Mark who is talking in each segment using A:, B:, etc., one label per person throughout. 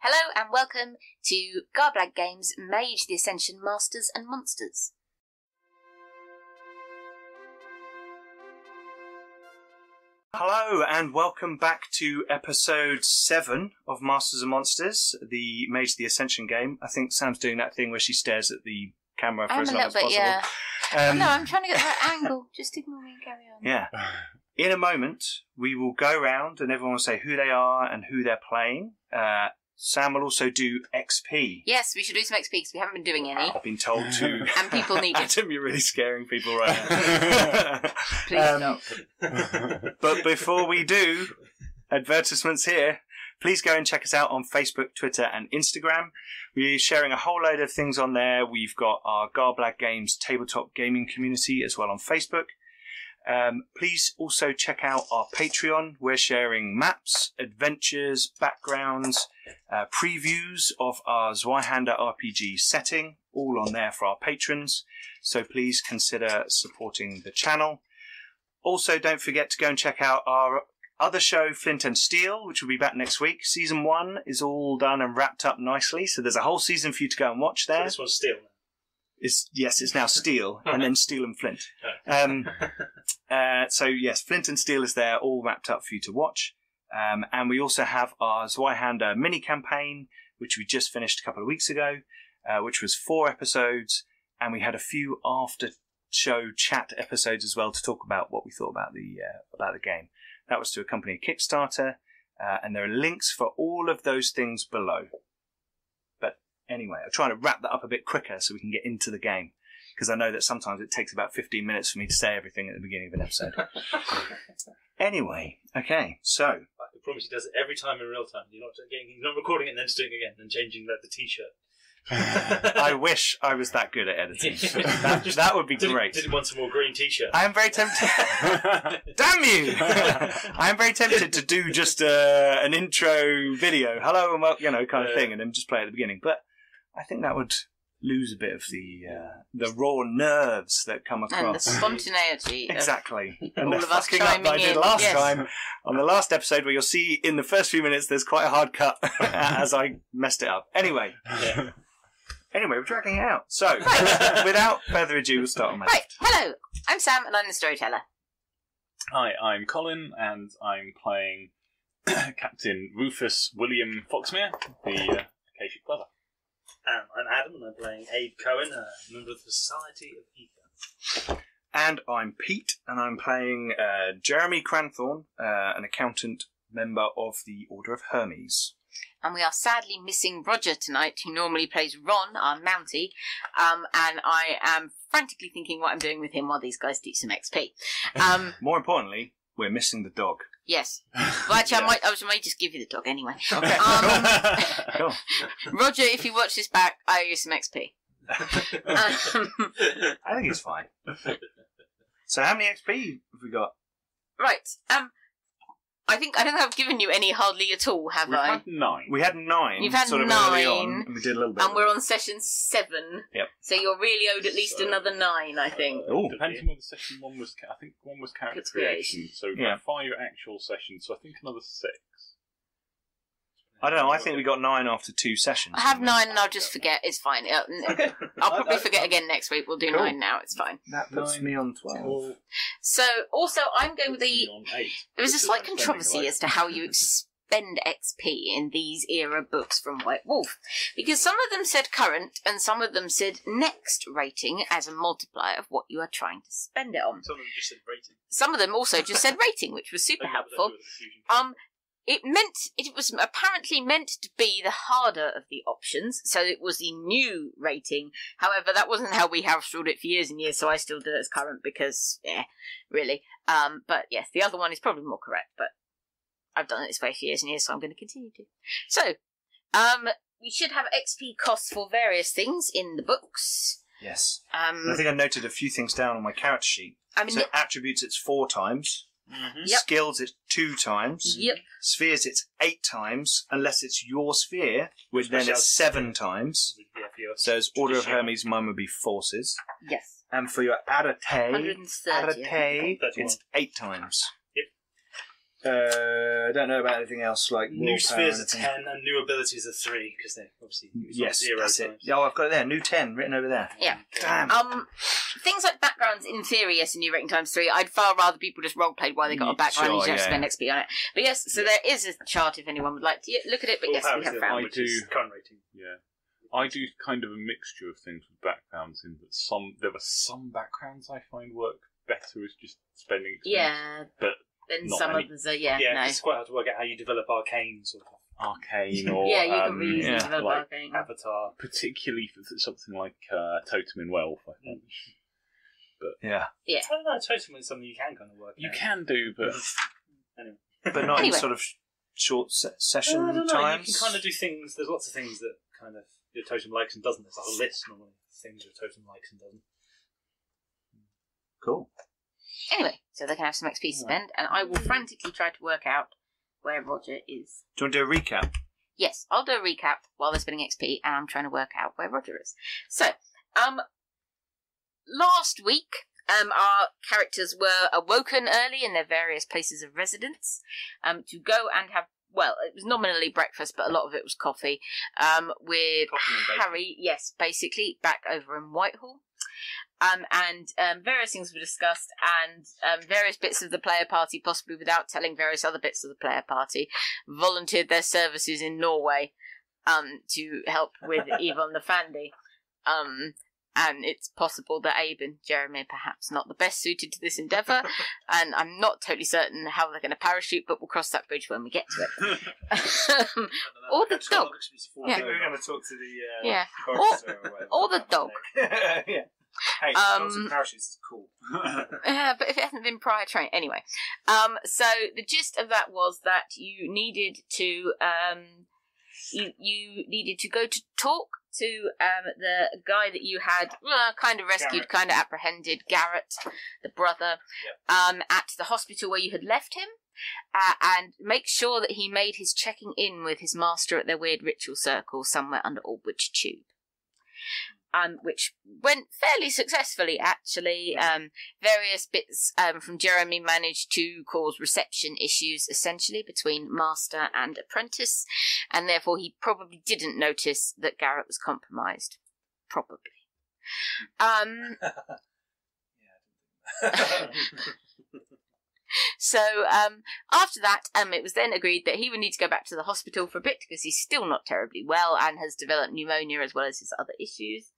A: Hello and welcome to Garblag Games Mage the Ascension Masters and Monsters.
B: Hello and welcome back to episode seven of Masters and Monsters, the Mage of the Ascension game. I think Sam's doing that thing where she stares at the camera for
A: I'm
B: as
A: a
B: long
A: little
B: as
A: bit,
B: possible.
A: yeah.
B: Um,
A: no, I'm trying to get the right angle. Just ignore me and carry on.
B: Yeah. In a moment, we will go round and everyone will say who they are and who they're playing. Uh, Sam will also do XP.
A: Yes, we should do some XP because we haven't been doing any.
B: I've been told to.
A: And people need it.
B: Adam, you're really scaring people right now. Um,
A: Please stop.
B: But before we do, advertisements here. Please go and check us out on Facebook, Twitter, and Instagram. We're sharing a whole load of things on there. We've got our Garblag Games tabletop gaming community as well on Facebook. Um, please also check out our Patreon. We're sharing maps, adventures, backgrounds, uh, previews of our Zweihander RPG setting, all on there for our patrons. So please consider supporting the channel. Also, don't forget to go and check out our other show, Flint and Steel, which will be back next week. Season one is all done and wrapped up nicely, so there's a whole season for you to go and watch
C: So
B: there.
C: this one's steel.
B: It's, yes, it's now Steel, and then Steel and Flint. Um, uh, so, yes, Flint and Steel is there, all wrapped up for you to watch. Um, and we also have our Zweihander mini campaign, which we just finished a couple of weeks ago, uh, which was four episodes, and we had a few after show chat episodes as well to talk about what we thought about the uh, about the game. That was to accompany a Kickstarter, uh, and there are links for all of those things below. But anyway, I'm trying to wrap that up a bit quicker so we can get into the game because I know that sometimes it takes about 15 minutes for me to say everything at the beginning of an episode. anyway, okay, so
C: I can promise he does it every time in real time. You're not getting, he's not recording it and then just doing it again, then changing like the t-shirt.
B: I wish I was that good at editing. That, that would be
C: Did,
B: great.
C: Did want some more green t-shirt?
B: I am very tempted. Damn you! I am very tempted to do just uh, an intro video, hello and welcome, you know, kind of
C: Yeah.
B: thing, and then just play at the beginning. But I think that would lose a bit of the uh, the raw nerves that come
A: And the
B: across.
A: spontaneity. of-
B: Exactly. And
A: All
B: the
A: of us
B: fucking up
A: chiming
B: I did
A: in,
B: last
A: yes.
B: time on the last episode, where you'll see in the first few minutes there's quite a hard cut as I messed it up. Anyway,
C: Yeah.
B: anyway, we're dragging it out. So,
A: Right.
B: without further ado, we'll start on my
A: Right, hello. I'm Sam and I'm the storyteller.
D: Hi, I'm Colin, and I'm playing Captain Rufus William Foxmere, the uh, Acacia Clover.
C: Um, I'm Adam and I'm playing Abe Cohen, a member of the Society of Ether.
B: And I'm Pete, and I'm playing uh, Jeremy Cranthorne, uh, an accountant member of the Order of Hermes.
A: And we are sadly missing Roger tonight, who normally plays Ron, our Mountie. Um, and I am frantically thinking what I'm doing with him while these guys do some XP. Um,
B: More importantly, we're missing the dog.
A: yes. Well, actually, I might. I was- I might just give you the dog anyway.
B: Okay.
A: Um,
B: Cool.
A: Roger, if you watch this back, I owe you some XP. Um,
B: I think it's fine. So, how many XP have we got?
A: right. Um, I think I don't think I've given you any hardly at all, have
D: We've
A: I?
D: had nine.
B: We had nine.
A: You've had
B: sort of Early on,
A: nine,
B: and we did a little bit.
A: and we're on session seven.
B: Yep.
A: So you're really owed at least
D: So-
A: another nine, I think.
B: Oh,
D: Depends on whether session one was. ca- I think one was character
A: It's great.
D: creation, so we've
B: Yeah.
D: had five actual sessions. So I think another six.
B: I don't know. I think we got nine after two sessions.
A: I have
B: didn't we?
A: nine, and I'll just forget. It's fine. Uh, n- I'll probably forget again next week. We'll do
B: Cool.
A: nine now. It's fine.
B: That puts
D: Nine,
B: me on twelve.
D: Or-
A: So, also, I'm going with the.
D: on eight.
A: There was a
D: Because
A: slight
D: I'm spending
A: controversy
D: like-
A: as to how you expend XP in these era books from White Wolf, because some of them said current and some of them said next rating as a multiplier of what you are trying to spend it on.
C: Some of them just said rating.
A: Some of them also just said rating, which was super
C: Maybe that was
A: helpful.
C: actually the confusion.
A: Um, it meant it was apparently meant to be the harder of the options, so it was the new rating. However, that wasn't how we have ruled it for years and years, so I still do it as current because, yeah, really. Um, but yes, the other one is probably more correct, but I've done it this way for years and years, so I'm going to continue to. So, um, we should have XP costs for various things in the books.
B: Yes. And I
A: Um,
B: think I noted a few things down on my character sheet.
A: I mean,
B: so attributes, it's four times.
C: Mm-hmm.
A: Yep.
B: Skills, it's two times.
A: yep,
B: Spheres, it's eight times, unless it's your sphere, which then
C: Specialty
B: it's seven times.
C: Yeah, for your-
B: So it's Order of
C: Traditional.
B: Hermes, mine would be forces.
A: yes,
B: And for your Adate,
A: 130. I think.
B: Adate,
C: That's
B: it's eight times.
C: Yep.
B: Uh, I don't know about anything else like
C: New
B: willpower or
C: spheres are
B: anything.
C: ten, and new abilities are three because they obviously it was on
B: Yes,
C: zero
B: that's it.
C: times.
B: Oh, I've got it there. New ten written over there.
A: Yeah.
B: Damn.
A: Um, things like backgrounds, in theory, yes, in New Rating Times 3, I'd far rather people just roleplayed why they got a
B: Ye-
A: background and
B: sure,
A: you just
B: yeah.
A: spend XP on it. But yes, so there is a chart if anyone would like to yeah, look at it, but
C: Full
A: yes,
C: power
A: we
C: is
A: have
C: the other one,
A: found.
D: I
C: which is
D: do.
C: Current rating.
D: Yeah. I do kind of a mixture of things with backgrounds in that some there are some backgrounds I find work better as just spending experience.
A: Yeah.
D: But
A: then
D: not
A: some
D: many.
A: others are, yeah,
C: Yeah, 'cause
A: no.
C: it's quite hard to work out how you develop arcane sort of
A: Mm-hmm.
D: Arcane or
A: yeah, you
D: um,
A: can reuse
B: yeah,
A: yeah, develop
D: like,
A: our thing.
C: avatar.
D: particularly for something like uh, Totem in Wealth, I think.
B: Yeah,
C: I don't know, totem is something you can kind of work.
D: You
C: out.
D: can do, but
C: Anyway.
B: but not
A: Anyway.
B: in sort of sh- short se-
C: I
B: session
C: don't know.
B: times.
C: You can kind of do things. There's lots of things that kind of your totem likes and doesn't. There's a whole list normally of things your totem likes and doesn't.
B: cool.
A: Anyway, so they can have some XP to spend, and I will frantically try to work out where Roger is.
B: Do you want to do a recap?
A: Yes, I'll do a recap while they're spending XP, and I'm trying to work out where Roger is. So, um, last week, um, our characters were awoken early in their various places of residence, um, to go and have. Well, it was nominally breakfast, but a lot of it was coffee. Um, with
C: Coffee and bacon.
A: Harry, yes, basically back over in Whitehall. Um, and um, various things were discussed, and um, various bits of the player party, possibly without telling various other bits of the player party, volunteered their services in Norway um, to help with Yvonne the Fandy. Um, and it's possible that Abe and Jeremy are perhaps not the best suited to this endeavour, and I'm not totally certain how they're going to parachute, but we'll cross that bridge when we get to it. Um, Or the
C: Actually, I'm
A: dog.
C: not experienced before.
A: Yeah. I
B: think we're going to talk to the uh,
A: yeah.
B: chorister or whatever
A: or the
B: about that,
A: dog.
B: aren't we? Hey, dogs and
A: Um,
B: parachutes is cool.
A: Yeah, but if it hasn't been prior training, anyway. Um, so the gist of that was that you needed to um, you you needed to go to talk to um the guy that you had uh, kind of rescued, kind of apprehended, Garrett, the brother, um, at the hospital where you had left him. Uh, and make sure that he made his checking in with his master at their weird ritual circle somewhere under Aldwych Tube. Um, which went fairly successfully, actually. Um, various bits um, from Jeremy managed to cause reception issues essentially between master and apprentice, and therefore he probably didn't notice that Garrett was compromised. Probably. Um, so um, after that, um, it was then agreed that he would need to go back to the hospital for a bit because he's still not terribly well and has developed pneumonia as well as his other issues.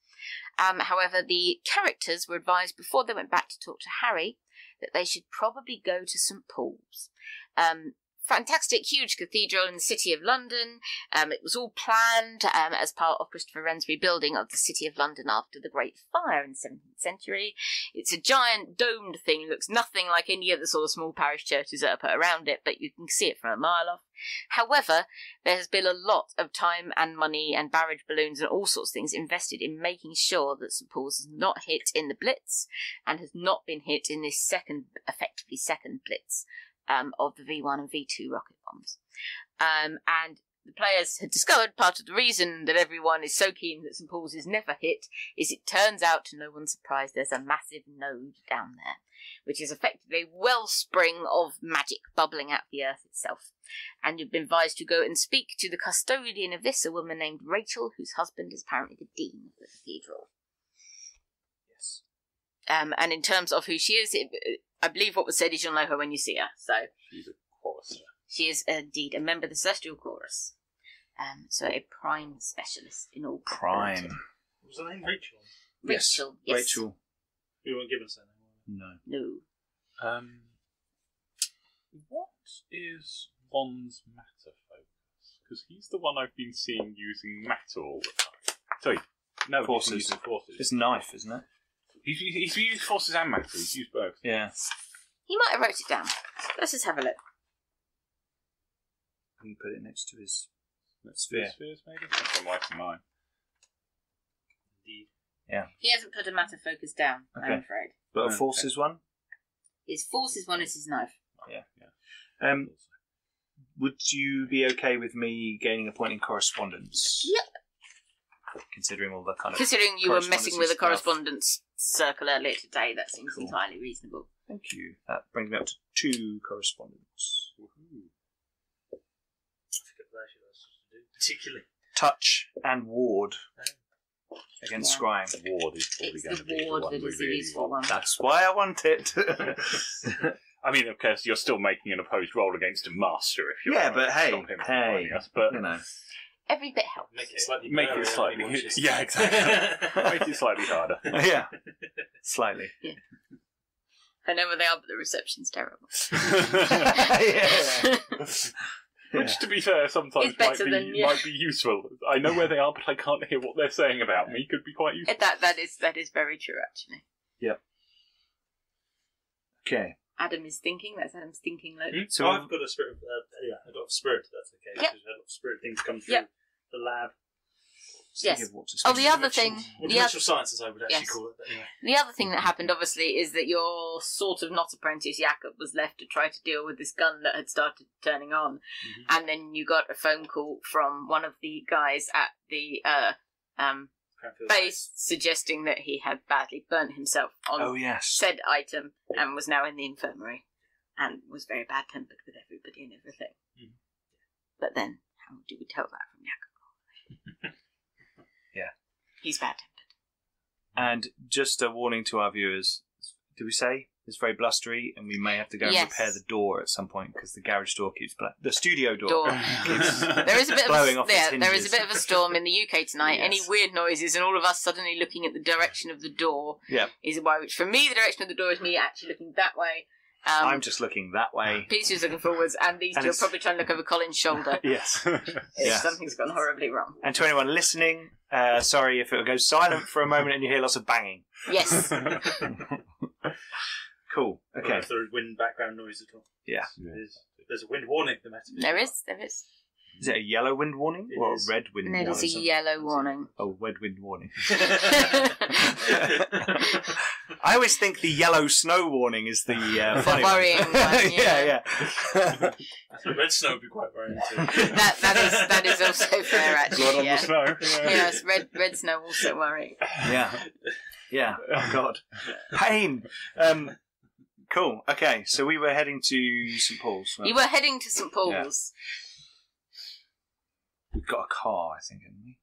A: Um, however, the characters were advised before they went back to talk to Harry that they should probably go to St Paul's. Um, fantastic, huge cathedral in the city of London. Um, it was all planned um, as part of Christopher Wren's rebuilding of the city of London after the Great Fire in the 17th century. It's a giant domed thing, looks nothing like any other sort of small parish churches that are put around it, but you can see it from a mile off. However, there has been a lot of time and money and barrage balloons and all sorts of things invested in making sure that St Paul's is not hit in the Blitz and has not been hit in this second, effectively second Blitz um, of the V1 and V2 rocket bombs. Um, and the players had discovered part of the reason that everyone is so keen that St Paul's is never hit is it turns out, to no one's surprise, there's a massive node down there, which is effectively a wellspring of magic bubbling out of the earth itself. And you've been advised to go and speak to the custodian of this, a woman named Rachel, whose husband is apparently the dean of the cathedral.
B: Yes.
A: Um, and in terms of who she is, it, I believe what was said is you'll know her when you see her. So
D: she's a chorister.
A: she is indeed a member of the Celestial Chorus. Um, so a prime specialist in all
B: Prime.
C: What was her name Rachel?
B: Yes.
A: Rachel, yes.
B: Rachel.
C: We weren't given a surname.
B: No.
A: No.
D: Um, what is Bond's matter focus? Because he's the one I've been seeing using matter all the time. Sorry, no, he's been
B: Forces.
D: using forces.
B: It's knife, isn't it?
D: He's, he's, he's used forces and matter. He's used both.
B: Yeah.
A: He might have wrote it down. Let's just have a look.
B: And put it next to his.
D: Sphere.
B: Sphere.
D: Spheres, maybe. That's what I'm liking mine.
C: Indeed.
A: He hasn't put a matter focus down, I'm
B: Okay.
A: afraid.
B: But
D: Okay.
B: a forces one.
A: His forces one is his knife.
B: Yeah. Um, would you be okay with me gaining a point in correspondence? Yep. Considering all the kind of.
A: Considering you were messing with a correspondence
B: Correspondence
A: circle earlier today, that seems
B: Cool.
A: entirely reasonable.
B: Thank you. That brings me up to two correspondence.
D: Woohoo.
C: particularly.
B: touch, and ward against
A: Yeah.
B: scrying.
D: Ward is probably
A: It's
D: going
A: the
D: to be the
A: ward
D: one
A: that
D: we
A: is the
D: really
A: useful
D: want.
A: one.
B: That's why I want it.
D: I mean, of course, you're still making an opposed roll against a master if you're
B: Yeah,
D: trying
B: but
D: to
B: hey,
D: stop him from
B: hey.
D: finding us, but
B: you know.
A: Every bit helps.
C: Make it slightly.
D: Make it
C: blurrier than
D: slightly-
C: anyone should.
D: yeah, exactly. make it slightly harder.
B: Yeah. Slightly.
A: I know where they are, but the reception's terrible.
B: yeah.
D: Which, to be fair, sometimes
A: It's
D: might
A: better
D: be,
A: than- yeah.
D: might be useful. I know where they are, but I can't hear what they're saying about me. Could be quite useful.
A: that that is that is very true actually.
B: Okay.
A: Adam is thinking. That's Adam's thinking look.
C: Hmm?
B: So-
C: I've got a spirit. Uh, yeah, I've got a spirit. That's okay.
A: Yep.
C: Because we've had a lot of spirit things come through
A: Yep.
C: the lab.
A: Yes.
B: Give Walter
A: Oh,
B: some
A: the other thing.
B: direction.
C: Or
A: The other,
C: natural sciences, I would actually
A: Yes.
C: call it. But anyway.
A: the other thing that happened, obviously, is that your sort of not apprentice Jakob was left to try to deal with this gun that had started turning on, and then you got a phone call from one of the guys at the uh, um,
C: Cranfield
A: base suggesting that he had badly burnt himself on
B: Oh, yes.
A: said item and was now in the infirmary and was very bad tempered with everybody and everything.
C: Mhm.
A: But then, how do we tell that from Yakov?
B: Yeah.
A: He's bad tempered.
B: And just a warning to our viewers do we say it's very blustery and we may have to go and
A: Yes.
B: repair the door at some point because the garage door keeps bla- the studio door.
A: Door. There is a bit of
B: Blowing
A: a,
B: off
A: yeah,
B: its
A: there is a
B: hinges.
A: bit of a storm in the UK tonight. Any
B: Yes.
A: weird noises and all of us suddenly looking at the direction of the door
B: Yeah.
A: is why which for me the direction of the door is me actually looking that way. Um
B: I'm just looking that way.
A: Peter's looking forwards and these
B: And
A: two are
B: it's-
A: probably trying to look over Colin's shoulder.
B: Yes.
A: If
B: Yeah.
A: Something's gone horribly wrong.
B: And to anyone listening, uh, sorry if it goes silent for a moment and you hear lots of banging.
A: Yes.
B: Cool.
C: Or
B: Okay.
C: If there is wind background noise at all.
B: Yeah.
C: There's, there's a wind warning. The matter.
A: there is, there is.
B: Is it a yellow wind warning
C: It
B: or
C: is.
B: a red wind
A: No, there's a
B: warning?
A: yellow warning.
B: A red wind warning.
A: The
B: I always think the yellow snow warning is the uh,
A: The
B: funny
A: worrying
B: one.
A: one, yeah.
B: yeah, yeah.
C: Red snow would be quite worrying too.
A: That that is that is also fair
D: Blood
A: actually.
D: on the
A: Yeah.
D: snow.
A: Yes, red red snow also worrying.
B: yeah. Yeah. Oh God. Pain. Um, cool. Okay. So we were heading to St Paul's. weren't
A: You were heading to St Paul's.
B: we? We've got a car, I think, haven't we?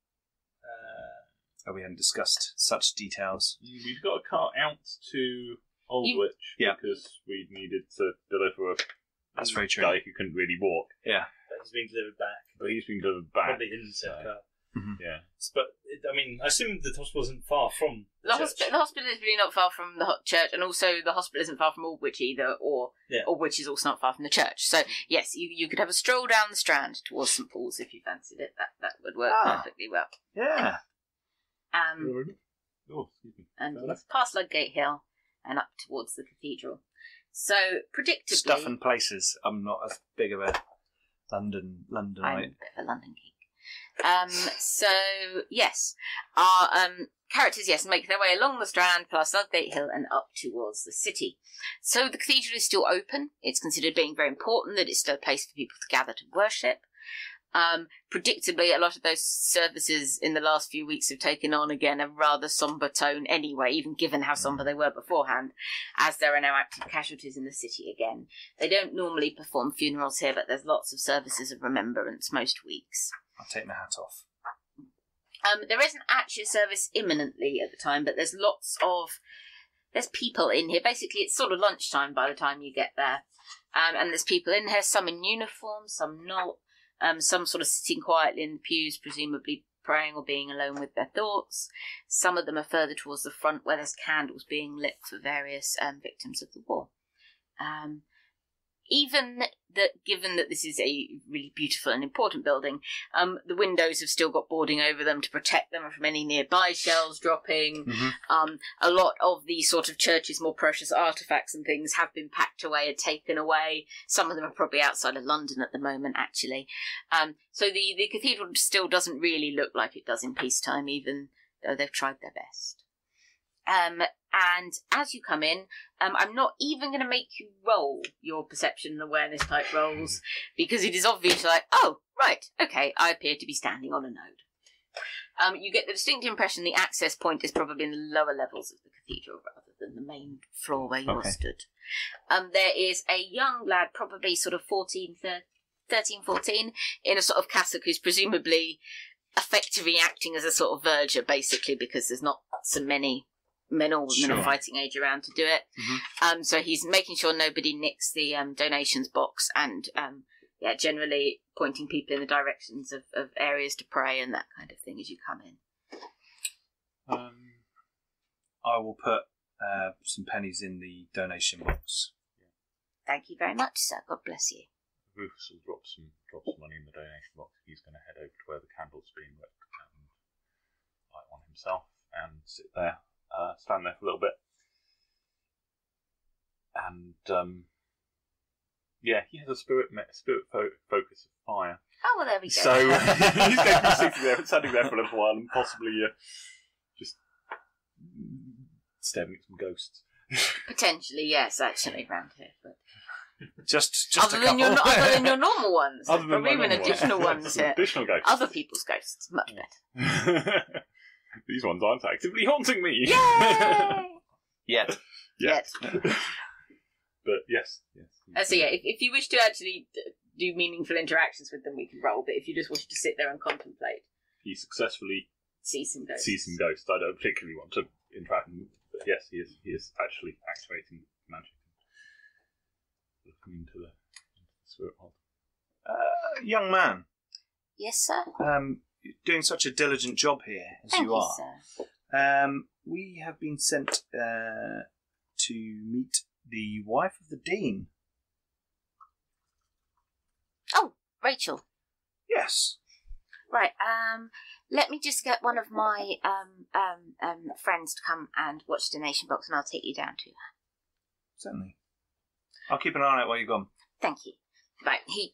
C: Uh,
B: Oh, we hadn't discussed such details.
D: We've got a car out to Aldwych
B: Yeah.
D: because we needed to deliver a
B: That's very true.
D: guy who couldn't really walk,
C: but he's been delivered back.
D: but he's been delivered back.
C: Probably in said
D: uh,
C: car.
D: Yeah.
C: But it, I mean, I assume the hospital isn't far from the,
A: The,
C: church.
A: hospi- the hospital is really not far from the hot church, and also the hospital isn't far from Aldwych either, or
C: Yeah.
A: Aldwych is also not far from the church. So yes, you, you could have a stroll down the Strand towards St Paul's if you fancied it. That that would work
B: Ah.
A: perfectly well.
B: Yeah.
A: Um,
D: Oh, excuse me.
A: and
D: Fair
A: it's past Ludgate Hill and up towards the cathedral. So predictably,
B: Stuff and places. I'm not as big of a London Londonite.
A: I'm a bit of a London geek. Um, so yes, our um, characters yes make their way along the Strand, past Ludgate Hill, and up towards the city. So the cathedral is still open. It's considered being very important that it's still a place for people to gather to worship. Um, predictably, a lot of those services in the last few weeks have taken on again a rather somber tone anyway, even given how somber they were beforehand, as there are now active casualties in the city again. They don't normally perform funerals here, but there's lots of services of remembrance most weeks.
B: I'll take my hat off.
A: Um, there isn't actually a service imminently at the time, but there's lots of there's people in here. Basically, it's sort of lunchtime by the time you get there, um, and there's people in here. Some in uniform, some not. Um, some sort of sitting quietly in the pews, presumably praying or being alone with their thoughts. Some of them are further towards the front, where there's candles being lit for various um, victims of the war. Um, even that, given that this is a really beautiful and important building, um, the windows have still got boarding over them to protect them from any nearby shells dropping.
B: Mhm.
A: Um, a lot of the sort of church's more precious artifacts and things have been packed away and taken away. Some of them are probably outside of London at the moment, actually. Um, so the, the cathedral still doesn't really look like it does in peacetime, even though they've tried their best. Um, and as you come in, um, I'm not even going to make you roll your perception and awareness type rolls because it is obvious, like, oh, right, okay, I appear to be standing on a node. Um, you get the distinct impression the access point is probably in the lower levels of the cathedral rather than the main floor where you are
B: Okay.
A: stood. Um, there is a young lad, probably sort of 14, thir- 13, 14, in a sort of cassock who's presumably effectively acting as a sort of verger, basically, because there's not so many men or women
B: Sure.
A: of fighting age around to do it. Um, so he's making sure nobody nicks the um, donations box and, um, yeah, generally pointing people in the directions of, of areas to pray and that kind of thing as you come in.
D: Um,
B: I will put uh, some pennies in the donation box.
A: Thank you very much, sir. God bless you.
D: Rufus will drop some drop some money in the donation box. He's going to head over to where the candles being lit and light one himself and sit there, uh, stand there for a little bit. And um, yeah, he has a spirit me- spirit fo- focus of fire.
A: Oh, well, there we go.
D: So he's going to be sitting there, standing there for a little while, and possibly uh, just staring at some ghosts.
A: Potentially, yes, actually, around here. But
B: Just, just
A: other
B: a couple.
A: than your other than your normal ones,
D: Other than
A: probably
D: my
A: even
D: normal
A: additional ones here.
D: Additional ghosts.
A: Other people's ghosts, much better.
D: These ones aren't actively haunting me.
A: Yay!
B: yeah.
D: Yeah.
A: Yes.
D: but yes, yes.
A: Uh, so yeah, if, if you wish to actually d- do meaningful interactions with them, we can roll. But if you just wish to sit there and contemplate,
D: he successfully
A: see some ghosts.
D: sees some ghosts. I don't particularly want to interact, with them, but yes, he is. He is actually activating magic, looking into the, into the spirit world.
B: Uh, young man,
A: Yes, sir.
B: um, you're doing such a diligent job here as
A: Thank
B: you
A: you,
B: are.
A: sir.
B: Um, we have been sent uh, to meet the wife of the dean.
A: Rachel.
B: Yes.
A: Right. Um, let me just get one of my um um um friends to come and watch the donation box, and I'll take you down to her.
B: Certainly. I'll keep an eye on it while you're gone.
A: Thank you. Right. He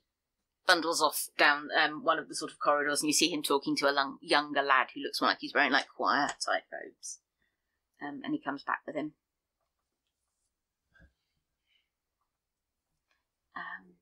A: bundles off down um one of the sort of corridors, and you see him talking to a lung- younger lad who looks more like he's wearing like choir type robes. Um, and he comes back with him. Um,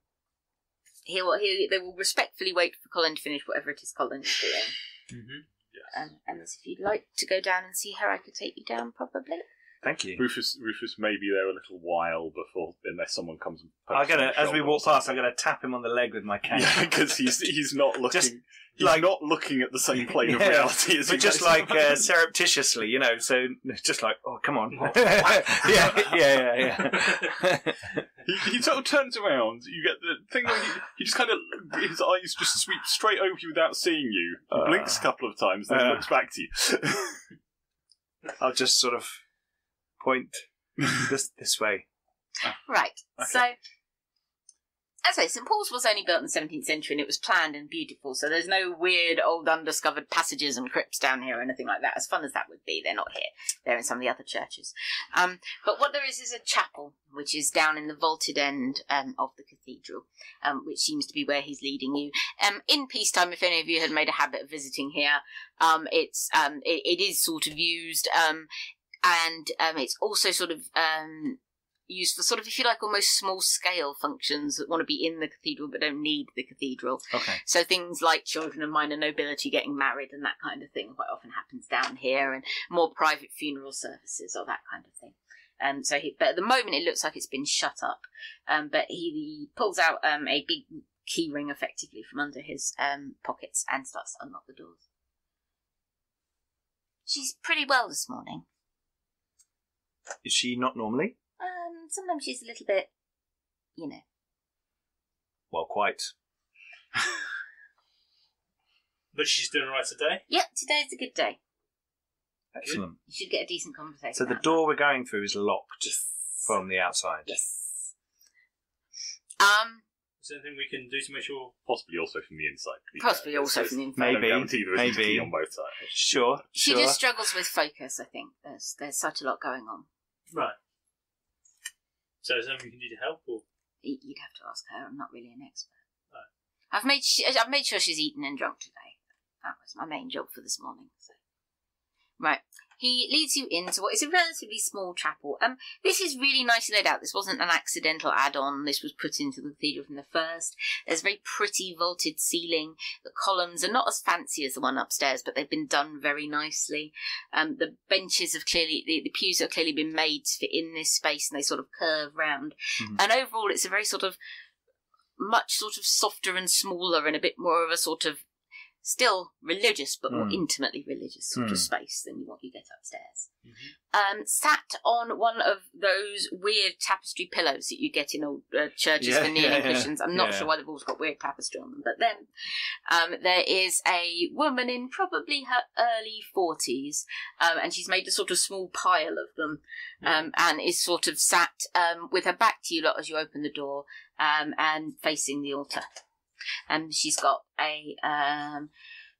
A: he will. He they will respectfully wait for Colin to finish whatever it is Colin is doing.
C: Mm-hmm.
D: Yes.
A: Um, and if you'd like to go down and see her, I could take you down probably.
B: Thank you.
D: Rufus, Rufus may be there a little while before, unless someone comes. And pokes
B: I'm
D: him
B: gonna,
D: on the
B: as we
D: shoulder
B: walk
D: or
B: past, I'm
D: something.
B: gonna tap him on the leg with my cane.
D: Yeah, because he's he's not looking.
B: Just
D: he's
B: like-
D: not looking at the same plane of
B: Yeah.
D: reality as he
B: but just
D: goes.
B: like uh, surreptitiously, you know. So just like, oh, come on. yeah, yeah, yeah. yeah.
D: He, he sort of turns around. You get the thing where he, he just kind of his eyes just sweep straight over you without seeing you. He
B: Uh.
D: blinks a couple of times, then
B: Uh.
D: looks back to you.
B: I'll just sort of point this this way.
A: Right. So, as I say, St Paul's was only built in the 17th century and it was planned and beautiful, so there's no weird old undiscovered passages and crypts down here or anything like that. As fun as that would be, they're not here. They're in some of the other churches. Um, but what there is is a chapel, which is down in the vaulted end um, of the cathedral, um, which seems to be where he's leading you. Um, in peacetime, if any of you had made a habit of visiting here, um, it's um, it, it is sort of used, um, and um, it's also sort of um, used for sort of, if you like, almost small scale functions that want to be in the cathedral but don't need the cathedral.
B: Okay.
A: So things like children of minor nobility getting married and that kind of thing quite often happens down here, and more private funeral services or that kind of thing. Um, so, he, but at the moment it looks like it's been shut up. Um, but he, he pulls out um, a big key ring effectively from under his um, pockets and starts to unlock the doors. She's pretty well this morning.
B: Is she not normally?
A: Um, sometimes she's a little bit, you know,
B: Well, quite.
C: But she's doing alright today.
A: Yep, today's a good day.
B: Excellent.
A: You should get a decent conversation.
B: So the
A: out of
B: door we're going through is locked
A: that.
B: from the outside.
A: Yes. Um,
C: Is there anything we can do to make sure?
D: Possibly also from the inside. to be
A: possibly
D: fair.
A: also
D: It's-
A: from the
D: I
A: infirmary.
D: don't
B: Maybe,
D: guarantee there isn't a
B: maybe.
D: key on both sides.
B: Sure.
A: She
B: sure.
A: just struggles with focus. I think there's there's such a lot going on.
C: Right. So is there anything we can do to help? Or
A: Y- You'd have to ask her. I'm not really an expert.
C: No.
A: I've made sh- I've made sure she's eaten and drunk today. That was my main job for this morning. So. Right. He leads you into what is a relatively small chapel. Um, this is really nicely laid out. This wasn't an accidental add-on. This was put into the cathedral from the first. There's a very pretty vaulted ceiling. The columns are not as fancy as the one upstairs, but they've been done very nicely. Um, the benches have clearly, the, the pews have clearly been made to fit in this space, and they sort of curve round.
B: Mhm.
A: And overall, it's a very sort of much sort of softer and smaller and a bit more of a sort of still religious but more
B: Hmm.
A: intimately religious sort
B: Hmm.
A: of space than what you get upstairs. Um, sat on one of those weird tapestry pillows that you get in old uh, churches
B: Yeah,
A: for kneeling
B: yeah, yeah.
A: cushions. I'm not
B: Yeah.
A: sure why they've always got weird tapestry on them, but then um, there is a woman in probably her early 40s, um, and she's made a sort of small pile of them,
B: Hmm.
A: um, and is sort of sat um, with her back to you lot as you open the door um, and facing the altar. Um, she's got a um,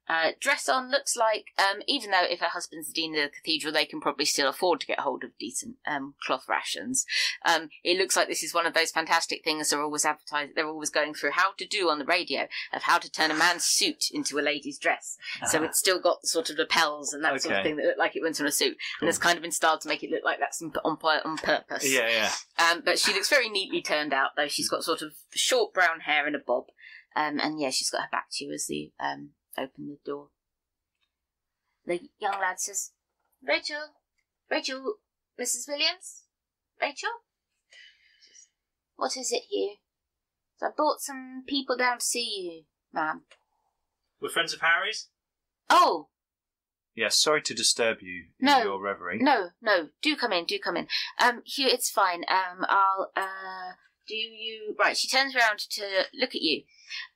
A: uh, dress on, looks like, um, even though if her husband's the dean of the cathedral, they can probably still afford to get hold of decent um, cloth rations. Um, it looks like this is one of those fantastic things they're always advertising, they're always going through how to do on the radio of how to turn a man's suit into a lady's dress. So it's still got the sort of lapels and that sort of
B: Ah. Okay.
A: thing that look like it went on a suit.
B: Cool.
A: And it's kind of been styled to make it look like that's on, on, on purpose.
B: Yeah, yeah.
A: Um, but she looks very neatly turned out, though. She's got sort of short brown hair and a bob. Um, and yeah, she's got her back to you as you um, open the door. The young lad says, Rachel, Rachel, Mrs. Williams? Rachel? What is it here? So I brought some people down to see you, ma'am.
C: We're friends of Harry's.
A: Oh,
B: Yeah, sorry to disturb you in
A: No.
B: your reverie.
A: No, no, do come in, do come in. Um, Hugh, it's fine. Um, I'll, uh, do you, right, she turns around to look at you.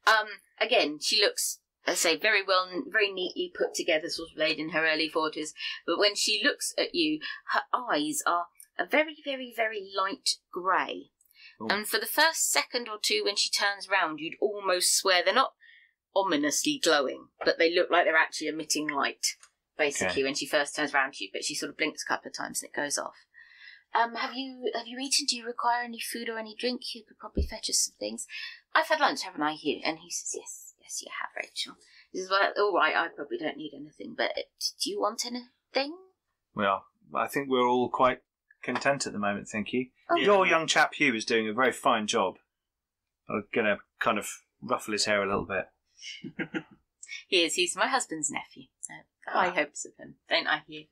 A: Um, again, she looks, I say, very well, very neatly put together, sort of laid in her early 40s. But when she looks at you, her eyes are a very, very, very light grey.
B: Oh.
A: And for the first second or two when she turns round, you'd almost swear they're not ominously glowing, but they look like they're actually emitting light, basically,
B: Okay.
A: when she first turns round to you. But she sort of blinks a couple of times and it goes off. Um, have you have you eaten? Do you require any food or any drink? You could probably fetch us some things. I've had lunch, haven't I, Hugh? And he says, Yes, yes, you have, Rachel. He says, Well, all right, I probably don't need anything, but uh, do you want anything?
B: Well, I think we're all quite content at the moment, thank you.
A: Oh.
B: Your young chap Hugh is doing a very fine job. I'm going to kind of ruffle his hair a little bit.
A: He is. He's my husband's nephew. So high hopes of him, don't I, Hugh?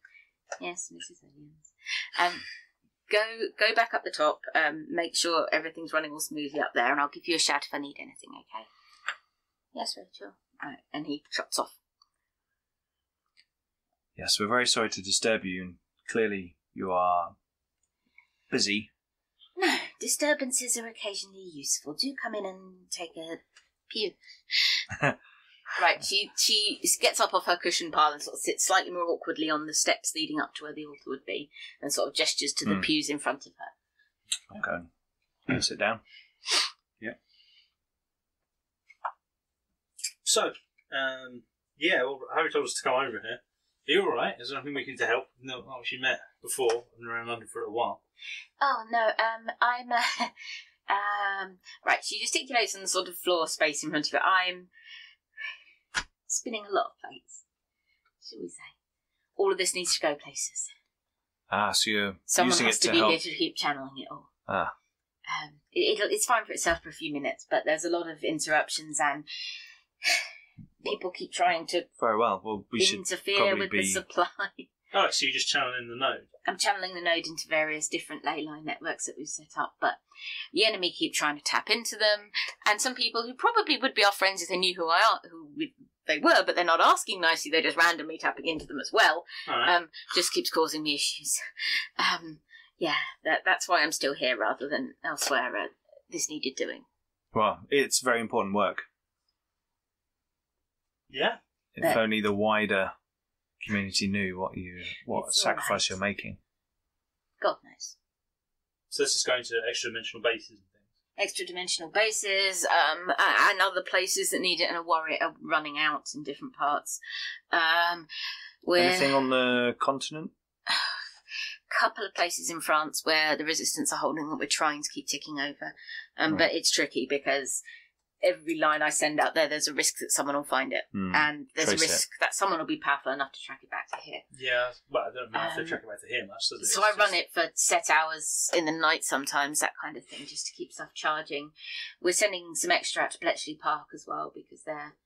A: Yes, Mrs. Williams. Um, go go back up the top. Um, make sure everything's running all smoothly up there, and I'll give you a shout if I need anything. Okay? Yes, Rachel. Uh, and he shuts off.
B: Yes, we're very sorry to disturb you, and clearly you are busy.
A: No, disturbances are occasionally useful. Do come in and take a pew. right, she she gets up off her cushion pile and sort of sits slightly more awkwardly on the steps leading up to where the altar would be, and sort of gestures to the
B: Hmm.
A: pews in front of her.
B: I'm going to sit down.
C: So, um, yeah, well, Harry told us to come over here. Are you all right? Is there anything we can do to help? No, not she met before and around London for a little while.
A: Oh no, um, I'm uh, um right. She gesticulates on the sort of floor space in front of her. I'm spinning a lot of plates, shall we say? All of this needs to go places.
B: Ah, so you're
A: Someone
B: using
A: has
B: it
A: to,
B: to,
A: be
B: help.
A: here to keep channeling it all.
B: Ah,
A: Um, it, it'll, it's fine for itself for a few minutes, but there's a lot of interruptions and people keep trying to
B: very well. Well, we should
A: interfere
B: probably
A: with
B: be.
A: the supply.
C: All right, so you're just channeling the node.
A: I'm channeling the node into various different ley line networks that we've set up, but the enemy keep trying to tap into them, and some people who probably would be our friends if they knew who I are, who we, they were, but they're not asking nicely. They're just randomly tapping into them as well.
C: All right.
A: Um, just keeps causing me issues. Um, yeah, that, that's why I'm still here rather than elsewhere. Uh, this needed doing.
B: Well, it's very important work.
C: yeah.
B: If
A: But-
B: only the wider community knew what you what
A: It's all right.
B: sacrifice you're making.
A: God knows.
C: So this is going to extra dimensional bases and things.
A: extra dimensional bases um, a- and other places that need it and are, worry- are running out in different parts. Um,
B: Anything
A: we're
B: on the continent?
A: a couple of places in France where the resistance are holding that we're trying to keep ticking over. Um,
B: Hmm.
A: But it's tricky because every line I send out there, there's a risk that someone will find it.
B: Hmm.
A: And there's
B: Trace
A: a
B: it.
A: risk that someone will be powerful enough to track it back to here.
C: Yeah. Well, I don't know if they're
A: Um,
C: tracking back to here much, does it?
A: So
C: It's
A: I run
C: just-
A: it for set hours in the night sometimes, that kind of thing, just to keep stuff charging. We're sending some extra out to Bletchley Park as well because they're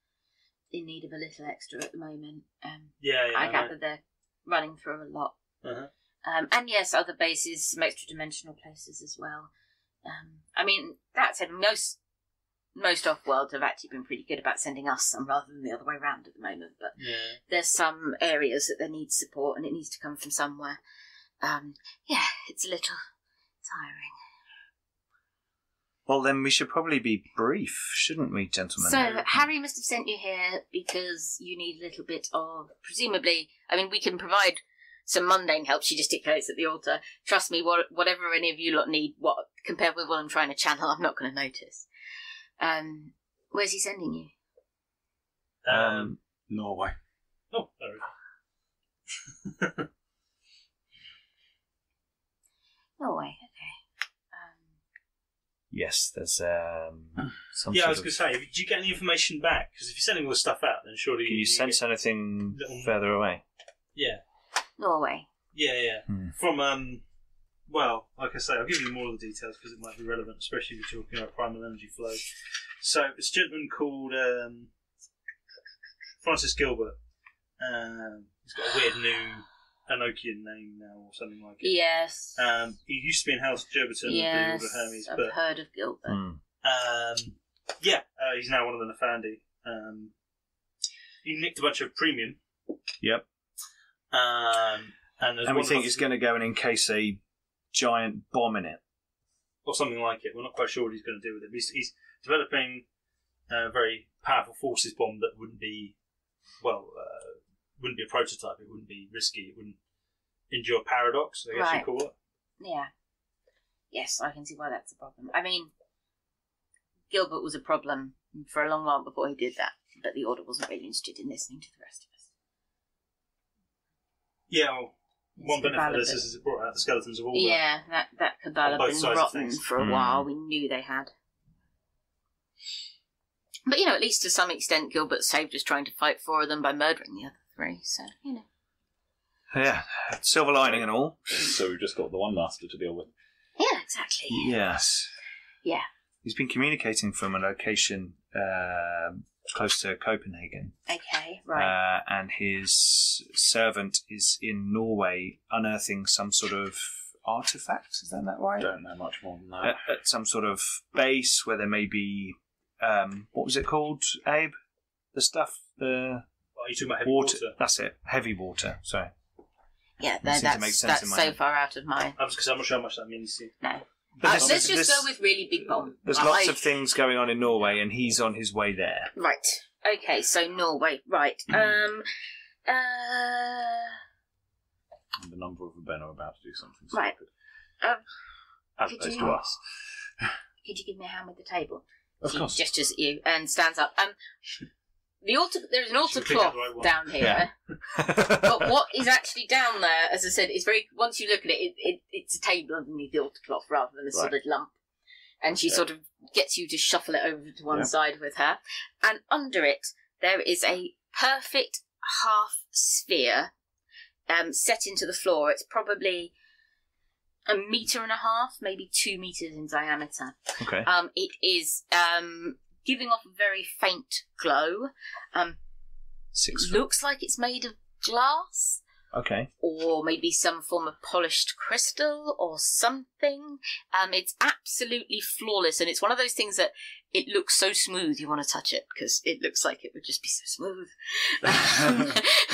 A: in need of a little extra at the moment. Um,
C: Yeah, yeah.
A: I
C: I know.
A: gather they're running through a lot.
C: Uh-huh.
A: Um, and yes, other bases, some extra dimensional places as well. Um, I mean, that said, most most off world have actually been pretty good about sending us some rather than the other way around at the moment. But
E: Yeah.
A: there's some areas that they need support and it needs to come from somewhere. Um, yeah, it's a little tiring.
B: Well, then we should probably be brief, shouldn't we, gentlemen?
A: So Harry must have sent you here because you need a little bit of presumably. I mean, we can provide some mundane help. She gesticulates at the altar. Trust me, what, whatever any of you lot need, what compared with what I'm trying to channel, I'm not going to notice. Um, where's he sending you? uh,
E: Um,
B: Norway.
E: oh, there we go.
A: Norway. Okay.
B: Yes, there's um. Some
E: Yeah,
B: sort
E: I was
B: of-
E: going to say, do you get any information back? Because if you're sending all the stuff out, then surely
B: Can you sense
E: get-
B: anything
E: Little-
B: further away?
E: Yeah,
A: Um, Norway.
E: yeah, yeah.
B: Hmm.
E: From um, well, like I say, I'll give you more of the details because it might be relevant, especially if you're talking about primal energy flow. So it's a gentleman called um, Francis Gilbert. Um, he's got a weird new Enochian name now, or something like it.
A: Yes.
E: Um, he used to be in House Gerberton
A: yes.
E: of the Order of Hermes,
A: I've
E: but
A: heard of Gilbert.
B: Hmm.
E: Um, yeah, uh, he's now one of the Nefandi. Um, he nicked a bunch of premium.
B: Yep.
E: Um, and, there's
B: And we
E: one
B: think
E: of-
B: it's going to go and encase a giant bomb in it.
E: or something like it. We're not quite sure what he's going to do with it. But he's, he's developing a very powerful forces bomb that wouldn't be, well, uh, wouldn't be a prototype. It wouldn't be risky. It wouldn't endure paradox. I guess
A: Right.
E: you call it.
A: Yeah. Yes, I can see why that's a problem. I mean, Gilbert was a problem for a long while before he did that, but the Order wasn't really interested in listening to the rest of us.
E: Yeah. Well, one
A: It's the
E: benefit of this
A: Balabit.
E: is it brought out the skeletons of all the
A: Yeah, that that
E: On
A: Kabbalah
E: both
A: been
E: sides of
A: rotten
E: things.
A: for a
B: Mm.
A: while. We knew they had. But you know, at least to some extent, Gilbert saved us trying to fight four of them by murdering the other three. So you know,
B: Yeah, silver lining and all.
D: so we've just got the one master to deal with.
A: yeah, exactly.
B: Hmm. Yes.
A: Yeah.
B: He's been communicating from a location uh, close to Copenhagen,
A: Okay, right.
B: uh, and his servant is in Norway unearthing some sort of artifact. Is that that right?
D: Don't know much more than that.
B: At, at some sort of base where there may be um, what was it called, Abe? The stuff, the
E: Are you talking about heavy
B: water.
E: water?
B: That's it. Heavy water.
A: Uh,
B: Sorry.
A: yeah, no,
B: seems
A: that's
B: to make sense in
A: that's
B: my
A: so
B: head.
A: far out of my
E: I was because I'm not sure how much that means. to you.
A: no.
B: But
A: Uh,
B: this-
A: let's just
B: this-
A: go with really big bomb.
B: There's
A: I-
B: lots of things going on in Norway, and he's on his way there.
A: Right. Okay, so Norway. Right. Um uh
D: And the number of men are about to do something
A: Right.
D: stupid.
A: Um,
D: As
A: could
D: opposed
A: you-
D: to us.
A: could you give me a hand with the table?
D: Of
A: she
D: course.
A: gestures at you and stands up. Um the altar there's an altar
E: Should pick up
A: cloth
E: the right one.
A: down here.
B: Yeah.
A: But what is actually down there, as I said, it's very once you look at it, it, it it's a table underneath the altar cloth rather than a
D: Right.
A: solid lump. And she
D: Okay.
A: sort of gets you to shuffle it over to one
D: Yeah.
A: side with her. And under it there is a perfect half sphere um, set into the floor. It's probably a meter and a half, maybe two meters in diameter.
B: okay.
A: Um, it is um, giving off a very faint glow. Um,
B: Six.
A: it
B: Foot.
A: looks like it's made of glass
B: Okay.
A: or maybe some form of polished crystal or something. Um, it's absolutely flawless, and it's one of those things that it looks so smooth you want to touch it because it looks like it would just be so smooth. Um,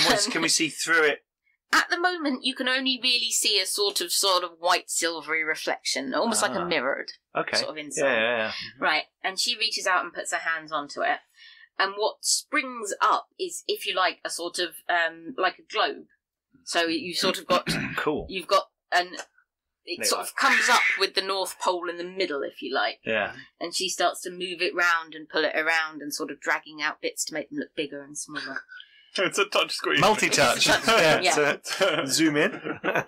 B: What's- can we see through it?
A: At the moment, you can only really see a sort of sort of white silvery reflection, almost like
B: Ah.
A: a mirrored
B: Okay.
A: sort of inside.
B: yeah, yeah, yeah.
A: Right, and she reaches out and puts her hands onto it. And what springs up is, if you like, a sort of um, like a globe. So you sort of got
B: Cool.
A: you've got an it
B: They
A: sort of comes up with the north pole in the middle if you like
B: Yeah.
A: and she starts to move it round and pull it around and sort of dragging out bits to make them look bigger and smaller
D: It's a touch screen.
B: Multi-touch.
A: Yeah, yeah.
B: zoom in.
A: Yeah.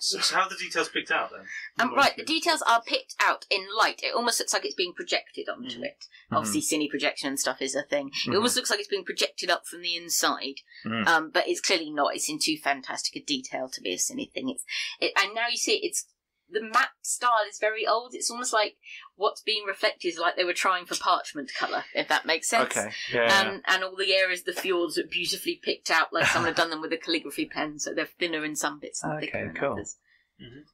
E: So, so how are the details picked out then?
A: um, right the details are picked out in light it almost looks like it's being projected onto
E: Mhm.
A: it obviously cine projection and stuff is a thing it almost looks like it's being projected up from the inside
B: Mhm.
A: um, but it's clearly not it's in too fantastic a detail to be a cine thing it's it, and now you see it's the map style is very old it's almost like what's being reflected is like they were trying for parchment colour if that makes sense
B: Okay. Yeah.
A: and and all the areas the fjords are beautifully picked out like someone had done them with a calligraphy pen so they're thinner in some bits and
B: Okay,
A: thicker in
B: cool.
A: others
E: Mhm.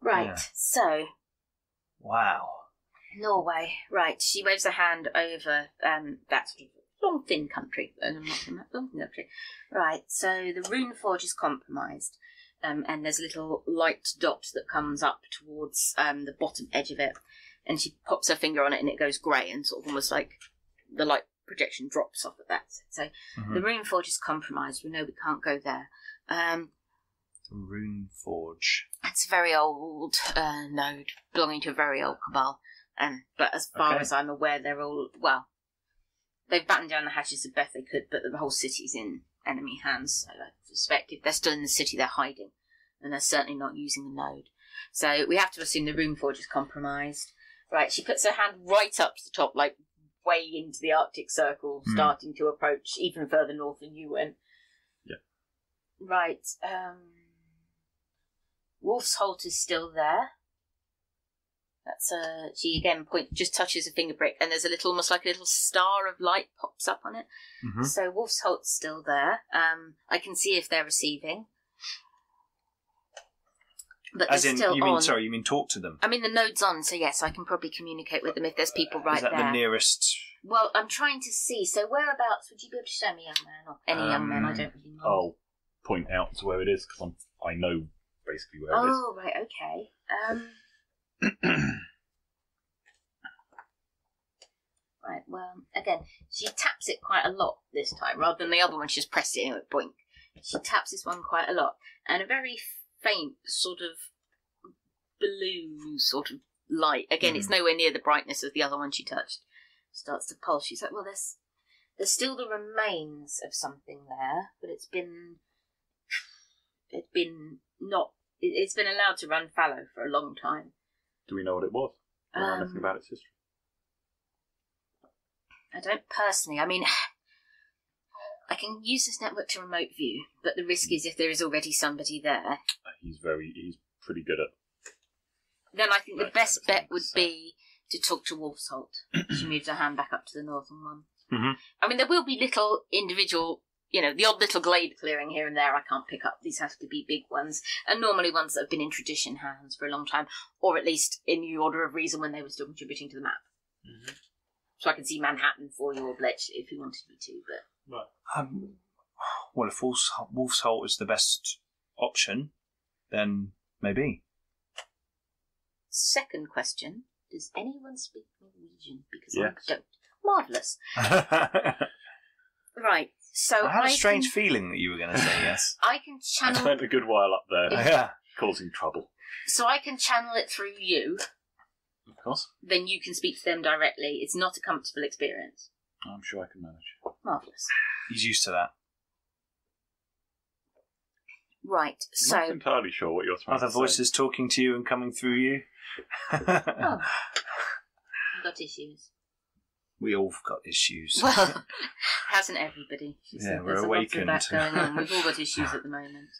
A: right
B: Yeah.
A: so
B: Wow.
A: Norway. Right. She waves a hand over um, that sort of long, thin country. And I'm not saying that long, thin country. Right. So the rune forge is compromised. Um, and there's a little light dot that comes up towards um, the bottom edge of it. And she pops her finger on it and it goes grey and sort of almost like the light projection drops off at that. So
B: Mhm.
A: the rune forge is compromised. We know we can't go there. Um,
B: Rune Forge.
A: it's a very old uh, node belonging to a very old cabal. Um, but as far
B: Okay.
A: as I'm aware, they're all well. They've battened down the hatches the best they could, but the whole city's in enemy hands. So I suspect if they're still in the city, they're hiding, and they're certainly not using the node. So we have to assume the rune forge is compromised. Right, she puts her hand right up to the top, like way into the Arctic Circle,
B: Hmm.
A: starting to approach even further north than you went.
D: Yeah.
A: Right. Um, Wolf's Holt is still there. That's uh she again point just touches a finger brick and there's a little almost like a little star of light pops up on it.
B: Mhm.
A: So Wolf's Holt's still there. Um I can see if they're receiving. But
B: As
A: they're
B: in,
A: still
B: you mean
A: on.
B: sorry, you mean talk to them?
A: I mean the node's on, so yes, I can probably communicate with them if there's people right
B: Is that
A: there.
B: the nearest?
A: well, I'm trying to see. So whereabouts would you be able to show me, young man, or any young man? I
B: Um,
A: don't really know.
D: I'll point out to where it is because I know basically where it is.
A: Oh, right, Um. okay. Um, right, well, again, she taps it quite a lot this time, rather than the other one, she just pressed it in with boink. She taps this one quite a lot, and a very faint sort of blue sort of light. Again, it's nowhere near the brightness of the other one she touched. Starts to pulse. She's like, well, there's there's still the remains of something there, but it's been it's been not it- it's been allowed to run fallow for a long time.
D: Do we know what it was? Do we know
A: Um,
D: anything about its history?
A: I don't personally. I mean, I can use this network to remote view, but the risk is if there is already somebody there,
D: Uh, He's very, he's pretty good at.
A: then I think the
D: Right,
A: best bet
D: understand,
A: would
D: so-
A: be to talk to Wolfsholt. she moves her hand back up to the northern one.
B: Mhm.
A: I mean, there will be little individual, you know, the odd little glade clearing here and there I can't pick up. These have to be big ones, and normally ones that have been in tradition hands for a long time, or at least in the order of reason when they were still contributing to the map. So I can see Manhattan for you or Bletch if you wanted me to, but.
C: Right.
B: Um, well, if Wolf's, Wolf's Holt is the best option, then maybe.
A: Second question Does anyone speak Norwegian? Because
D: Yes.
A: I don't. Marvellous.
B: I
A: Right, so.
B: had a strange
A: can,
B: feeling that you were going to say yes.
A: I can
D: I
A: channel.
D: spent a good while up there
B: yeah.
D: causing trouble.
A: So I can channel it through you,
D: Of course.
A: then you can speak to them directly. It's not a comfortable experience.
D: I'm sure I can manage.
A: Marvellous.
B: He's used to that.
A: Right,
D: I'm not
A: so.
D: entirely sure what you're trying
B: Other
D: to
B: voices talking to you and coming through you.
A: Oh, I've got issues.
B: We all have got issues.
A: Well, hasn't everybody? She
B: Yeah,
A: said
B: we're
A: there's a
B: awakened.
A: lot of that going on. We've all got issues at the moment.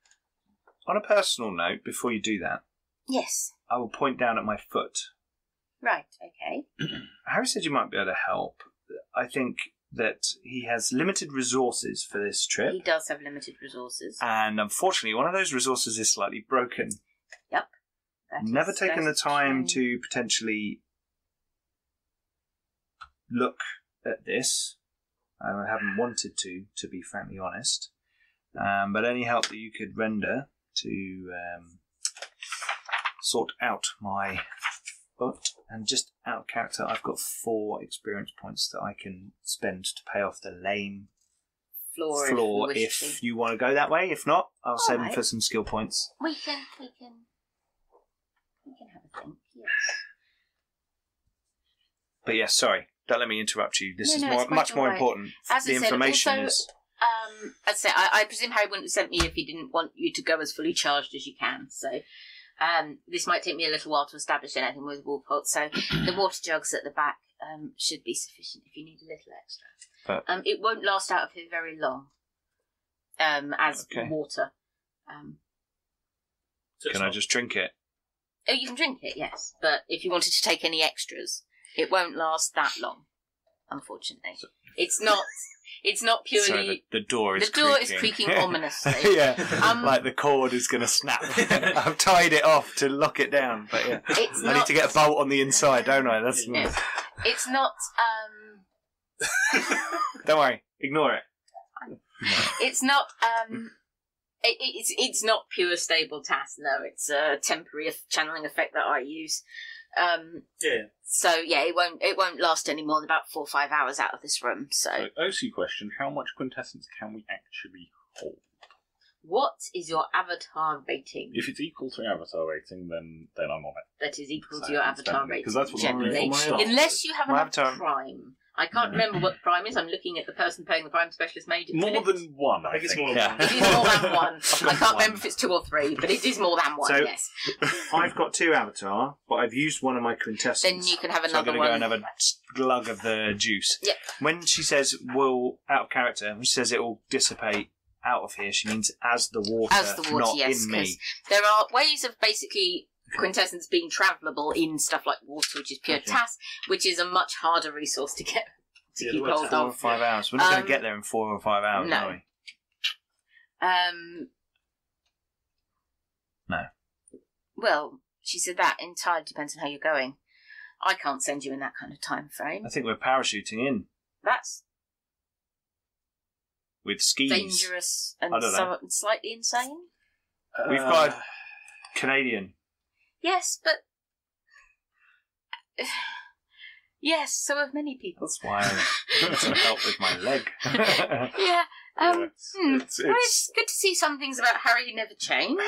B: On a personal note, before you do that,
A: Yes,
B: I will point down at my foot.
A: right, okay.
B: Harry said you might be able to help. I think that he has limited resources for this trip.
A: He does have limited resources.
B: And unfortunately, one of those resources is slightly broken.
A: That
B: Never
A: is-
B: taken the
A: that is
B: time
A: true.
B: to potentially look at this. I haven't wanted to, to be frankly honest. Um, but any help that you could render to um, sort out my foot and just out of character, I've got four experience points that I can spend to pay off the lame
A: floor,
B: floor
A: if, we wish
B: if
A: to.
B: you want to go that way. If not, I'll save them
A: Alright.
B: for some skill points.
A: we can we can we can have a think. Yes.
B: But yeah, sorry. Don't let me interrupt you. This
A: No,
B: is
A: no,
B: more,
A: it's quite
B: much more
A: alright.
B: important.
A: As
B: the
A: I said,
B: information
A: also-
B: is.
A: Um, as I say, I, I presume Harry wouldn't have sent me if he didn't want you to go as fully charged as you can. So, um, this might take me a little while to establish anything with Wolfholt. So, the water jugs at the back um, should be sufficient if you need a little extra.
B: But-
A: um, it won't last out of here very long. Um, as
B: Okay.
A: water. Um,
C: So it's
B: Can I
C: not-
B: just drink it?
A: oh, you can drink it, yes, but if you wanted to take any extras, it won't last that long. Unfortunately, it's not. It's not purely.
B: Sorry, the, the door
A: the
B: is
A: door
B: creaking.
A: is creaking ominously.
B: yeah,
A: Um,
B: like the cord is going to snap. I've tied it off to lock it down, but yeah.
A: It's
B: I
A: not-
B: need to get a bolt on the inside, don't I? That's
A: Yeah. It's not. Um,
B: Don't worry, ignore it.
A: it's not. Um, it, it's it's not pure stable task. No, it's a temporary eff- channeling effect that I use. Um,
C: Yeah.
A: so yeah, it won't it won't last any more than about four or five hours out of this room.
D: So,
A: So
D: OC question How much quintessence can we actually hold?
A: what is your avatar rating?
D: If it's equal to avatar rating, then then I'm on it.
A: that is equal
D: So
A: to your
D: I'm
A: avatar
D: spending-
A: rating.
D: 'cause that's what I'm
A: generally,
D: doing for my avatar. Mm-hmm.
A: unless you have an
B: My avatar-
A: prime. I can't remember what prime is. I'm looking at the person paying the prime specialist mage. at the
D: More
A: minute.
D: than one,
C: I
D: I
C: think it's
D: think.
C: more
B: Yeah.
C: than
A: It is more than one.
B: I've got
A: I can't remember if it's two or three, but it is more than one.
F: So-
A: yes.
F: I've got two avatar, but I've used one of my quintessence.
A: Then you can have
B: So
A: another
B: I'm going to
A: one.
B: go and have a glug of the juice.
A: Yep.
B: When she says "will out of character," when she says it will dissipate out of here, she means as the water,
A: As the water,
B: not
A: yes,
B: in me.
A: 'cause There are ways of basically quintessence being travelable in stuff like water, which is pure
B: Okay.
A: tass, which is a much harder resource to get to
C: Yeah,
A: keep
C: the works
A: hold
B: Four or
A: of.
B: five hours. We're not going
A: Um,
B: to get there in four or five hours,
A: no.
B: are we?
A: Um,
B: No.
A: Well, she said that entirely depends on how you're going. I can't send you in that kind of time frame.
B: I think we're parachuting in
A: That's
B: with skis.
A: dangerous and
B: I don't know.
A: somewhat slightly insane.
B: We've got a Canadian.
A: Yes, but yes, so have many people.
B: That's why I need some help with my leg.
A: Yeah. Um,
D: Yes,
A: hmm.
D: it's-
A: Well, it's good to see some things about Harry never change.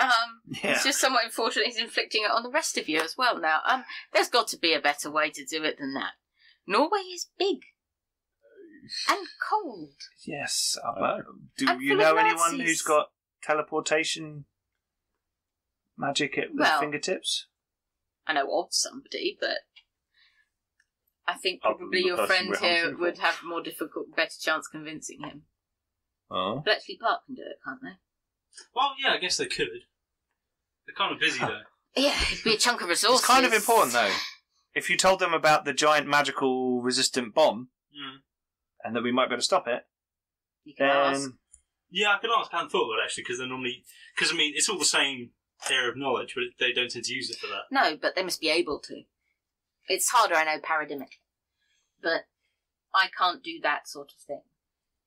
A: Um,
B: Yeah.
A: It's just somewhat unfortunate he's inflicting it on the rest of you as well now. Um, there's got to be a better way to do it than that. Norway is big and cold.
B: yes, uh,
D: I
B: but do
A: I'm
B: you
A: full
B: know
A: of
B: anyone
A: Nazis.
B: who's got teleportation magic at their
A: Well,
B: fingertips?
A: I know of somebody, but I think
D: Other than
A: probably
D: the
A: your
D: person
A: friend
D: we're
A: here
D: hunting
A: would
D: for.
A: have more difficult, better chance convincing him.
B: Oh.
A: Bletchley Park can do it, can't they?
C: Uh, Well, yeah, I guess they could. They're kind of busy though.
A: Yeah, it'd be a chunk of resources.
B: It's kind of important though. If you told them about the giant magical resistant bomb
D: Hmm.
C: Mm.
B: and that we might be able to stop it,
A: You can ask.
B: then
C: Yeah, I could ask. I hadn't thought about it actually because they're normally because I mean it's all the same area of knowledge, but they don't tend to use it for that.
A: No, but they must be able to. It's harder, I know, paradigmatic. But I can't do that sort of thing.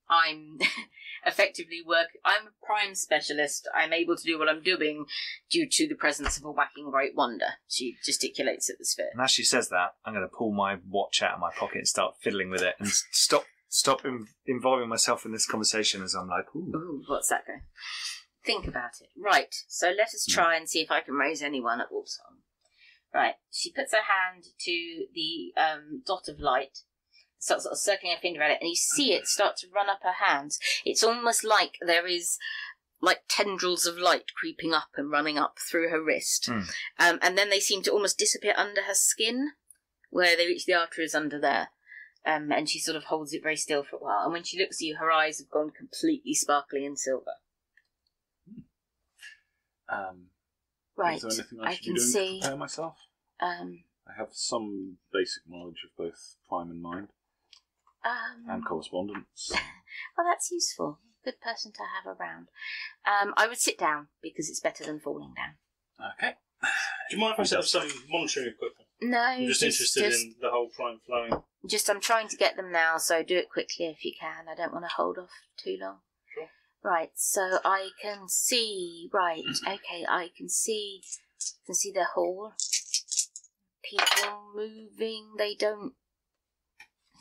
A: I'm effectively work. I'm a prime specialist. I'm able to do what I'm doing due to the presence of a whacking great wonder. She gesticulates at the sphere.
B: and as she says that, I'm going to pull my watch out of my pocket and start fiddling with it and s- stop stop in, involving myself in this conversation as I'm like, ooh.
A: Ooh, what's that going? Think about it. Right. So let
B: Hmm.
A: us try and see if I can raise anyone at Wolfsholm. Right. She puts her hand to the um, dot of light, starts sort of circling her finger at it, and you see it start to run up her hands. It's almost like there is like tendrils of light creeping up and running up through her wrist,
B: Hmm.
A: um, and then they seem to almost disappear under her skin, where they reach the arteries under there. Um, and she sort of holds it very still for a while. And when she looks at you, her eyes have gone completely sparkly and silver.
D: Um,
A: Right.
D: Is there anything I,
A: I
D: should
A: can
D: be doing
A: see.
D: to prepare myself?
A: Um,
D: I have some basic knowledge of both prime and mind
A: um,
D: and correspondence.
A: well, that's useful. Good person to have around. Um, I would sit down because it's better than falling down.
D: Okay.
C: Do you mind if I set up some monitoring equipment?
A: No,
C: I'm just interested
A: Mm, just,
C: in the whole prime flowing.
A: just I'm trying to get them now, so do it quickly if you can. I don't want to hold off too long.
C: Sure.
A: Right, so I can see. Right, okay, I can see. I can see the hall. People moving. They don't.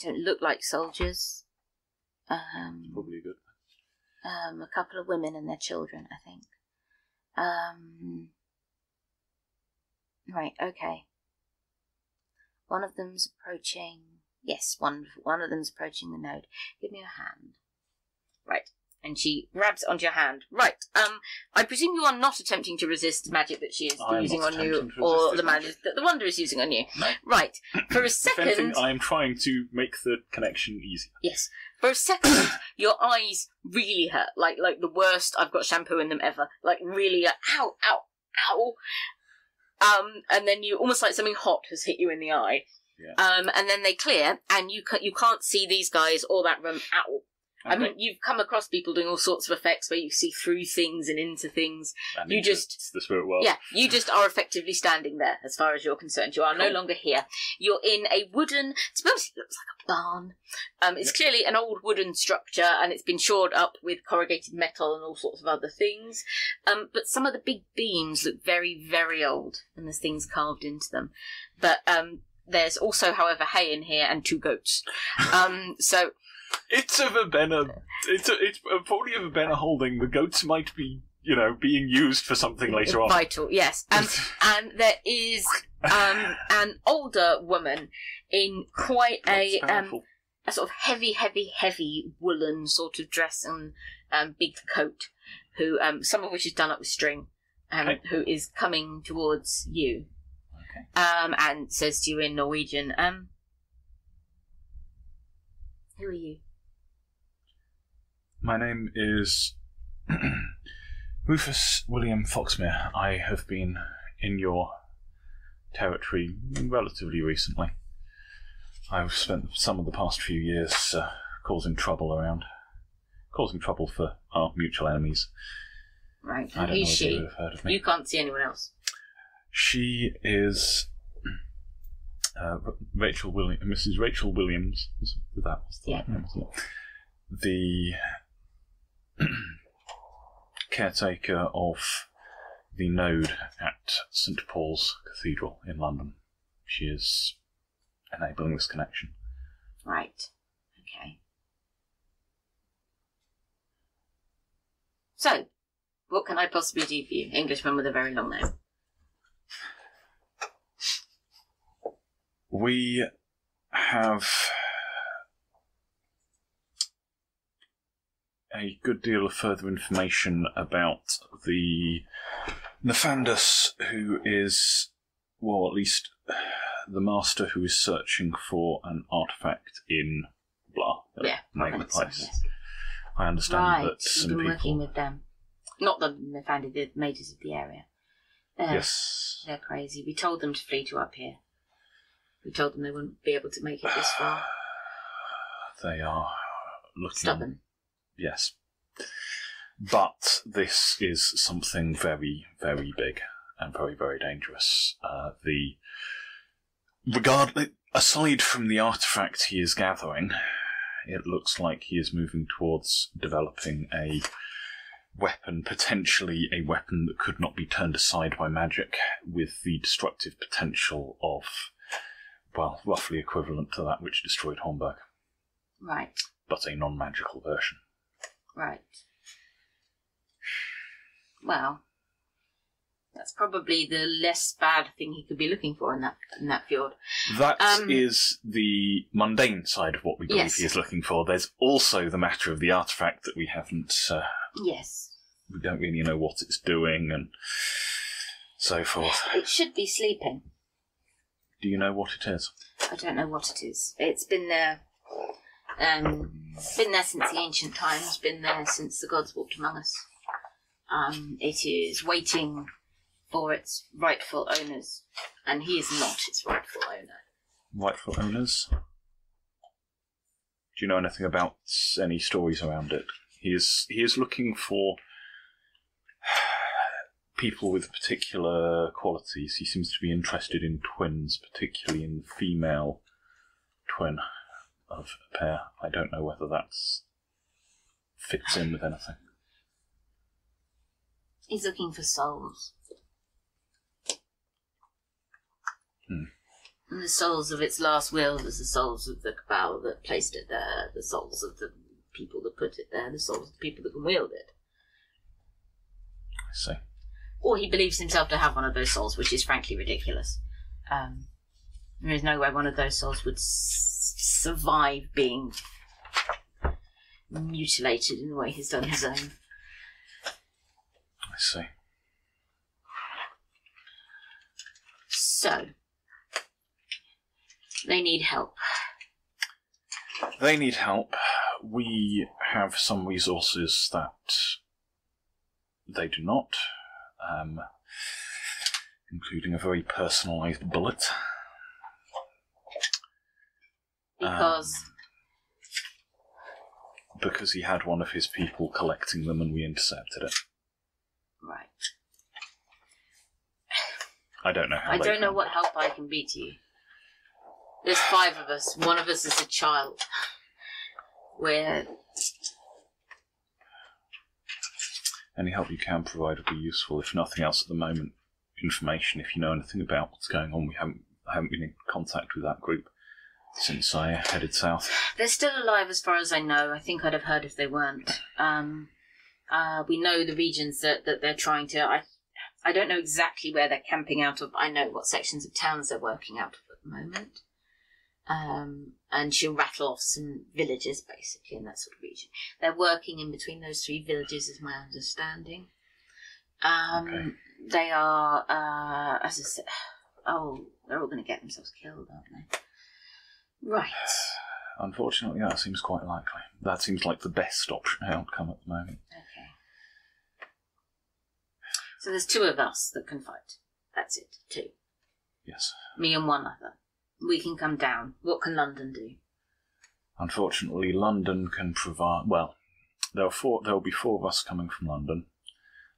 A: Don't look like soldiers. Um,
D: Probably good.
A: um, a couple of women and their children, I think. Um, right, okay. One of them's approaching. Yes, one one of them's approaching the node. Give me your hand. Right, and she grabs onto your hand. Right, um, I presume you are not attempting to resist magic that she is
D: I am
A: using
D: not
A: on you,
D: attempting to resist
A: or
D: this
A: the
D: magic.
A: magic that the wonder is using on you.
D: No.
A: Right, for a
D: If
A: second,
D: anything, I am trying to make the connection easier.
A: Yes. For a second, your eyes really hurt. Like like the worst I've got shampoo in them ever. Like really like, ow, ow, ow. Um, and then you almost like something hot has hit you in the eye.
D: Yeah.
A: Um, and then they clear, and you ca- you can't see these guys or that room at all. I mean, you've come across people doing all sorts of effects where you see through things and into things.
D: That
A: you
D: means it's
A: just-
D: the spirit world.
A: Yeah, you just are effectively standing there as far as you're concerned. You are no longer here. You're in a wooden, to be honest, it looks like a barn. Um, it's clearly an old wooden structure and it's been shored up with corrugated metal and all sorts of other things. Um, but some of the big beams look very, very old and there's things carved into them. But um, there's also, however, hay in here and two goats. Um, so
D: It's a verbena. It's a, it's probably a verbena holding. The goats might be, you know, being used for something later on.
A: vital, yes. Um, and there is um, an older woman in quite a um,
D: Powerful.
A: a sort of heavy, heavy, heavy woolen sort of dress and um, big coat, who um, some of which is done up with string, um,
D: Okay.
A: who is coming towards you, um, and says to you in Norwegian, um, "Who are you?"
D: My name is Rufus William Foxmere. I have been in your territory relatively recently. I've spent some of the past few years uh, causing trouble around, causing trouble for our mutual enemies.
A: Right?
D: I don't know
A: Who's
D: if you
A: she?
D: would have heard of me.
A: You can't see anyone else.
D: She is uh, Rachel Williams, Mrs. Rachel Williams. was- was That was the
A: Yeah.
D: name, wasn't it? The caretaker of the node at St Paul's Cathedral in London. She is enabling this connection.
A: Right. Okay. So, what can I possibly do for you, Englishman with a very long name?
D: We have a good deal of further information about the Nefandus, who is, well, at least the master who is searching for an artifact in blah. the
A: Yeah,
D: name of the
A: province,
D: place.
A: yes.
D: I understand
A: Right,
D: that
A: you've
D: some
A: been
D: people.
A: working with them. Not the Nefandi, the mages of the area. They're,
D: yes.
A: They're crazy. We told them to flee to up here. We told them they wouldn't be able to make it this far.
D: They are looking.
A: Stubborn.
D: Yes. But this is something very, very big and very, very dangerous. Uh, the regard aside from the artifact he is gathering, it looks like he is moving towards developing a weapon, potentially a weapon that could not be turned aside by magic, with the destructive potential of, well, roughly equivalent to that which destroyed Homburg,
A: Right,
D: but a non-magical version.
A: right. Well, that's probably the less bad thing he could be looking for in that in that fjord.
D: That is
A: Um,
D: the mundane side of what we believe
A: Yes.
D: he is looking for. There's also the matter of the artifact that we haven't, uh,
A: Yes,
D: we don't really know what it's doing and so forth.
A: it should be sleeping.
D: Do you know what it is?
A: I don't know what it is. It's been there. Um, been there since the ancient times. Been there since the gods walked among us. Um, it is waiting for its rightful owners, and he is not its rightful owner.
D: Rightful owners? Do you know anything about any stories around it? He is he is looking for people with particular qualities. He seems to be interested in twins, particularly in the female twin of a pair. I don't know whether that's fits in with anything.
A: He's looking for souls.
D: Hmm.
A: And the souls of its last will was the souls of the cabal that placed it there, the souls of the people that put it there, the souls of the people that can wield it.
D: I see.
A: or he believes himself to have one of those souls, which is frankly ridiculous. Um, there is no way one of those souls would s- survive being mutilated in the way he's done his own.
D: I see.
A: So they need help.
D: They need help. We have some resources that they do not, um, including a very personalised bullet. Um,
B: because
D: because he had one of his people collecting them and we intercepted it.
B: right,
D: I don't know how.
A: I
D: they
A: don't know
D: found
A: what
D: it.
A: help I can be to you. There's five of us. One of us is a child. We're
D: Any help you can provide will be useful. If nothing else at the moment, information. If you know anything about what's going on, we haven't I haven't been in contact with that group since I headed south.
A: they're still alive as far as I know. I think I'd have heard if they weren't. Um, uh, we know the regions that, that they're trying to. I I don't know exactly where they're camping out of. I know what sections of towns they're working out of at the moment. Um, and she'll rattle off some villages basically in that sort of region. They're working in between those three villages, is my understanding. Um,
D: Okay.
A: They are, uh, as I said, oh, they're all going to get themselves killed, aren't they? Right.
D: Unfortunately, that seems quite likely. That seems like the best option outcome at the moment.
A: Okay. So there's two of us that can fight. That's it. Two.
D: Yes.
A: Me and one other. We can come down. What can London do?
D: Unfortunately, London can provide. Well, there are four. There will be four of us coming from London.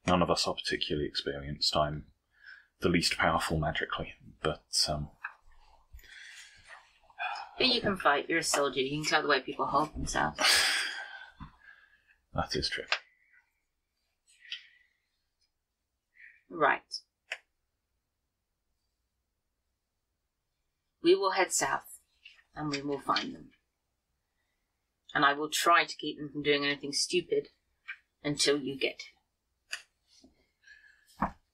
D: None of us are particularly experienced. I'm the least powerful magically, but um,
A: But you can fight. You're a soldier. You can tell the way people hold themselves.
D: that is true.
A: Right. We will head south and we will find them. And I will try to keep them from doing anything stupid until you get here.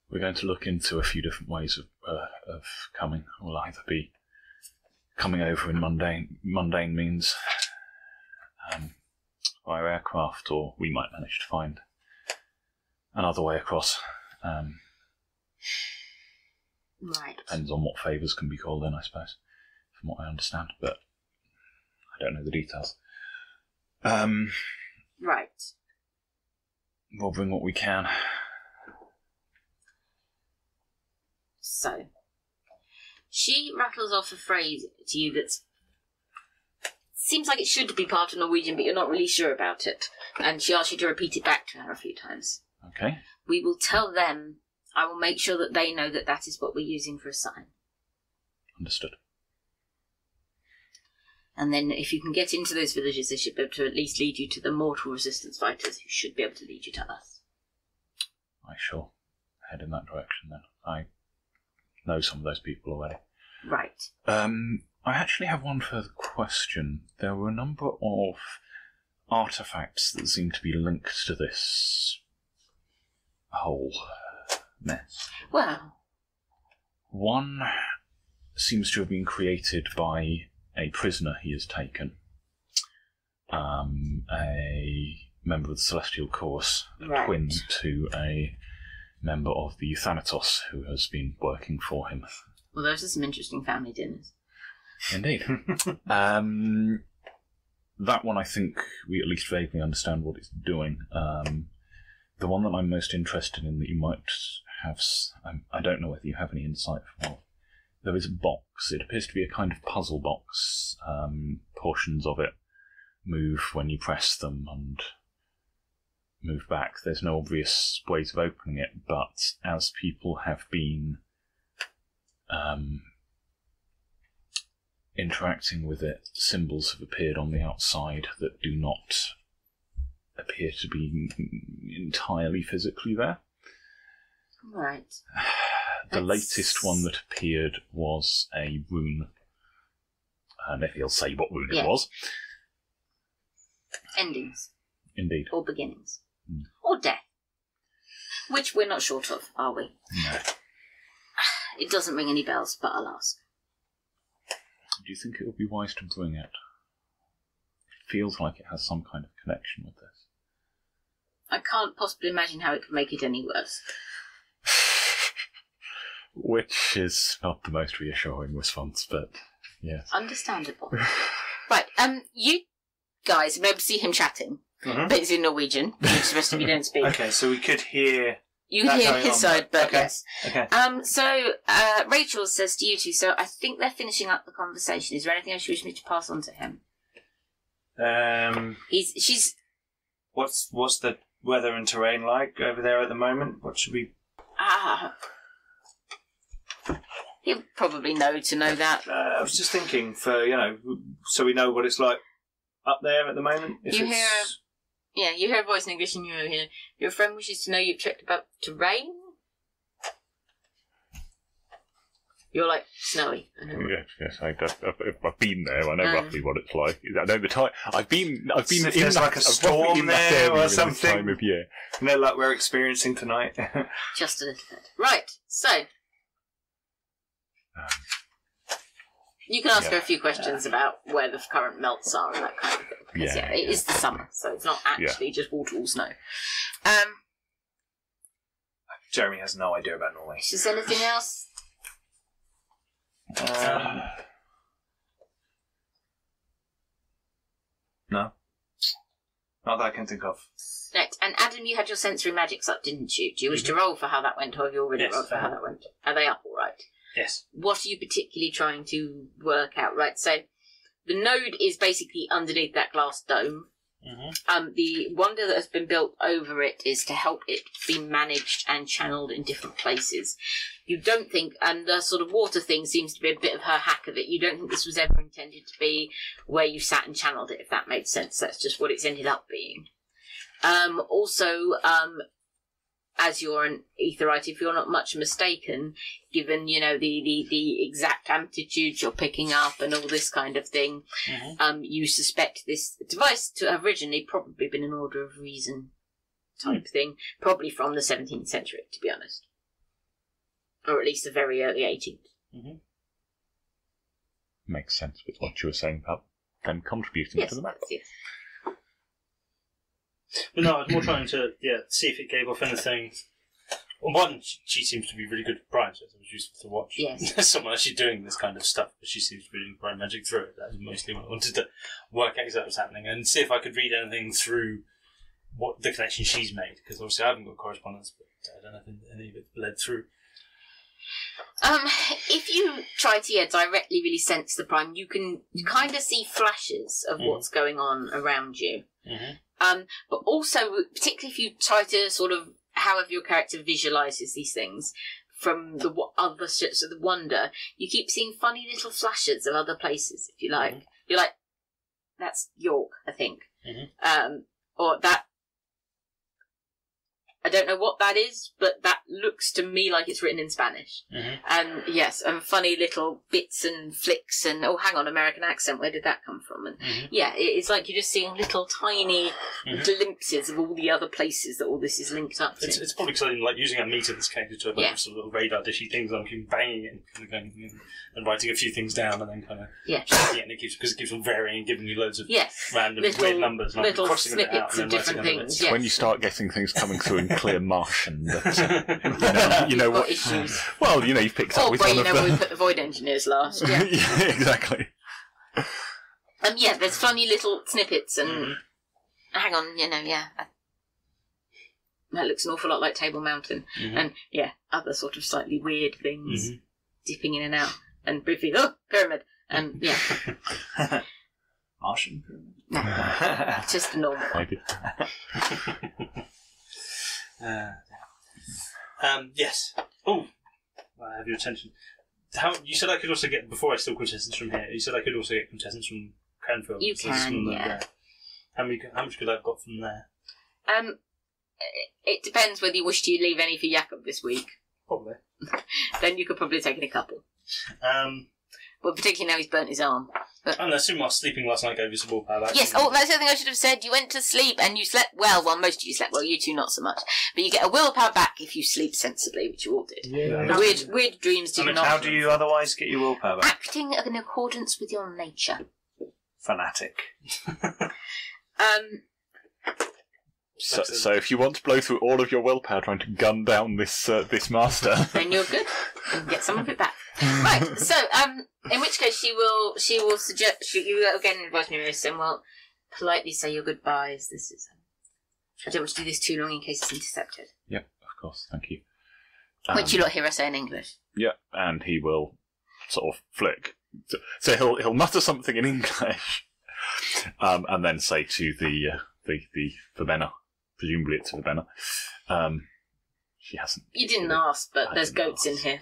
D: We're going to look into a few different ways of uh, of coming. We'll either be coming over in mundane mundane means, um, via aircraft, or we might manage to find another way across. Um,
A: Right.
D: depends on what favours can be called in, I suppose, from what I understand, but I don't know the details. Um,
A: Right.
D: we'll bring what we can.
A: So, she rattles off a phrase to you that seems like it should be part of Norwegian, but you're not really sure about it. And she asks you to repeat it back to her a few times.
D: Okay,
A: We will tell them, I will make sure that they know that that is what we're using for a sign.
D: understood.
A: And then, if you can get into those villages, they should be able to at least lead you to the mortal resistance fighters who should be able to lead you to us.
D: I shall head in that direction then. I know some of those people already.
A: Right.
D: Um, I actually have one further question. There were a number of artifacts that seem to be linked to this whole mess.
A: Well,
D: One seems to have been created by a prisoner he has taken, um, a member of the Celestial Course, a
A: Right.
D: twin to a member of the Thanatos who has been working for him.
A: well, those are some interesting family dinners.
D: Indeed. um, that one, I think we at least vaguely understand what it's doing. Um, the one that I'm most interested in that you might have, s- I'm, I don't know whether you have any insight for. There is a box. It appears to be a kind of puzzle box. Um, portions of it move when you press them and move back. There's no obvious ways of opening it, but as people have been um, interacting with it, symbols have appeared on the outside that do not appear to be entirely physically there.
A: Right.
D: The
A: That's-
D: latest one that appeared was a rune. And if he'll say what rune
A: Yeah.
D: it was,
A: Endings.
D: indeed.
A: or beginnings
D: Hmm.
A: or death, which we're not short of, are we?
D: No.
A: It doesn't ring any bells, but I'll ask.
D: Do you think it would be wise to bring it? It feels like it has some kind of connection with this.
A: I can't possibly imagine how it could make it any worse.
D: Which is not the most reassuring response, but yes.
A: Understandable.
B: right. Um, you guys may be able to see him chatting,
G: Mhm.
B: but it's in Norwegian, which the rest of you don't speak.
H: Okay, so we could hear
A: You can
B: That's
A: hear
B: going
A: his
B: on,
A: side, but
B: okay.
A: yes.
B: Okay.
A: Um, so uh, Rachel says to you two, so I think they're finishing up the conversation. Is there anything else you wish me to pass on to him?
B: Um,
A: He's she's
B: what's what's the weather and terrain like over there at the moment? What should we?
A: ah. He'll probably know to know that.
B: Uh, I was just thinking for you know, so we know what it's like up there at the moment.
A: You
B: it's,
A: hear- Yeah, you hear a voice in English, and you hear your friend wishes to know you've checked about terrain. You're like snowy. I know.
D: Yes, yes, I, I've, I've- I've been there. I know
A: Um.
D: roughly what it's like. I know the time. I've been. I've been
B: So if
D: in
B: there's
D: that,
B: like a
D: I've roughly
B: storm
D: in that
B: there
D: area
B: or
D: in this
B: something.
D: Time of year.
B: you know, like we're experiencing tonight.
A: Just a little bit. Right, so. You can ask her a few questions about where the current melts are and that kind of thing. 'cause,
D: Yeah,
A: Yeah, it
D: yeah.
A: is the summer, so it's not actually just wall to wall snow. Um,
B: Jeremy has no idea about Norway.
A: is there anything else?
B: Um, no, not that I can think of.
A: Next. And Adam, you had your sensory magics up, didn't you? Do you wish to roll for how that went, or have you already
E: Yes,
A: rolled for how
E: fine.
A: that went? Are they up all right?
E: Yes.
A: what are you particularly trying to work out, right? So the node is basically underneath that glass dome.
D: Mm-hmm.
E: Mhm.
A: Um, the wonder that has been built over it is to help it be managed and channeled in different places. You don't think, and the sort of water thing seems to be a bit of her hack of it. You don't think this was ever intended to be where you sat and channeled it, if that made sense. That's just what it's ended up being. Um, also, um, as you're an etherite, if you're not much mistaken, given you know the the, the exact amplitudes you're picking up and all this kind of thing
E: Mhm.
A: um you suspect this device to have originally probably been an order of reason
D: Hmm.
A: type thing probably from the 17th century to be honest or at least the very early 18th
D: Makes sense with what you were saying about them contributing
A: yes,
D: to the map.
A: that's it.
E: But no, I was more trying to yeah see if it gave off anything. Well, one, she, she seems to be really good at Brian, so it was useful to watch.
A: Yes.
E: Someone actually doing this kind of stuff, but she seems to be doing Brian magic through it. That was mostly what I wanted to work out exactly what was happening and see if I could read anything through what the connection she's made, because obviously I haven't got correspondence, but I don't know if any of it bled through.
A: Um, if you try to yeah, directly really sense the prime, you can
D: Hmm.
A: kind of see flashes of
E: Mhm.
A: what's going on around you.
E: Mhm.
A: Um, but also, particularly if you try to sort of, however your character visualizes these things from the w- other sorts of the wonder, you keep seeing funny little flashes of other places. If you like, you're like, that's York, I think,
E: Mhm.
A: um, or that. I don't know what that is, but that looks to me like it's written in Spanish.
E: Mhm.
A: And yes, and funny little bits and flicks and oh, hang on, American accent. Where did that come from? And
E: Mhm.
A: yeah, it- it's like you're just seeing little tiny
E: Mhm.
A: glimpses of all the other places that all this is linked up to.
E: It's, it's probably because I'm like using a meter that's connected to a bunch
A: Yeah.
E: of sort of little radar dishy things. and I'm keep banging it and, kind of going, and writing a few things down, and then kind of
A: yeah,
E: checking it, and it keeps because it keeps on varying and giving you loads of
A: yes,
E: random
A: Little-
E: weird numbers, and I'm
A: little
E: crossing it out
A: snippets
E: and
A: of
E: then writing
A: different
E: another
A: things.
E: bit.
A: Yes.
D: When you start getting things coming through in clear Martian, that,
E: yeah,
D: you know, you know
A: You've got
D: what?
A: issues.
D: Well, you know, you've picked up
A: Oh,
D: with
A: well,
D: one
A: you
D: of
A: know, where we
D: the.
A: put the void engineers last. Yeah.
D: Yeah. exactly.
A: Um, yeah, there's funny little snippets and hang on, you know, yeah. I- That looks an awful lot like Table Mountain,
E: Mhm.
A: and yeah, other sort of slightly weird things dipping in and out, and briefly, oh, pyramid, and yeah,
B: Martian.
A: no,
D: Uh,
A: just a normal. one.
D: Maybe.
E: Uh, um, yes. Oh, I have your attention. How you said I could also get before I steal contestants from here. You said I could also get contestants from Cranfield.
A: You
E: so there's
A: can,
E: one
A: yeah.
E: there. How many? How much could I've got from there?
A: Um, it depends whether you wish to leave any for Jakob this week.
E: Probably.
A: Then you could probably take in a couple.
E: Um,
A: Well, particularly now he's burnt his arm.
E: and I assume I was sleeping last night, I gave you some willpower. back.
I: Yes, oh, that's the other thing I should have said. You went to sleep and you slept well. Well, most of you slept well, you two not so much. But you get a willpower back if you sleep sensibly, which you all did.
A: Weird, weird dreams
E: I
A: do
E: mean,
A: not.
B: How do you otherwise get your willpower back?
I: Acting in accordance with your nature.
B: Fanatic.
A: Um,
D: So, so if you want to blow through all of your willpower trying to gun down this uh, this master,
A: then you're good. You can get some of it back. Right. So, um, in which case she will, she will suggest she, you will again advise me, Marissa, and will um, politely say your goodbyes. This is. I don't want to do this too long in case it's intercepted.
D: yep, of course. Thank you. Um,
A: Which you lot hear us say in English.
D: Yeah, and he will sort of flick. So, so he'll he'll mutter something in English, um, and then say to the uh, the the verbena, presumably it's a verbena. Um, she hasn't.
J: You didn't ask, but
D: I
J: there's
D: didn't
J: goats in
D: ask.
J: here.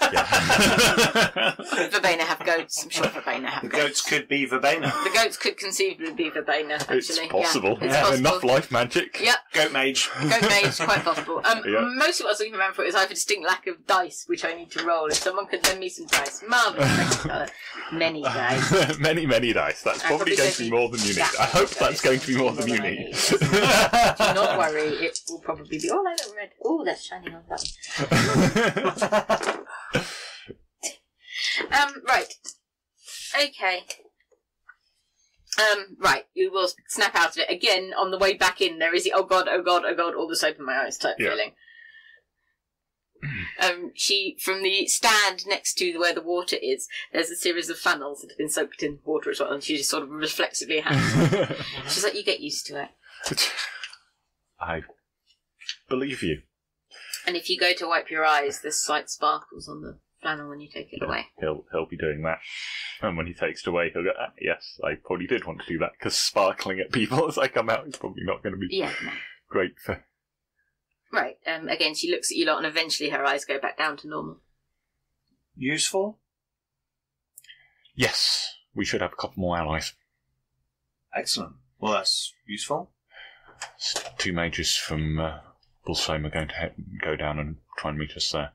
D: Yeah.
A: Verbena have goats. I'm sure Verbena have
B: The
A: goats.
B: goats could be verbena.
A: The goats could conceivably be Verbena, actually.
D: it's
A: Yeah,
D: possible.
A: it's
D: Yeah,
A: possible.
D: Enough life magic.
A: Yeah.
B: Goat mage.
A: Goat mage, quite possible. Um,
D: Yeah.
A: Most of what I was looking around for is I have a distinct lack of dice, which I need to roll. If someone could lend me some dice, marvellous. Thank you, Tyler. Many dice.
D: many, many dice. That's
A: I
D: probably
A: probably
D: going
A: don't
D: to be
A: need
D: more than you need.
A: that
D: I hope
A: many
D: that's
A: dice.
D: going to be more than you
J: More than I
D: need.
J: Do not worry, it will probably be all over red. Oh, that's shining on that.
A: Um, right. Okay. Um, right, you will snap out of it. Again, on the way back in, there is the oh god, oh god, oh god, all this open my eyes type
D: Yeah.
A: feeling. Um, she, from the stand next to where the water is, there's a series of funnels that have been soaked in water as well, and she just sort of reflexively hands. She's like, you get used to it.
D: I believe you.
A: And if you go to wipe your eyes, there's slight sparkles on the flannel when you take it away.
D: He'll he'll be doing that, and when he takes it away, he'll go. Ah, yes, I probably did want to do that because sparkling at people as I come out is probably not going to be
A: Yeah, no.
D: great for.
A: Right. Um, again, she looks at you lot, and eventually her eyes go back down to normal.
B: Useful.
D: Yes, we should have a couple more allies.
B: Excellent. Well, that's useful.
D: S- Two mages from uh, Bullsheim are going to he- go down and try and meet us there.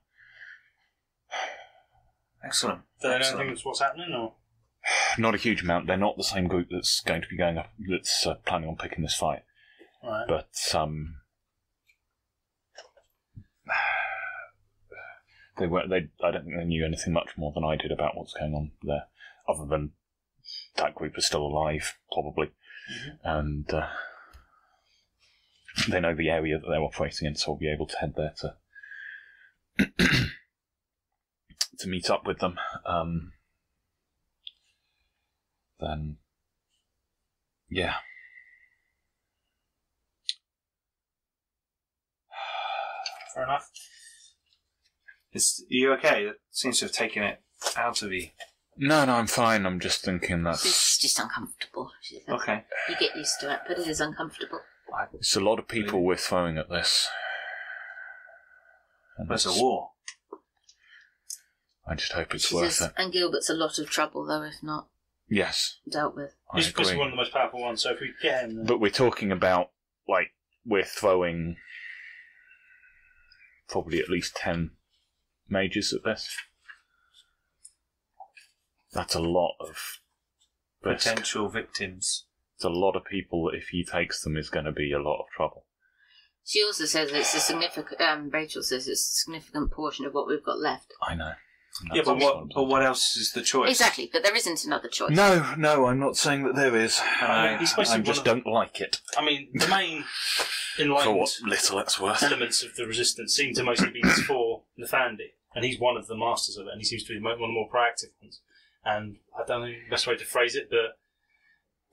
B: Excellent.
E: Don't know
B: Excellent.
E: anything that's what's happening, or
D: Not a huge amount. They're not the same group that's going to be going up. That's uh, planning on picking this fight.
E: right?
D: but um, they were they. I don't think they knew anything much more than I did about what's going on there, other than that group is still alive, probably, and uh, they know the area that they're operating in, so we'll be able to head there to to meet up with them. Um, then, yeah.
E: Fair enough.
B: Is, are you okay? That seems to have taken it out of you.
D: No, no, I'm fine. I'm just thinking that's
A: She's just uncomfortable. She says,
B: Okay.
A: You get used to it, but it is uncomfortable.
D: it's a lot of people we're throwing at this. And
B: There's a
D: it's-
B: war.
D: I just hope it's
A: She
D: worth
A: says,
D: it.
A: and Gilbert's a lot of trouble, though, if not
D: Yes,
A: dealt with.
D: I
E: He's
D: agree.
E: obviously one of the most powerful ones, so if we get him, then
D: But we're talking about like we're throwing probably at least ten mages at this. That's a lot of risk.
B: Potential victims.
D: It's a lot of people. that If he takes them, is going to be a lot of trouble.
A: She also says it's a significant. Um, Rachel says it's a significant portion of what we've got left.
D: I know. And
B: yeah,
D: that's
B: but
D: also
B: what? But what else is the choice?
A: Exactly, but there isn't another choice.
D: No, no, I'm not saying that there is. I,
E: he's supposed to
D: I
E: be one
D: just
E: of-
D: don't like it.
E: I mean, the main
D: For
E: enlightened
D: what little it's worth.
E: elements of the resistance seem to mostly be these four Nefandi, and he's one of the masters of it, and he seems to be mo- one of the more proactive ones. And I don't know the best way to phrase it, but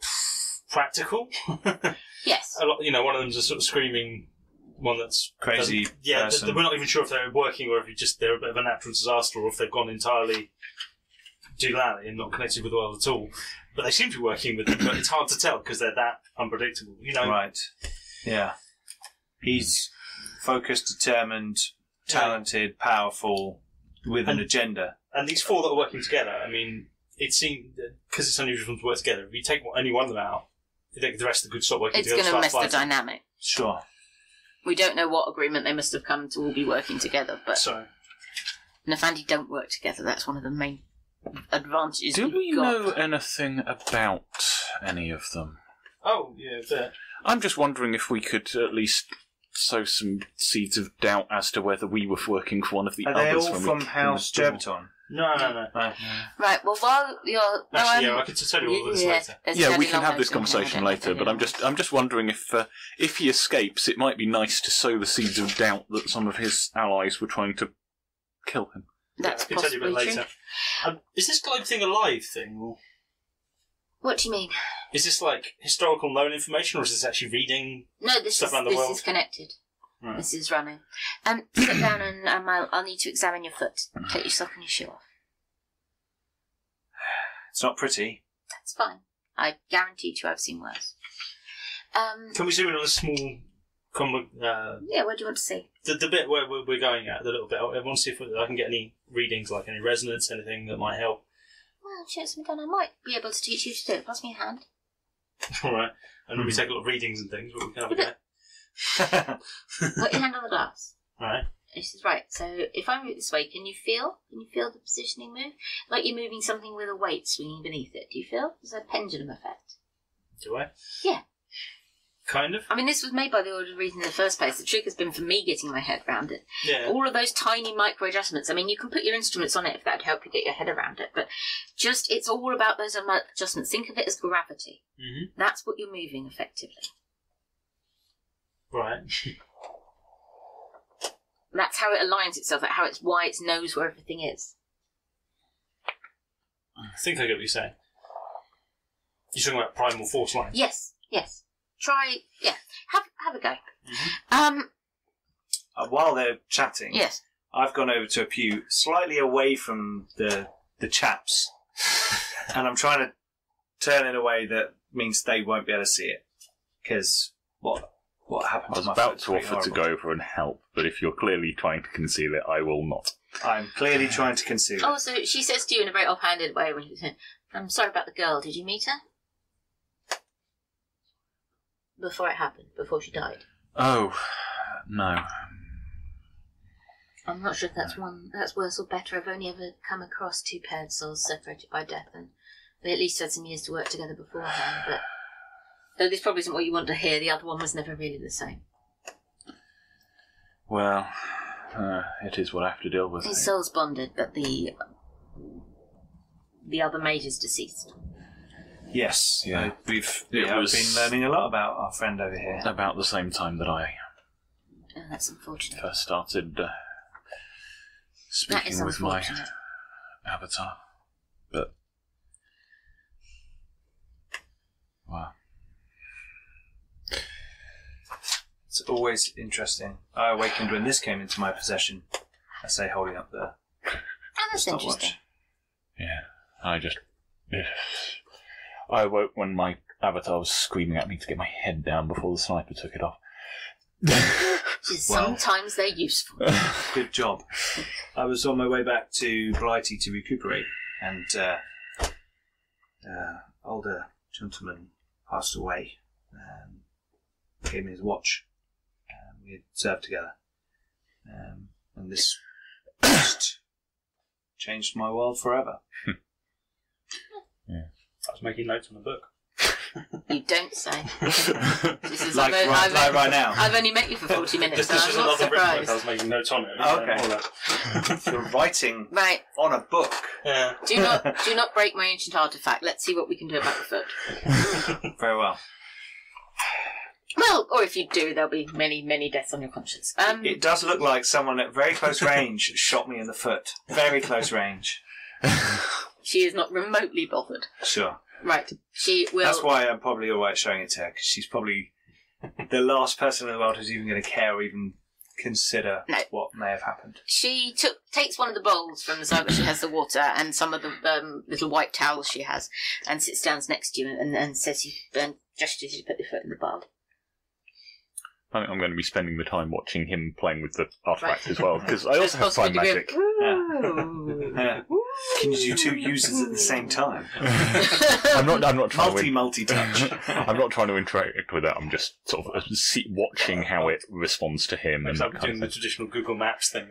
E: practical. a
A: Yes.
E: lot, you know, one of them's a sort of screaming one that's
B: Crazy
E: doesn't- Yeah, th-
B: person.
E: th- we're not even sure if they're working or if you just they're a bit of a natural disaster or if they've gone entirely Dulani and not connected with the world at all. But they seem to be working with them, but it's hard to tell because they're that unpredictable. You know,
B: Right. Yeah. He's focused, determined, talented, powerful, with an
E: And-
B: agenda.
E: and these four that are working together, I mean, it seemed because it's unusual for them to work together. If you take one- any one of them out, the the rest of the good stop working
A: It's
E: together.
A: going to
E: and
A: mess
E: start
A: the
E: fighting.
A: dynamic.
B: Sure.
A: We don't know what agreement they must have come to all be working together, but
E: So
A: Nefandi don't work together. That's one of the main advantages.
D: Do we
A: we've got.
D: know anything about any of them?
E: oh yeah, there.
D: I'm just wondering if we could at least sow some seeds of doubt as to whether we were working for one of the
B: Are they
D: others.
B: all
D: when we
B: from
D: came
B: House
D: in the door.
B: Gerbiton?
E: No, no, no.
A: Right. Well, while you're no,
E: Actually,
A: um,
E: yeah, I could tell you all this
A: yeah,
E: later.
A: there's
D: Yeah,
A: fairly
D: we can
A: long
D: have this
A: notes in here, I
D: conversation
A: don't know
D: later,
A: if
D: but I'm
A: anyone-
D: just I'm just wondering if uh, if he escapes, it might be nice to sow the seeds of doubt that some of his allies were trying to kill him.
A: That's
E: I could tell you a
A: possibly
E: bit
A: true.
E: later. Um, is this globe thing a live thing, or
A: What do you mean?
E: is this like historical known information, or is this actually reading?
J: No, this
E: Stuff
J: is
E: around the
J: this
E: world.
J: is connected.
E: Right.
A: This is running. Um, sit down and um, I'll, I'll need to examine your foot. Take your sock and your shoe off.
B: It's not pretty.
A: That's fine. I guarantee to I've seen worse. Um,
E: Can we zoom in on the small, com- uh,
A: yeah, what do you want to see?
E: the, the bit where we're we're going at the little bit? I want to see if I can get any readings, like any resonance, anything that might help.
A: Well, show it to me down. I might be able to teach you to do it. Pass me your hand.
E: All right, and
B: Hmm.
E: we take a lot of readings and things, but we can have a go.
A: Put your hand on the glass.
E: All right.
A: And she says, right, so if I move it this way, can you feel? Can you feel the positioning move? Like you're moving something with a weight swinging beneath it. Do you feel? There's a pendulum effect.
E: Do I?
A: Yeah.
E: Kind of.
A: I mean, this was made by the Order of Reason in the first place. The trick has been for me getting my head around it.
E: Yeah.
A: All of those tiny micro adjustments. I mean, you can put your instruments on it if that'd help you get your head around it, but just it's all about those um, adjustments. Think of it as gravity.
E: Mm-hmm.
A: That's what you're moving effectively.
E: Right.
A: That's how it aligns itself, like how it's why it knows where everything is.
E: I think I get what you're saying. You're talking about primal force line.
A: Yes, yes. Try, yeah. Have have a go.
E: Mm-hmm.
A: Um,
B: Uh, while they're chatting,
A: yes.
B: I've gone over to a pew slightly away from the the chaps, and I'm trying to turn in a way that means they won't be able to see it. Because what what happened?
D: I was
B: my
D: about
B: foot's
D: to
B: pretty
D: offer to go
B: horrible.
D: over and help, but if you're clearly trying to conceal it, I will not.
B: I'm clearly trying to conceal it.
A: Oh, so she says to you in a very offhanded way when she's here, I'm sorry about the girl. Did you meet her? Before it happened, before she died.
D: Oh, no.
A: I'm not sure if that's one that's worse or better. I've only ever come across two paired souls separated by death, and they at least had some years to work together beforehand. But though this probably isn't what you want to hear, the other one was never really the same.
D: Well, uh, it is what I have to deal with.
A: His soul's bonded, but the the other mage is deceased.
B: Yes,
D: Yeah.
B: I- we've
D: It
B: yeah,
D: was-
B: I've been learning a lot about our friend over here.
D: About the same time that I
A: Oh, that's unfortunate.
D: first started uh,
A: That is
D: speaking with my
A: unfortunate.
D: avatar. But. Wow.
B: It's always interesting. I awakened when this came into my possession. I say, holding up the
A: Oh, that's interesting.
B: stopwatch.
D: Yeah. I just. I woke when my avatar was screaming at me to get my head down before the sniper took it off.
A: She says,
B: Well-
A: Sometimes they're useful.
B: Good job. I was on my way back to Blighty to recuperate, and uh, uh, older gentleman passed away. Um, gave me his watch. Um, we had served together, um, and this just changed my world forever.
E: I was making notes on the book.
A: You don't say. She says,
B: Like
A: I've, o-
B: right,
A: I've o-
B: like right now.
A: I've only met you for 40 minutes,
E: This,
A: so
E: this was
A: I'm not
E: another written book. I
A: surprised.
E: was making notes on it.
B: Oh, okay.
E: All that.
B: You're writing
A: Right,
B: on a book.
E: Yeah.
A: do not do not break my ancient artifact. Let's see what we can do about the foot.
B: Very well.
A: Well, or if you do, there'll be many, many deaths on your conscience. Um,
B: It does look like someone at very close range shot me in the foot. Very close range.
A: she is not remotely bothered.
B: Sure.
A: Right, she will.
B: That's why I'm probably all right showing it to her because she's probably the last person in the world who's even going to care or even consider
A: No.
B: what may have happened.
A: she took takes one of the bowls from the side where she has the water and some of the um, little white towels she has, and sits down next to you and, and says, "You and gestures you to put your foot in the bowl."
D: I think I'm going to be spending the time watching him playing with the artifact
A: Right.
D: as well, because I also have
A: Possibly
D: fine
A: to go,
D: magic.
A: "Ooh."
B: Yeah. Can you do two users at the same time?
D: I'm not. I'm not trying to.
B: Multi,
D: in-
B: multi touch.
D: I'm not trying to interact with it. I'm just sort of uh, see, watching how it responds to him and
E: It's
D: that
E: like
D: kind
E: doing the
D: of thing.
E: traditional Google Maps thing,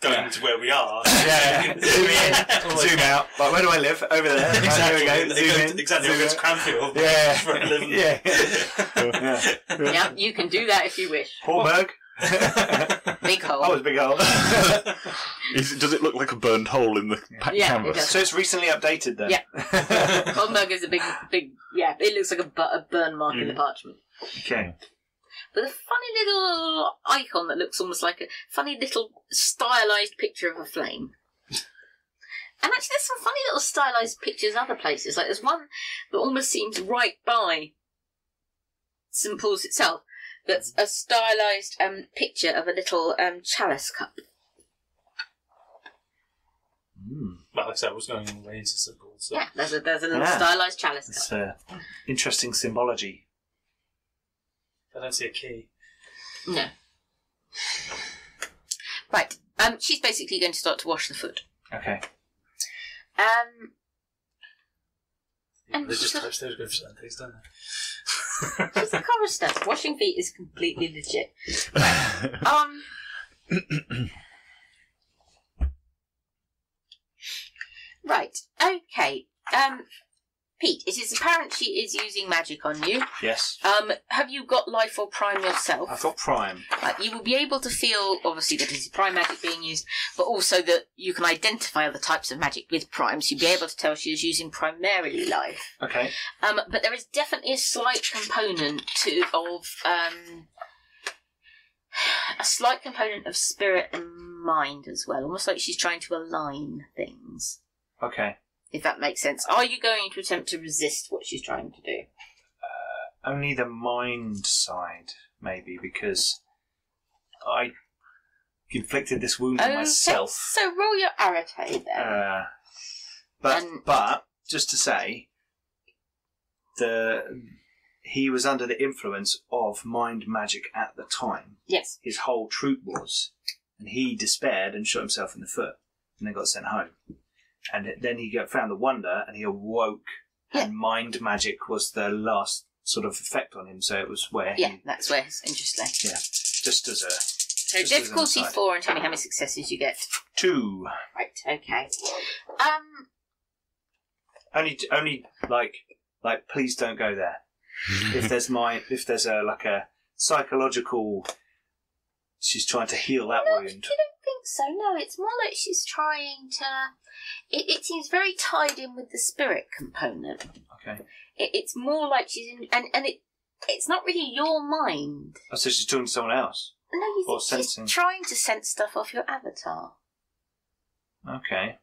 E: going to where we are.
B: yeah, zoom in, zoom out. Like, where do I live? Over there. Right,
E: Exactly.
B: There we go.
E: It
B: Zoom
E: goes-
B: in.
E: Exactly.
B: zoom
E: It goes
B: out.
E: Cranfield.
B: Yeah.
E: Where I live.
B: Yeah. yeah.
A: yep, you can do that if you wish.
B: Hallberg.
A: Big hole.
B: That was a big hole.
D: Is it, does it look like a burned hole in the pa-
A: Yeah, it
D: canvas?
A: does.
B: so it's recently updated then.
D: Oh.
B: Yeah.
A: Holmberg is a big, big, yeah, it looks like a, bu- a burn mark
D: Mm.
A: in the parchment.
B: okay.
A: With a funny little icon that looks almost like a funny little stylized picture of a flame. And actually, there's some funny little stylized pictures other places. Like there's one that almost seems right by St Paul's itself, that's a stylized um, picture of a little um, chalice cup.
B: Hmm,
E: But like I said, I was going all the way into circle. So.
A: Yeah, there's a, there's a little
B: Yeah.
A: stylized chalice cup.
B: It's uh, interesting symbology.
E: I don't see a key.
A: No. Right. Um, she's basically going to start to wash the food.
B: Okay.
A: Um,
E: Yeah,
A: And
E: they just
A: she-
E: touch those with certain things, don't they?
A: she's like, "Cover stuff. Washing feet is completely legit." um. right. Okay. Um, Pete, it is apparent she is using magic on you.
B: Yes.
A: Um, have you got life or prime yourself?
K: I've got Prime.
A: Uh, you will be able to feel, obviously, that it is prime magic being used, but also that you can identify other types of magic with primes. You'll be able to tell she is using primarily life.
B: Okay.
A: Um, but there is definitely a slight component to of um, a slight component of spirit and mind as well, almost like she's trying to align things.
B: Okay.
A: If that makes sense. Are you going to attempt to resist what she's trying to do?
B: Only the mind side, maybe, because I inflicted this wound on
A: Okay,
B: myself.
A: So roll your arate then.
B: Uh, but
A: And-
B: but just to say, the he was under the influence of mind magic at the time.
A: yes.
B: His whole troop was, and he despaired and shot himself in the foot, and then got sent home. And then he got, found the wonder, and he awoke, and mind magic was the last sort of effect on him. So it was where
A: Yeah,
B: he
A: that's where his interest lay.
B: just as a
A: So
B: Just as an
A: difficulty
B: aside.
A: four, and tell me how many successes you get.
B: two.
A: Right. Okay. Um.
B: only only like like please don't go there if there's my if there's a like a psychological she's trying to heal that
A: No, I don't
B: wound
A: think so. No, it's more like she's trying to. It, it seems very tied in with the spirit component.
B: okay
A: It, it's more like she's in, and and it. It's not really your mind.
B: oh, so she's talking to someone else
A: No, you
B: Or
A: think
B: sensing.
A: she's trying to sense stuff off your avatar.
B: okay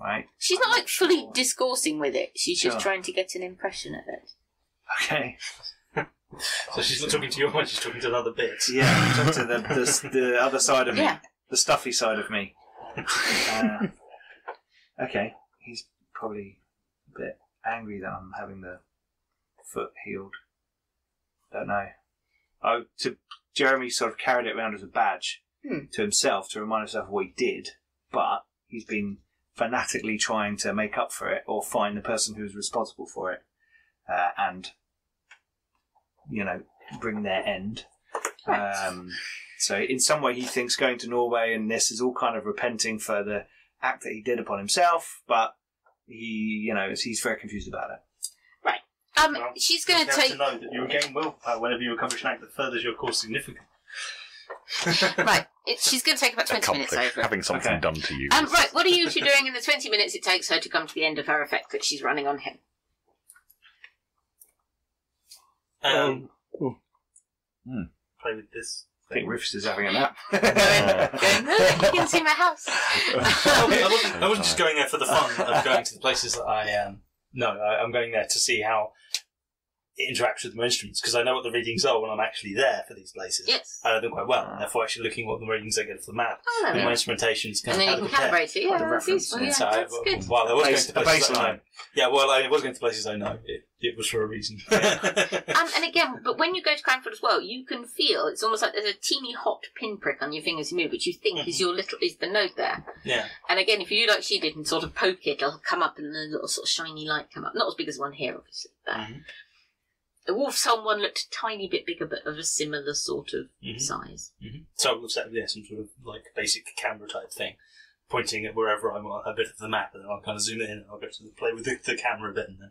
B: right
A: She's not like fully discoursing with it. She's
B: Sure.
A: just trying to get an impression of it.
B: okay
E: So she's not talking to your mind, she's talking to another bit.
B: yeah talk to the, the, the other side of me
A: Yeah.
B: the stuffy side of me uh, okay he's probably a bit angry that i'm having the foot healed don't know I, to, jeremy sort of carried it around as a badge
A: Hmm.
B: to himself to remind himself of what he did but he's been fanatically trying to make up for it or find the person who's responsible for it uh, and you know bring their end um, so in some way, he thinks going to Norway and this is all kind of repenting for the act that he did upon himself, but he, you know, he's very confused about it.
A: Um,
L: Well,
A: she's going
L: You
A: to
L: have
A: take
L: to know that you regain willpower whenever you accomplish an act that furthers your course significantly.
A: right. It, she's going to take about twenty minutes over. it.
D: Having something
B: Okay.
D: done to you.
A: Um,
D: is-
A: right, what are you two doing in the 20 minutes it takes her to come to the end of her effect that she's running on him?
E: Um,
L: hmm. Play with this.
B: I think Rufus is having a nap.
A: Going, "Look, you can see my house.
E: I wasn't, I wasn't just going there for the fun of going to the places that I am. No, I, I'm going there to see how it interacts with my instruments because I know what the readings are when I'm actually there for these places.
A: Yes.
E: I know them quite well, and therefore actually looking what the readings I get for the map
A: Oh,
E: and
A: there we
E: my
A: are.
E: instrumentations
A: And then you can calibrate it. Yeah,
B: the
A: that's
B: reference
A: useful.
B: is.
A: Yeah,
E: So I-
A: that's good.
E: While I was
B: Base-
E: going to places
B: a
E: I
B: baseline.
E: know. Yeah, well, I was going to places I know. It, it was for a reason.
A: Um, and again, but when you go to Cranford as well, you can feel it's almost like there's a teeny hot pinprick on your fingers you move, which you think
D: Mm-hmm.
A: is your little is the node there.
E: yeah.
A: And again, if you do like she did and sort of poke it, it'll come up and a little sort of shiny light come up. Not as big as one here, obviously. There.
D: Mm.
E: Mm-hmm.
A: The wolf's home one looked a tiny bit bigger, but of a similar sort of
D: Mm-hmm.
E: Mhm.
A: size.
E: So we'll set yeah, some sort of like basic camera type thing, pointing at wherever I'm on a bit of the map, and then I'll kind of zoom in and I'll go to the play with the, the camera a bit, and then.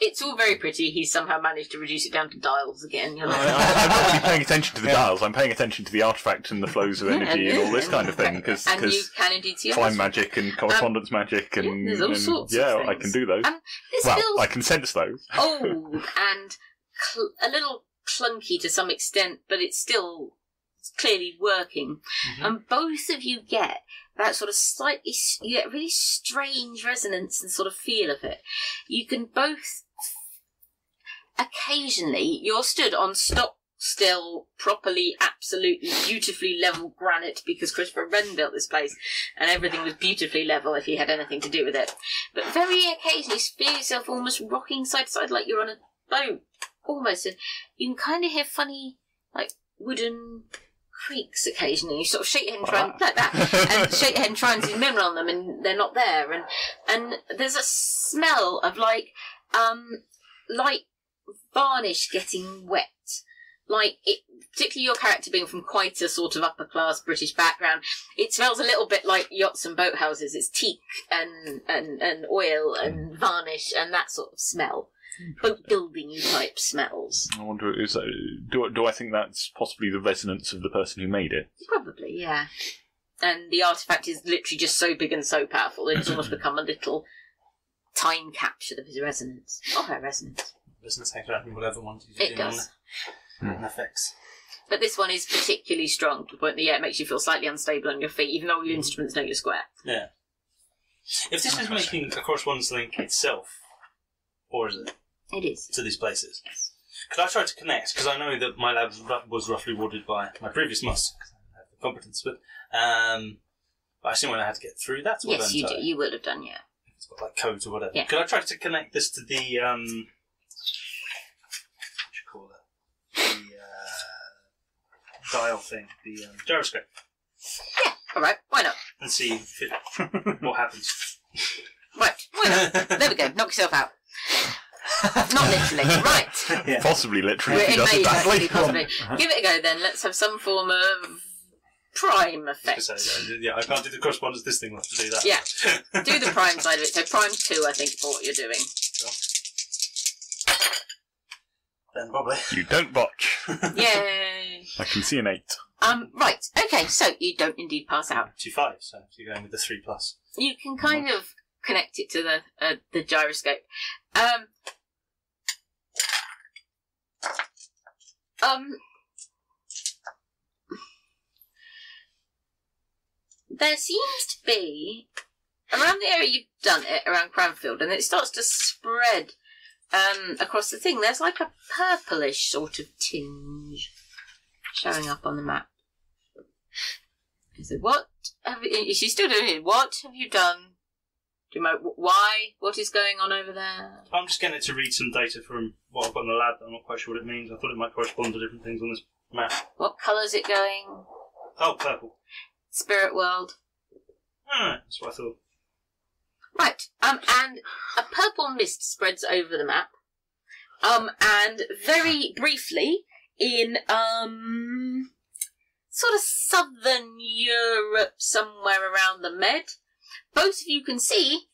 A: It's all very pretty. He's somehow managed to reduce it down to dials again. You're
D: I,
A: like,
D: I, I'm not really paying attention to the dials. I'm paying attention to the artifacts and the flows of energy and all this kind of thing because
A: and you can indeed see
D: time
A: others.
D: magic and correspondence magic and
A: yeah, there's all
D: and-
A: sorts of
D: yeah, I
A: things.
D: can do those.
A: Um, This
D: well,
A: feels
D: I can sense those.
A: old and cl- a little clunky to some extent, but it's still clearly working. And both of you get that sort of slightly, s- you get really strange resonance and sort of feel of it. You can both occasionally you're stood on stock still, properly, absolutely beautifully level granite because Christopher Wren built this place and everything was beautifully level if he had anything to do with it. But very occasionally you feel yourself almost rocking side to side like you're on a boat, almost. And you can kind of hear funny, like, wooden creaks occasionally. You sort of shake your head and try and, like that, and shake your head and try and see mineral on them, and they're not there. And and there's a smell of like um light varnish getting wet. Like it, particularly your character being from quite a sort of upper class British background, it smells a little bit like yachts and boathouses. It's teak and and and oil and varnish and that sort of smell, boat building type smells.
D: I wonder, is that, do, do I think that's possibly the resonance of the person who made it?
A: Probably, yeah. And the artifact is literally just so big and so powerful that it's almost become a little time capture of his resonance. Or her resonance.
E: Business hacker whatever wanted to
A: It
E: do on
A: does.
E: on effects.
A: But this one is particularly strong to the point that yeah, it makes you feel slightly unstable on your feet, even though all your instruments know you're square.
E: Yeah. If this is making a correspondence link itself, or is it
A: It is.
E: to these places? Could I try to connect? Because I know that my lab ru- was roughly awarded by my previous master, 'cause I don't have the competence, but um, but I assume when I had to get through that,
A: Yes, you do. You would have done, yeah.
E: It's got like codes or whatever.
A: Yeah.
E: Could I try to connect this to the um, what do you call it?
M: The uh, dial thing, the um,
E: Gyroscope,
A: All right, why not?
E: and see if it, what happens.
A: Right, why not? there we go. Knock yourself out. not literally. Right.
D: Possibly, literally,
A: We're
D: if he
A: in
D: does it
A: May,
D: badly.
A: possibly, possibly. Give it a go then. Let's have some form of prime effect.
E: So, uh, yeah, I can't do the correspondence. This thing wants to do that.
A: Yeah. Do the prime side of it. So prime two, I think, for what you're doing.
E: then probably.
D: You don't botch.
A: Yay.
D: I can see an eight.
A: Um. Right. Okay. So you don't indeed pass out.
E: Two five, so you're going with the three plus.
A: you can kind of connect it to the uh, the gyroscope. Um, um, there seems to be around the area you've done it around Cranfield, and it starts to spread um, across the thing. There's like a purplish sort of tinge showing up on the map. I said, "What have you, is she still doing it? What have you done? Do you know why? What is going on over there?
E: I'm just getting it to read some data from what I've got in the lab. I'm not quite sure what it means. I thought it might correspond to different things on this map.
A: What colour is it going?
E: Oh, purple.
A: Spirit world.
E: Ah, that's what I thought.
A: Right. Um, and a purple mist spreads over the map. Um, and very briefly, in um, sort of southern Europe, somewhere around the Med, both of you can see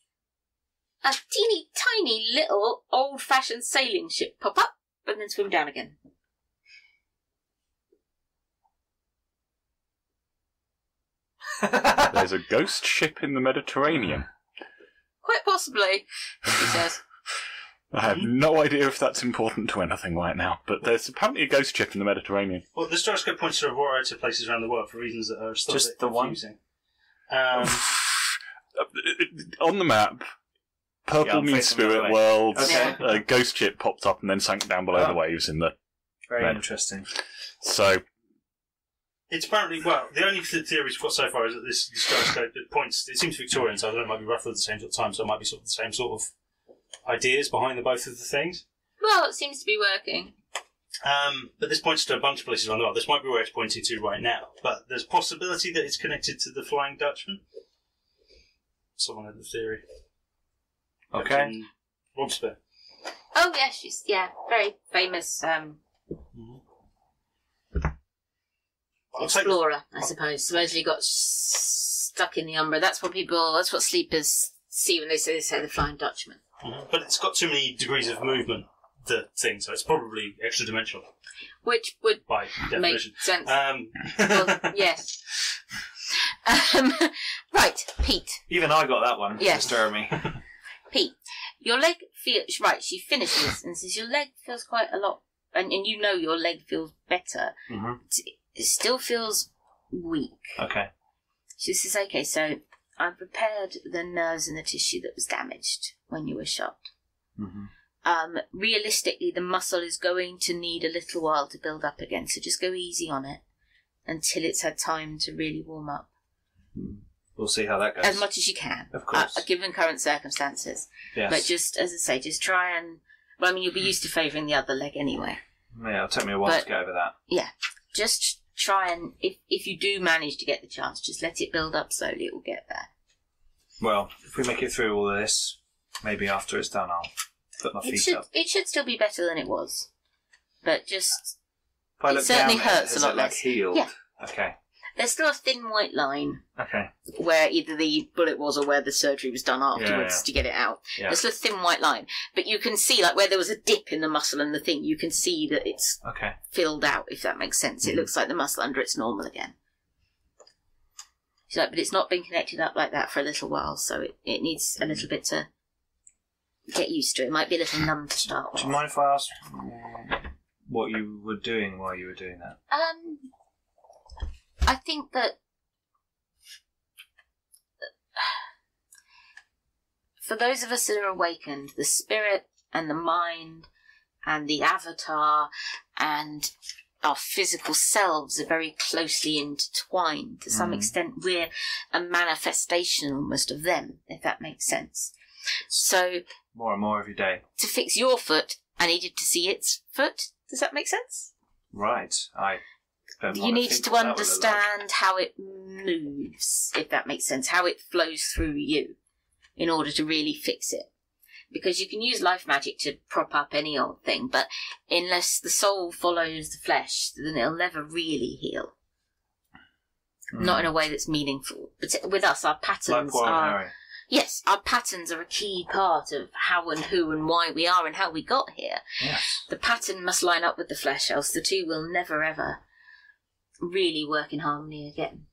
A: a teeny tiny little old-fashioned sailing ship pop up and then swim down again.
D: There's a ghost ship in the Mediterranean.
A: Quite possibly, she says.
D: I have
A: Hmm.
D: no idea if that's important to anything right now, but there's apparently a ghost ship in the Mediterranean.
E: Well, this gyroscope points to Aurora to places around the world for reasons that are still a
B: Just
E: bit
B: the one?
E: confusing. Um,
D: Uh, On the map, purple
B: Yeah, I'm
D: means
B: facing the other
D: spirit
B: way.
D: world.
B: Okay.
D: A ghost ship popped up and then sank down below
B: Oh.
D: the waves in the.
B: Very
D: Right.
B: interesting.
D: So
E: it's apparently well. The only th- theory we've got so far is that this, this gyroscope it points. It seems Victorian, so I don't know. It might be roughly the same sort of time, so it might be sort of the same sort of ideas behind the both of the things.
A: Well, it seems to be working.
E: Um, but this points to a bunch of places on the world. This might be where it's pointing to right now, but there's possibility that it's connected to the Flying Dutchman. Someone had the theory.
B: Okay.
E: Captain Robespierre.
A: Oh yeah, she's yeah, very famous um,
E: I'll take the-
A: explorer, I suppose. Supposedly got s- stuck in the Umbra. That's what people. That's what sleepers see when they say they say the Flying Dutchman.
E: Mhm. But it's got too many degrees of movement, the thing, so it's probably extra dimensional
A: Which would
E: by
A: make
E: definition.
A: sense.
E: Um,
A: well, yes. Um, right, Pete.
B: Even I got that one.
A: Yeah.
B: Disturb me.
A: Pete, your leg feels right. She finishes and says, "Your leg feels quite a lot, and, and you know your leg feels better.
B: Mhm.
E: Mm-hmm.
A: It- It still feels weak."
B: Okay.
A: She says, okay, so
B: Mm-hmm.
A: I've repaired the nerves and the tissue that was damaged when you were shot. um, realistically, the muscle is going to need a little while to build up again. So just go easy on it until it's had time to really warm up
B: We'll see how that goes.
A: as much as you can,
B: Of course.
A: uh, given current circumstances.
B: yes.
A: But just as I say, just try and. Well, I mean, you'll be used to favouring the other leg anyway.
B: yeah, it'll take me a while
A: but-
B: to get over that.
A: Just try and if if you do manage to get the chance, just let it build up slowly. It will get there.
B: Well, if we make it through all of this, maybe after it's done, I'll put my
A: It
B: feet
A: should
B: up.
A: it should still be better than it was, but just
B: If I
A: it
B: look
A: certainly
B: down,
A: hurts
B: is
A: a lot
B: it, like,
A: less.
B: Healed.
A: Yeah.
B: Okay.
A: there's still a thin white line
B: Okay.
A: where either the bullet was or where the surgery was done afterwards to get it out.
B: Yeah.
A: It's a thin white line, but you can see like where there was a dip in the muscle and the thing. You can see that it's
B: Okay.
A: filled out, if that makes sense.
B: Mm.
A: It looks like the muscle under it's normal again. She's like, but it's not been connected up like that for a little while, so it, it needs a little bit to get used to. It might be a little numb to start with.
B: Do you mind if I ask mm, what you were doing while you were doing that?
A: Um, I think that for those of us that are awakened, the spirit and the mind and the avatar and our physical selves are very closely intertwined. To some extent, we're a manifestation almost of them, if that makes sense. So,
B: More and more every day.
A: to fix your foot, I needed to see its foot. Does that make sense?
B: Right. I. Don't
A: you
B: wanna
A: need
B: think
A: to
B: what that would look like.
A: understand how it moves, if that makes sense, how it flows through you in order to really fix it. Because you can use life magic to prop up any old thing, but unless the soul follows the flesh, then it'll never really heal. Not
B: Mm.
A: in a way that's meaningful. But with us, our
B: Like
A: patterns
B: Poirot and
A: are.
B: Harry.
A: Yes, our patterns are a key part of how and who and why we are and how we got here.
B: Yes.
A: The pattern must line up with the flesh, else the two will never ever really work in harmony again.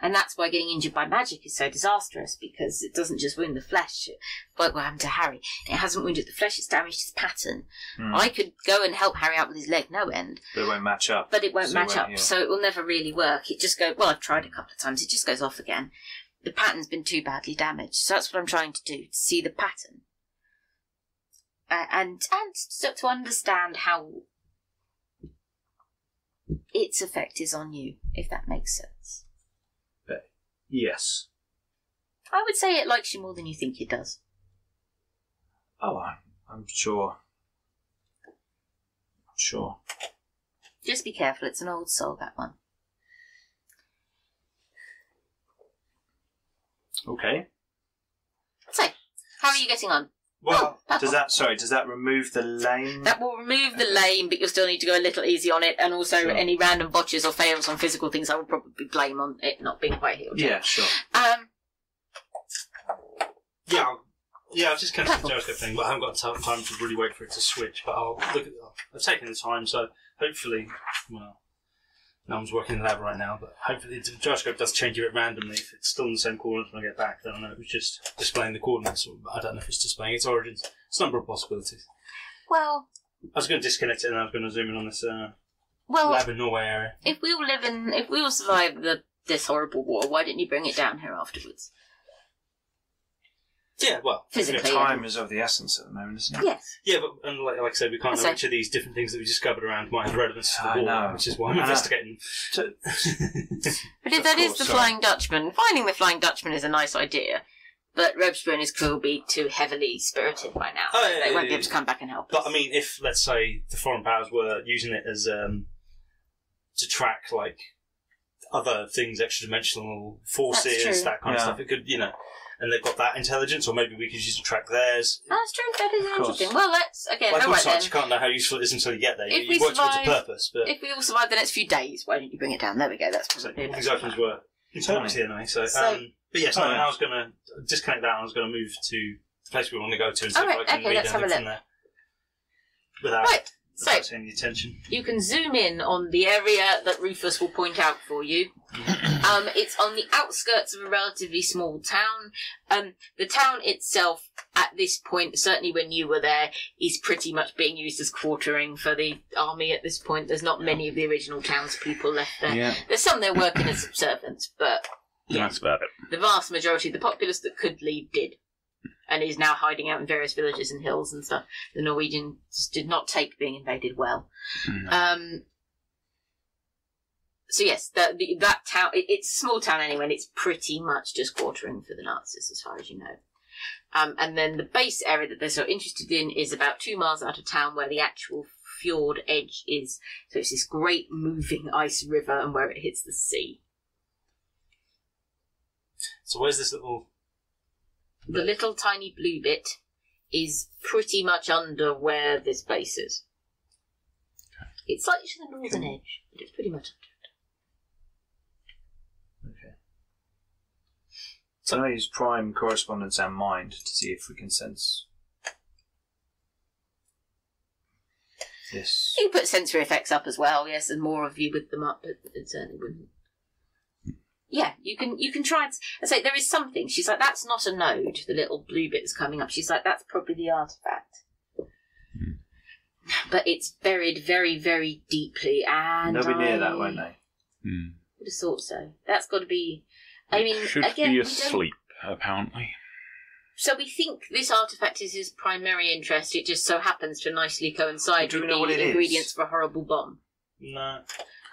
A: And that's why getting injured by magic is so disastrous because it doesn't just wound the flesh, like what happened to Harry. It hasn't wounded the flesh, it's damaged his pattern. I could go and help Harry out with his leg, no end,
B: They won't match up.
A: but it won't
B: So
A: match up,
B: heal.
A: so it will never really work. It just go well. I've tried a couple of times. It just goes off again. The pattern's been too badly damaged, so that's what I'm trying to do to see the pattern, uh, and and so to understand how its effect is on you, if that makes sense.
B: Yes.
A: I would say it likes you more than you think it does.
B: Oh, I'm, I'm sure. I'm sure.
A: Just be careful. It's an old soul. That one.
B: Okay.
A: So, how are you getting on?
B: Well,
A: that
B: does that sorry? Does that remove the lane?
A: That will remove the lame, but you'll still need to go a little easy on it, and also
B: Sure.
A: any random botches or fails on physical things I would probably blame on it not being quite healed.
B: yeah, sure.
A: Um,
E: Yeah, I'll- yeah. I've just kind of the Jericho thing, but I haven't got ti- time to really wait for it to switch. But I'll look at. I've taken the time, so hopefully, well, no, I'm just working in the lab right now. But hopefully, the gyroscope does change it randomly. If it's still in the same coordinates when I get back, then I know it was just displaying the coordinates. Or I don't know if it's displaying its origins. It's a number of possibilities.
A: well,
E: I was going to disconnect it, and I was going to zoom in on this uh,
A: well,
E: lab in Norway area.
A: if we all live in, if we all survive the this horrible war, why didn't you bring it down here afterwards?
E: Yeah, well,
A: Physically.
B: Time is of the essence at the moment, isn't it?
A: Yes.
E: Yeah, but and like, like I said, we can't
A: That's
E: know
A: right.
E: which of these different things that we discovered around might have relevance to
B: I
E: the war,
B: know.
E: which is why I'm
B: I know.
E: investigating.
B: To-
A: But if
B: Of
A: that is
B: course,
A: the
E: uh,
B: so-
A: Flying Dutchman, finding the Flying Dutchman is a nice idea. But Rebspoon is will be too heavily spirited by now.
E: Oh, yeah,
A: they
E: yeah,
A: won't be
E: yeah.
A: able to come back and help.
E: But
A: us.
E: I mean, if let's say the foreign powers were using it as um, to track like other things, extra-dimensional
A: That's true.
E: forces, that kind of
B: Yeah.
E: stuff, it could you know, and they've got that intelligence, or maybe we could use it to track theirs.
A: that's true. That is
B: course.
A: interesting. Well, let's again.
E: like
A: all
E: all
A: right then.
E: science, you can't know how useful it is until you get there.
A: If
E: you
A: we
E: you work towards a
A: survive-
E: purpose, but
A: If we all survive the next few days, why don't you bring it down? There we go. That's
E: so
A: probably
E: all these items were interpreted anyway. So,
A: So-
E: um, but yes,
B: Oh,
E: no,
B: yeah.
E: I was going to disconnect that. and I was going to move to the place we want to go to and see
A: All right,
E: if I can
A: okay,
E: read
A: let's have a
E: anything from there without
A: Right. So
E: without any attention.
A: you can zoom in on the area that Rufus will point out for you. um, it's on the outskirts of a relatively small town. Um, the town itself, at this point, certainly when you were there, is pretty much being used as quartering for the army. At this point, there's not many of the original townspeople left there.
D: Yeah.
A: There's some there working as subservients, but yeah,
D: That's about it.
A: the vast majority of the populace that could leave did. and is now hiding out in various villages and hills and stuff. The Norwegians did not take being invaded well. Um, so yes, that the, that town it, it's a small town anyway, and it's pretty much just quartering for the Nazis as far as you know. Um, and then the base area that they're so interested in is about two miles out of town, where the actual fjord edge is. So it's this great moving ice river, and where it hits the sea.
E: So where's this little?
A: The little tiny blue bit is pretty much under where this base is. It's slightly to the northern edge, but it's pretty much
B: So I'm going to use prime correspondence and mind to see if we can sense this.
A: You can put sensory effects up as well, yes, and more of you with them up, but it certainly wouldn't. Hmm. Yeah, you can you can try and I say there is something. She's like, that's not a node. The little blue bit's coming up. She's like, that's probably the artifact. Hmm. But it's buried very, very deeply, and
B: They'll be near that,
A: I
B: won't they?
D: Hmm.
A: Would have thought so. That's got to be. I mean,
D: should
A: again,
D: be
A: we don't-
D: asleep, apparently.
A: so we think this artifact is his primary interest. It just so happens to nicely coincide
B: Do we
A: with
B: know what it
A: the
B: is?
A: ingredients for a horrible bomb.
E: No.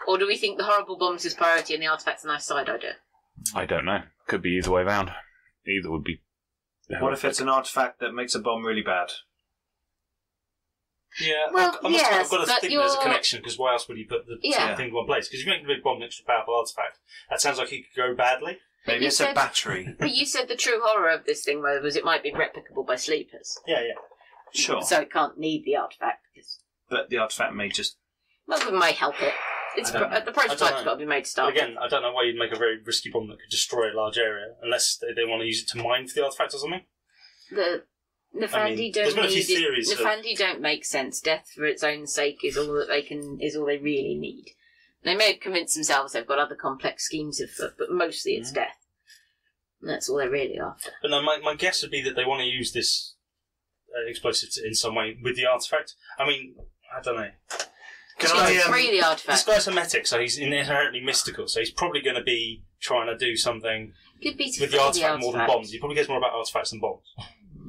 A: Or do we think the horrible bomb's his priority and the artifact's a nice side idea?
D: I don't know. Could be either way round. Either would be.
B: What if it's an artifact that makes a bomb really bad?
E: Yeah.
A: Well,
E: I must
A: yes,
E: I've got to
A: but
E: think there's a
A: you're-
E: connection because why else would you put the
A: Yeah.
E: thing in one place? Because you make the big bomb next to a powerful artifact. That sounds like it could go badly.
B: Maybe
A: you
B: it's
A: said-
B: a battery.
A: But you said the true horror of this thing though, was it might be replicable by sleepers.
E: Yeah, yeah.
B: sure.
A: So it can't need the artifact because
B: But the artifact may just.
A: well, we may help it. It's
B: I don't
A: pro-
B: know.
A: the
E: I don't
A: prototype's
E: know.
A: got to be made to
E: But
A: start. with.
E: again, I don't know why you'd make a very risky bomb that could destroy a large area unless they, they want to use it to mine for the artifact or something.
A: the Nefandi
E: I mean, there's
A: don't
E: been a few
A: need
E: theories
A: it.
E: of-
A: Nefandi don't make sense. Death for its own sake is all that they can is all they really need. They may have convinced themselves they've got other complex schemes of foot, but mostly it's death. And that's all they're really after.
E: But no, my, my guess would be that they want to use this uh, explosive to, in some way with the artifact. I mean, I don't know.
B: Can
A: It's
B: I. Um,
A: free the
E: This
A: artifact.
E: guy's hermetic, so he's inherently mystical. So he's probably going to be trying to do something
A: Could be to
E: with
A: free
E: the artifact more than
A: artifact.
E: bombs. He probably cares more about artifacts than bombs.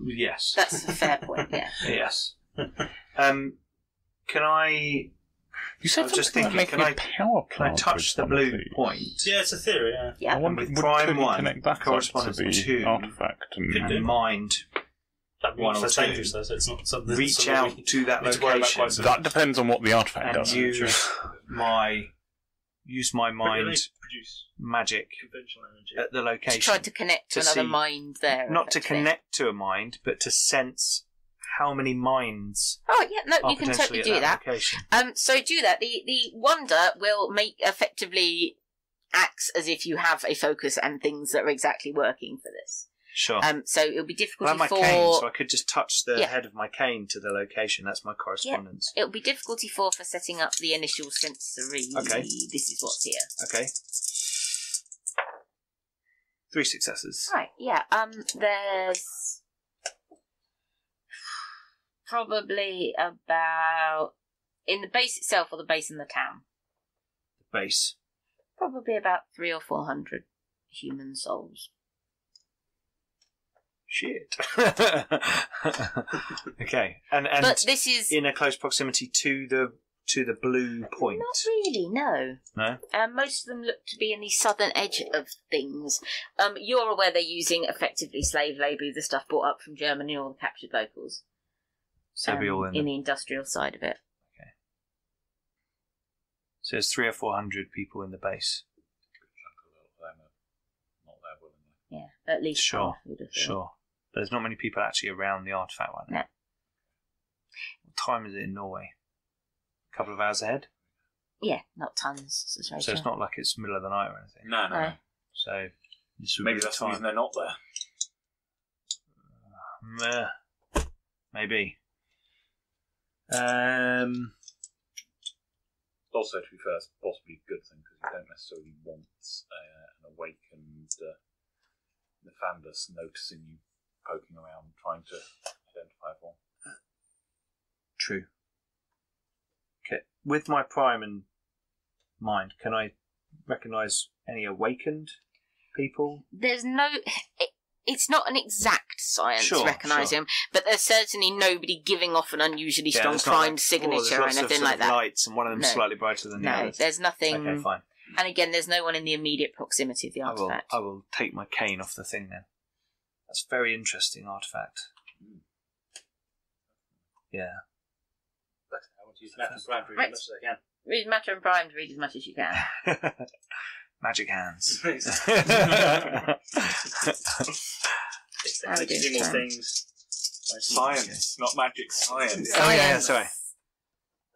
B: yes.
A: That's a fair point. Yeah.
B: Yes. um, can I.
D: You said
B: I was just
D: something about
B: thinking,
D: making
B: can
D: a power
B: Can I
D: plant
B: touch
D: with
B: the blue
D: something.
B: point?
E: Yeah, it's a theory. Yeah.
D: I
A: Yeah.
D: wonder
B: with
D: would
B: prime
D: could you
B: one,
D: connect that up
B: correspondence
D: to the
B: two,
D: artifact and,
E: could do.
B: And mind
E: That
B: One
E: one
B: or
E: that's
B: two.
E: dangerous, though, so it's not something.
B: reach
E: something
B: out
E: we-
B: to that
E: need to worry about
B: location
E: quite soon.
D: that depends on what the artifact
B: and
D: does.
B: use my use my
N: But you
B: mind
N: need to produce
B: magic
N: conventional energy.
B: at the
O: To
B: location.
O: try to connect to,
B: To
O: another
B: see-
O: mind there.
B: Not to
O: effectively.
B: connect to a mind, but to sense how many minds
O: Oh yeah, no,
B: are
O: you can
B: potentially
O: totally
B: at
O: do that.
B: location.
O: Um, so do that. The the wonder will make effectively acts as if you have a focus and things that are exactly working for this.
B: Sure.
O: Um, so it'll be
B: I have
O: difficulty
B: my
O: for
B: cane, so I could just touch the
O: Yeah.
B: head of my cane to the location. That's my correspondence.
O: it'll be difficulty four for setting up the initial sensory.
B: Okay.
O: this is what's here.
B: Okay. Three successes.
O: Right, yeah. Um, there's probably about in the base itself or the base in the town,
B: Base.
O: probably about three or four hundred human souls.
B: Shit. okay. And and
O: but this is
B: in a close proximity to the to the blue point.
O: Not really, no.
B: No?
O: Um, most of them look to be in the southern edge of things. Um, you're aware they're using effectively slave labour, the stuff brought up from Germany, all the captured locals.
B: So it'll be all in the-
O: the industrial side of it.
B: So there's three or four hundred people in the base.
O: Yeah, at least.
B: Sure,
O: half, you'd have thought.
B: Sure. But there's not many people actually around the artifact right now.
O: No.
B: What time is it in Norway? A couple of hours ahead?
O: Yeah, not tons. That's right,
B: So it's
O: sure.
B: not like it's middle of the night or anything.
O: no, no.
B: So this would be the time.
P: they're not there.
B: Meh. Uh, Maybe. Um
P: Also, to be fair, it's possibly a good thing because you don't necessarily want uh, an awakened uh, Nefandus noticing you poking around trying to identify one.
B: True. Okay. With my prime in mind, can I recognise any awakened people?
O: There's no. It, it's not an exact
Q: science
B: Sure,
Q: recognize
B: sure.
Q: him, but there's certainly nobody giving off an unusually
B: Yeah,
Q: strong
B: it's not
Q: crime
B: like- oh, there's
Q: signature or
B: lots of
Q: anything
B: sort
Q: like
B: of
Q: that.
B: Lights and one of them
Q: No.
B: slightly brighter than the
Q: No,
B: others.
Q: there's nothing.
B: Okay, fine.
Q: And again, there's no one in the immediate proximity of the
B: I will.
Q: artifact.
B: I will take my cane off the thing then. That's a very interesting artifact. Yeah.
R: I want to use map and brand
Q: Right.
R: as much as I can.
Q: Read matter and prime, read as much as you can.
B: Magic hands.
Q: How are we doing
R: do more
Q: for time?
R: things.
S: Science, not magic science.
B: Oh yeah, sorry.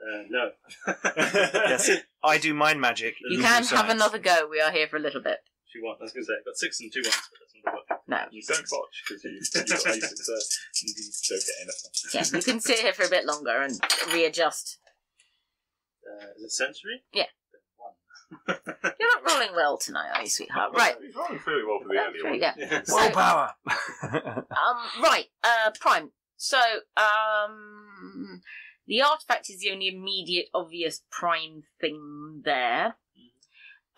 R: Uh, no.
B: Yes.
R: if
B: I do mind magic.
Q: You
B: do
Q: can have
B: science.
Q: another go. We are here for a little bit.
R: you want, I was going to say, I've got six and two ones, but that's not what
Q: No,
S: You don't botch because you, you got aces there. You don't get anything.
Q: yeah, you can sit here for a bit longer and readjust.
R: uh, Is it sensory?
Q: You're not rolling well tonight, are you, sweetheart? Right.
S: He's rolling fairly well for the earlier
Q: There
S: one.
Q: you go. So,
B: Willpower.
Q: um, right, uh, Prime. So, um, the artifact is the only immediate, obvious Prime thing there.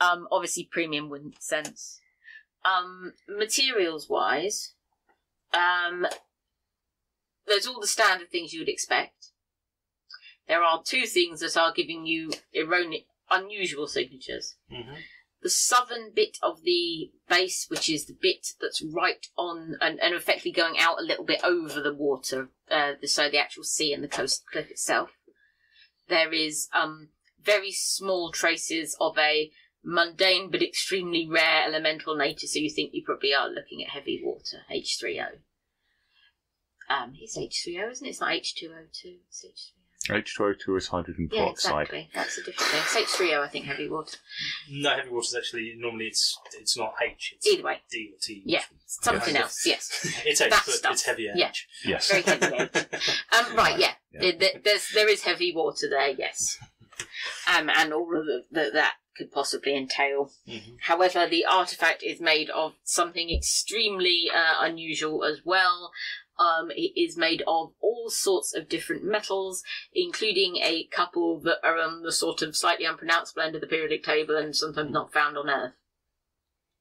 Q: Um, obviously, premium wouldn't sense.
A: Um, materials wise, um, there's all the standard things you would expect. There are two things that are giving you erroneous, unusual signatures.
E: Mm-hmm.
A: The southern bit of the base, which is the bit that's right on and, and effectively going out a little bit over the water, uh, the, so the actual sea and the coast cliff itself. There is um, very small traces of a mundane but extremely rare elemental nature, so you think you probably are looking at heavy water, H3O. Um, it's H3O, isn't it? It's not H2O2, it's H3O.
D: H2O2 is hydrogen
A: Yeah,
D: peroxide.
A: exactly. That's a different thing. It's H3O, I think, heavy water.
E: No, heavy water's actually normally it's it's not H. It's
A: Either way,
E: D or T.
A: yeah, something
E: Yeah.
A: else, yes.
E: It's H,
A: That
E: but
A: stuff.
E: it's heavier.
A: Yeah.
E: H.
D: Yes.
A: Very heavy water. Um, right, yeah. There- there- There's, there is heavy water there, yes. Um, and all of the, the, that could possibly entail. However, the artifact is made of something extremely uh, unusual as well. Um, it is made of all sorts of different metals, including a couple that are on the sort of slightly unpronounceable end of the periodic table and sometimes not found on Earth.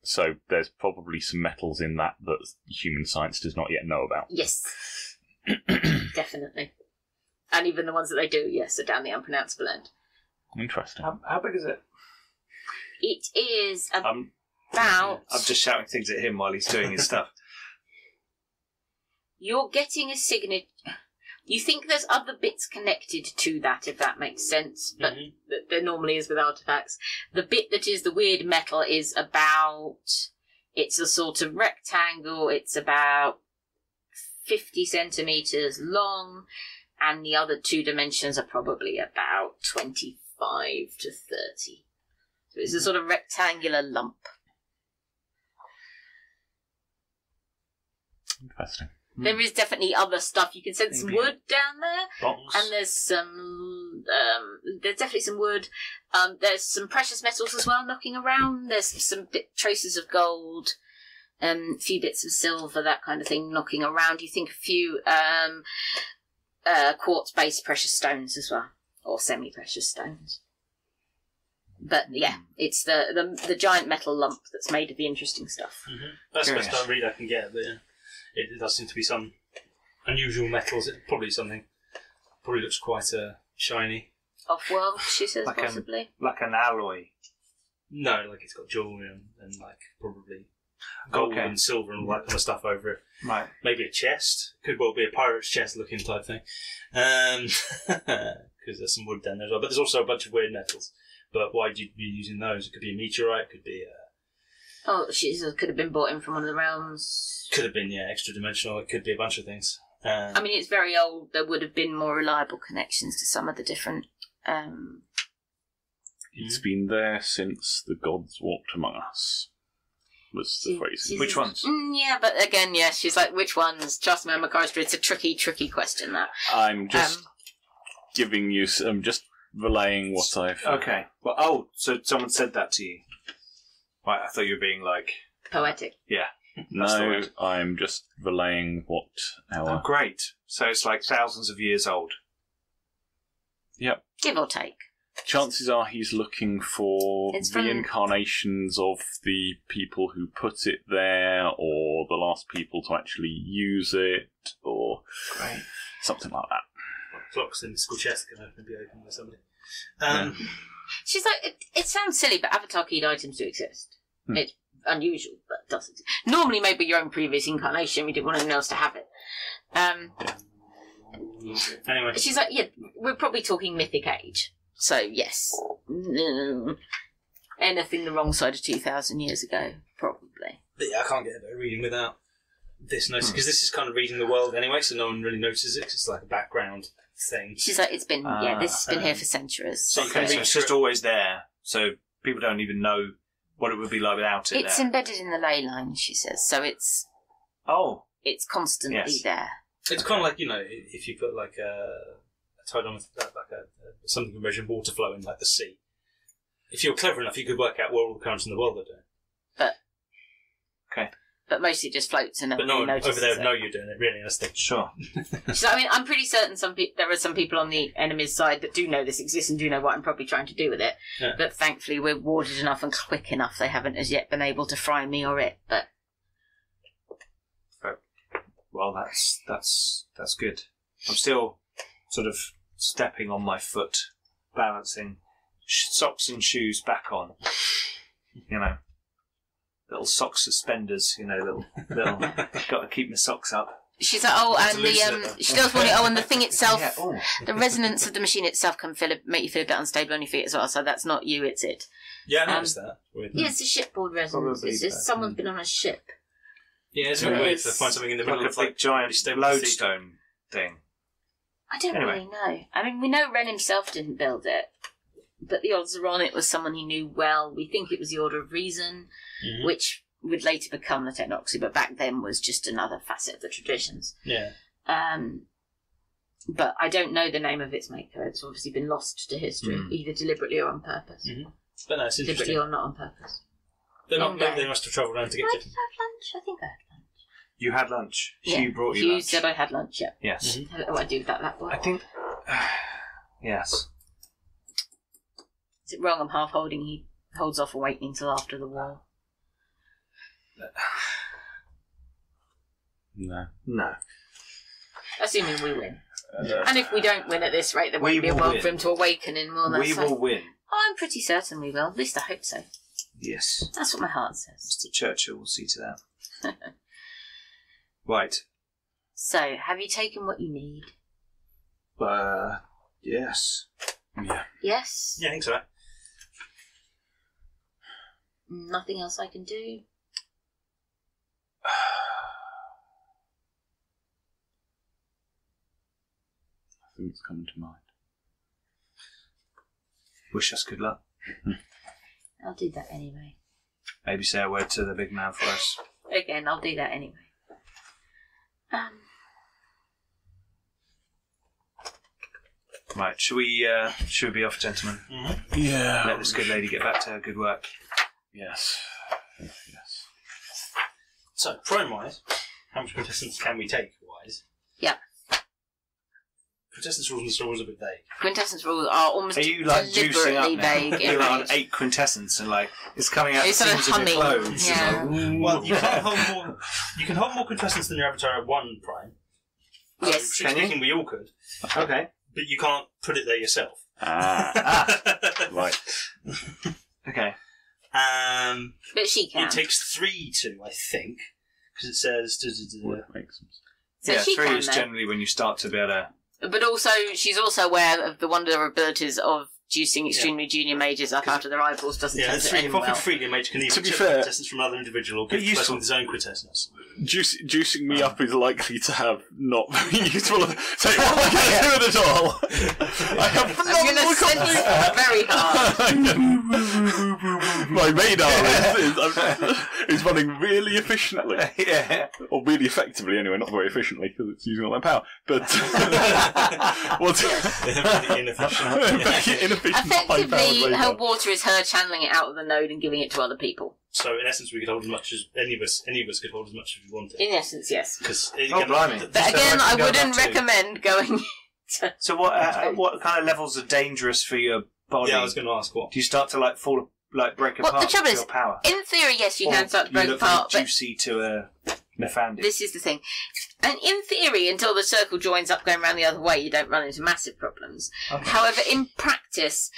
D: So there's probably some metals in that that human science does not yet know about.
A: Yes, definitely. And even the ones that they do, yes, are down the unpronounceable end.
D: Interesting.
A: Um,
T: How, how big is it?
A: It is
T: Um,
A: about.
B: I'm just shouting things at him while he's doing his stuff.
A: You're getting a signature. You think there's other bits connected to that, if that makes sense, but th- there normally is with artifacts. The bit that is the weird metal is about. It's a sort of rectangle. It's about fifty centimeters long, and the other two dimensions are probably about twenty-five to thirty. So it's a sort of rectangular lump.
D: Interesting.
A: There is definitely other stuff. You can sense some
B: Hmm. Maybe.
A: wood down there.
E: Bottles.
A: and there's some um, there's definitely some wood um, there's some precious metals as well knocking around there's some bit, traces of gold um, a few bits of silver that kind of thing knocking around you think a few um, uh, quartz based precious stones as well or semi precious stones but yeah
B: Hmm.
A: it's the, the the giant metal lump that's made of the interesting stuff
B: Hmm.
E: That's the best
B: Curious.
E: I read I can get, but yeah, it, it does seem to be some unusual metals. It, probably something. Probably looks quite uh, shiny.
A: off world she says
B: Like, um,
A: possibly
B: like an alloy.
E: No, like it's got jewellery and, and like probably gold
B: Okay.
E: and silver and all that kind of stuff over it.
B: Right.
E: Maybe a chest. Could well be a pirate's chest looking type thing. Because there's some wood down there as well. But there's also a bunch of weird metals. But why would you be using those? It could be a meteorite, could be a
A: oh she says could have been bought in from one of the realms
E: Could have been, yeah, extra dimensional. It could be a bunch of things. Um,
A: I mean, it's very old. There would have been more reliable connections to some of the different. Um,
D: It's been there since the gods walked among us. Was the phrase.
B: Which ones?
A: mm, yeah, but again, yeah, she's like, which ones? Trust me, I'm a chorister. It's a tricky, tricky question. That
D: I'm just
A: Um,
D: giving you. s- I'm just relaying what I've.
B: Okay. Well, oh, so someone said that to you. Right. I thought you were being like.
A: poetic.
B: that's the
D: no,
B: word.
D: I'm just relaying what
B: Oh,
D: our.
B: great. So it's like thousands of years old.
A: Give or take.
D: chances are he's looking for
U: It's from-
D: reincarnations of the people who put it there, or the last people to actually use it, or something like that.
E: Clocks in school chest can open be opened by somebody. Um,
U: She's like, it, it sounds silly, but Avatar keyed items do exist.
D: Hmm.
U: It's unusual, but it does exist. Normally made by your own previous incarnation, we didn't want anyone else to have it. Um,
E: Anyway,
U: she's like, yeah, we're probably talking mythic age.
A: So yes, Mm. anything the wrong side of two thousand years ago, probably.
E: but yeah, I can't get a reading without this notice because this is kind of reading the world anyway, so no one really notices it. 'cause it's like a background thing.
A: She's like, it's been yeah, this has been here
B: Ah,
A: for centuries.
E: So you
B: Okay,
E: can
B: so
E: read
B: it's
E: through
B: just
E: it.
B: always there, so people don't even know what it would be like without it.
A: it's
B: there.
A: embedded in the ley line, she says. So it's
B: oh,
A: it's constantly
B: Yes.
A: there.
E: It's kind of like you know i- if you put like a, a tiedometer, like a, a something to measure water flow in like the sea. If you're clever enough, you could work out what all the currents in the world are doing.
A: But mostly just floats and
E: But
A: nobody
E: no one over
A: notices
E: there would
A: it.
E: know you're doing it, really, unless they
B: sure.
U: So, I mean, I'm pretty certain some pe- there are some people on the enemy's side that do know this exists and do know what I'm probably trying to do with it.
E: Yeah.
A: But thankfully, we're warded enough and quick enough. They haven't as yet been able to fry me or it. But
B: Well, that's that's that's good. I'm still sort of stepping on my foot, balancing sh- socks and shoes back on. You know, little sock suspenders. You know, little little. got to keep my socks up.
A: she's like, oh, and the
E: loosen it
A: um, she does want it. Oh, and the thing itself,
B: Yeah. Oh,
A: the resonance of the machine itself can feel a, make you feel a bit unstable on your feet as well. So that's not you, it's it.
E: Yeah, I
A: Um,
E: noticed that. Weird.
U: Mm. Yeah, it's a shipboard resonance.
B: Probably
U: It's just
B: that. Mm.
U: someone's been on a ship.
E: Yeah, it's
A: Yeah.
E: really weird to find something in the middle
B: like a
E: of
B: big
E: like
B: giant
E: stable sea.
B: lodestone thing.
U: I don't
B: Anyway.
U: really know. I mean, we know Ren himself didn't build it,
A: But the odds are on it was someone he knew well. We think it was the Order of Reason,
B: Mm.
E: Mhm.
A: which would later become the Technoxy, but back then was just another facet of the traditions.
E: Mm-hmm. Yeah,
A: Um,
U: but I don't know the name of its maker. It's obviously been lost to history,
B: Mm.
U: either deliberately or on purpose.
E: Mm. but no, it's
U: Deliberately
E: interesting.
U: or not on purpose.
E: They're not,
U: long day.
E: they must have travelled around to get
U: Did I have
E: different.
U: lunch? I think I had lunch.
B: You had lunch.
U: Yeah.
B: Hugh brought you
U: Hugh
B: lunch.
U: said "Oh, I had lunch, yeah.
B: yes.
U: I don't know what I do with that, that
B: I
U: word.
B: think. yes.
A: Is it wrong? I'm half holding. He holds off and waiting until after the war.
D: No.
B: No.
U: Assuming we win.
D: Uh,
U: And if we don't win at this rate, there
B: We
U: won't be a
B: will
U: world
B: win.
U: for him to awaken in. Well, that's
B: we
U: fine.
B: will win.
A: Oh, I'm pretty certain we will. At least I hope so.
B: Yes.
A: That's what my heart says.
B: Mr. Churchill will see to that. right.
A: So, have you taken what you need?
B: Uh, yes.
D: yeah.
A: Yes.
E: Yeah, I think so.
A: Nothing else I can do.
D: Nothing's coming to mind.
B: Wish us good luck.
A: I'll do that anyway.
B: Maybe say a word to the big man for us.
A: Again, I'll do that anyway. Um,
B: Right. Should we? Uh, should we be off, gentlemen?
E: Mm-hmm.
D: Yeah.
B: Let this good lady get back to her good work.
D: Yes. Yes.
E: So, prone wise, how much contestants can we take wise?
A: Yeah.
E: Contestants rules and the rules are a bit vague.
A: quintessence rules are almost
B: Are you like juicing
A: deliberately
B: up now?
A: vague. in
B: You're like on
A: range.
B: eight quintessence and like it's coming out the
A: It's sort of
B: seams of your
A: humming.
B: clothes. It's
A: Yeah.
B: like, ooh.
E: Well, you can't hold more. You can hold more contestants than your avatar at one prime.
A: Yes.
E: Truth
B: Can you?
E: speaking, we all could,
B: Okay.
E: but you can't put it there yourself.
D: Ah. right.
B: Okay.
E: um,
A: But she can.
E: it takes three to, I think, because it says. duh, duh, duh, duh.
D: Would make sense.
A: so
B: yeah.
A: she
B: Three
A: can,
B: is
A: though.
B: generally when you start to be able to.
A: But also, she's also aware of the wonder abilities of juicing extremely junior mages up out of their eyeballs doesn't
E: Yeah,
A: tend
E: it's
A: to
E: three.
A: end
E: Profit
A: well.
E: freely mage can either
D: To be
E: accept
D: fair-
E: contestants from another individual or
B: But
E: give the
B: useful.
E: person his own contestants.
D: Juice, juicing me up is likely to have not very useful. So what am I going to do with it all? I have
A: I'm going
D: phenomenal
A: to send
D: confidence.
A: her very hard.
D: My radar is, is, is running really efficiently,
B: yeah.
D: or really effectively anyway. Not very efficiently because it's using all my power, but what's
E: Really inefficient.
D: very inefficient high-powered
A: Effectively, her
D: radar.
A: water is her channeling it out of the node and giving it to other people.
E: So in essence, we could hold as much as any of us. Any of us could hold as much as we wanted.
A: In essence, yes.
E: Because
B: Oh, blimey.
A: But
B: So
A: again,
B: I
A: I
B: can go
A: wouldn't
B: back to-
A: recommend going.
B: So what? Uh, what kind of levels are dangerous for your
V: body?
E: Yeah, I was going to ask what.
V: Do you start to like fall, like break
A: Well, the
V: apart
A: trouble
V: with
A: is,
V: your power?
A: In theory, yes, you can start to break
V: you look
A: apart,
V: from
A: but
V: juicy to a Nefandi.
A: this is the thing. And in theory, until the circle joins up going round the other way, you don't run into massive problems. However, in practice,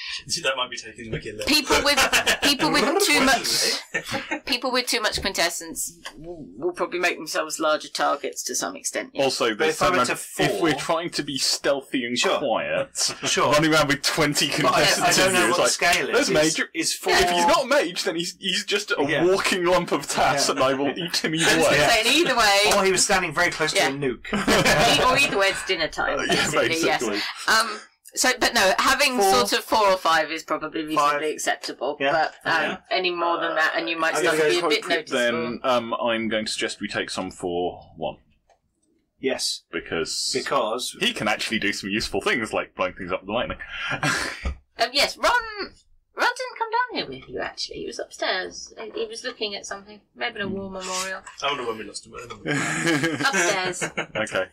E: that might be taking the wicked level.
A: people with people with too much
D: eh?
A: people with too much quintessence will, will probably make themselves larger targets to some extent. yeah.
D: Also,
V: But
D: there's
V: if I
D: so
V: went
D: many-
V: to four-
D: if we're trying to be stealthy and
V: Sure.
D: quiet,
V: Sure.
D: running around with 20
V: But I,
D: contestants
V: I don't
D: in
V: know
D: here
V: what
D: is
V: the
D: like,
V: scale is.
D: there's
V: Is-
D: Major.
V: Is four.
D: if he's not mage, then he's he's just a
V: Yeah.
D: walking lump of tass,
V: Yeah.
D: and I will eat him either
A: I was
D: way.
A: going to say, in either way,
V: Or he was standing very close
A: Yeah.
V: to a nuke.
A: e- or either way, it's dinner time.
D: Uh, yeah,
A: basically, yes.
D: basically.
A: Um, so, but no, having
V: Four.
A: sort of four or five is probably reasonably
V: Five.
A: acceptable.
V: Yeah.
A: But um, any more than that, and you might start to be a bit noticeable.
D: Then um, I'm going to suggest we take some for one
V: yes,
D: because
V: because
D: he can actually do some useful things like blowing things up with lightning.
A: Um, yes, Ron. Ron didn't come down here with you. Actually, he was upstairs. He- He was looking at something, maybe a war memorial
E: I wonder when we lost him.
A: upstairs.
D: okay.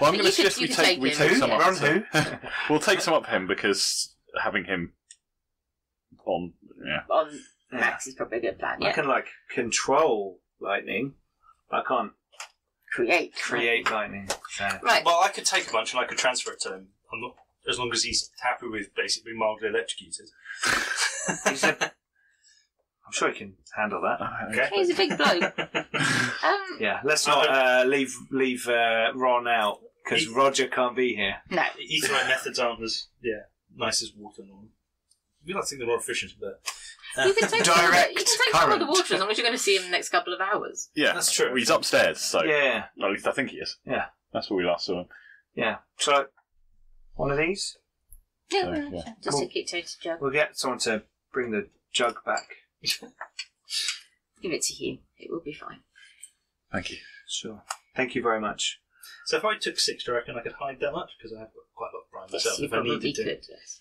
D: Well, I'm
A: you could-
D: going to suggest
A: you
D: we
A: could
D: take,
A: take
D: we
A: him.
D: take
A: Who?
D: some up.
V: Ron
D: to- we'll take some up him because having him on, yeah.
A: On Max is probably a good plan.
B: I
A: Yeah,
B: can like control lightning. but I can't
A: create,
B: create lightning. So-
A: Right.
E: Well, I could take a bunch and I could transfer it to him. I'm not, as long as he's happy with basically mildly electrocuted.
B: He said- I'm sure he can handle
D: uh,
B: that.
E: Okay.
A: He's a big bloke. Um,
B: Yeah, let's
E: Oh, I
B: not uh, leave leave uh, Ron out because
E: He-
B: Roger can't be here.
A: no.
E: Etherite methods aren't as yeah nice as water norm. We like to think they're more efficient, but uh,
A: You can take some of the, you
V: Direct
A: can take some of the
V: current.
A: water as long as you're going to see him in the next couple of hours.
D: Yeah,
E: That's true.
D: He's upstairs, so
B: Yeah,
D: at least I think he is.
B: Yeah.
D: that's where we last saw him.
B: yeah. So one of these,
A: Yeah,
D: So,
A: well,
D: yeah.
A: just
B: Cool.
A: to keep changing jug.
B: we'll get someone to bring the jug back.
A: Give it to Hugh. It will be fine.
D: Thank you.
B: Sure. Thank you very much.
E: so if I took six, do you reckon I could hide that much? Because I have got quite a lot of prime
A: Yes,
E: myself.
A: you
E: if I
A: probably
E: needed to,
A: could. Yes.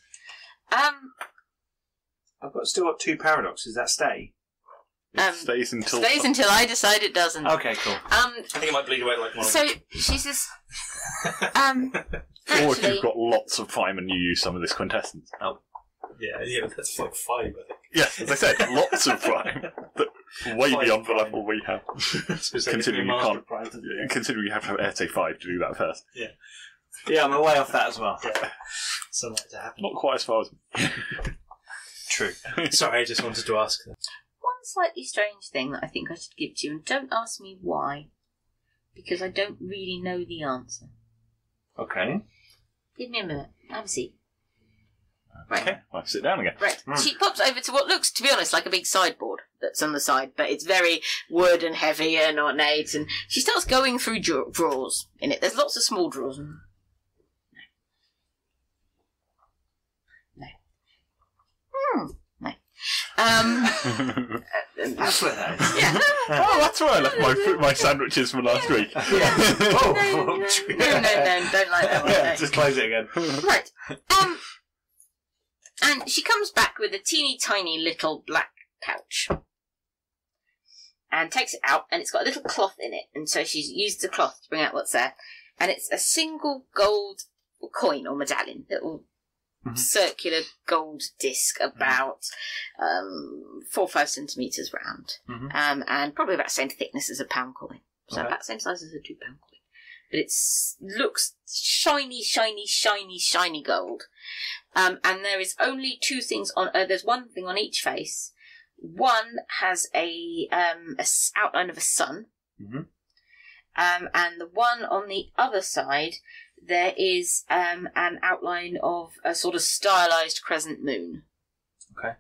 A: Um,
B: I've got still got two paradoxes. That stay.
D: It
A: Um,
D: stays until
A: stays until I decide it
E: Hmm.
A: doesn't.
B: Okay, cool.
A: Um,
E: I think it might bleed away like one.
A: so she says, um,
D: or if
A: actually,
D: you've got lots of time and you use some of this quintessence. Oh.
E: yeah, yeah, but that's like five. I think.
D: Yes, as I said, lots of prime, but way
E: Five
D: beyond the
E: prime.
D: level we have.
E: It's 'cause they give me a
D: Considering you
E: master
D: can't,
E: prime, doesn't it?
D: considering you have to have Erte five to do that first.
B: Yeah, I'm away off that as well.
E: So that to happen.
D: Not quite as far as
E: True. Sorry, I just wanted to ask. That.
A: one slightly strange thing that I think I should give to you, and don't ask me why, because I don't really know the answer.
B: Okay.
A: Give me a minute. Have a seat.
D: Okay, well, sit down again.
A: Right. She pops over to what looks, to be honest, like a big sideboard that's on the side, but it's very wood and heavy and ornate. And she starts going through draw- drawers in it. There's lots of small drawers. No. No. Hmm. No. Um,
B: That's where that is.
A: yeah.
D: Oh, that's where I left my fr- my sandwiches from last week. Oh,
A: No, no, no, no, no, don't like that one. no.
B: Just close it again.
A: Right. Um, and she comes back with a teeny tiny little black pouch. And takes it out, and it's got a little cloth in it. And so she's used the cloth to bring out what's there. And it's a single gold coin or medallion, little circular gold disc about um, four or five centimetres round. Um, and probably about the same thickness as a pound coin. So
B: Okay.
A: about the same size as a two pound coin but it looks shiny, shiny, shiny, shiny gold. Um, and there is only two things on. Uh, there's one thing on each face. One has a, um, a s- outline of a sun,
B: Mhm.
A: um, and the one on the other side there is um, an outline of a sort of stylized crescent moon.
B: Okay.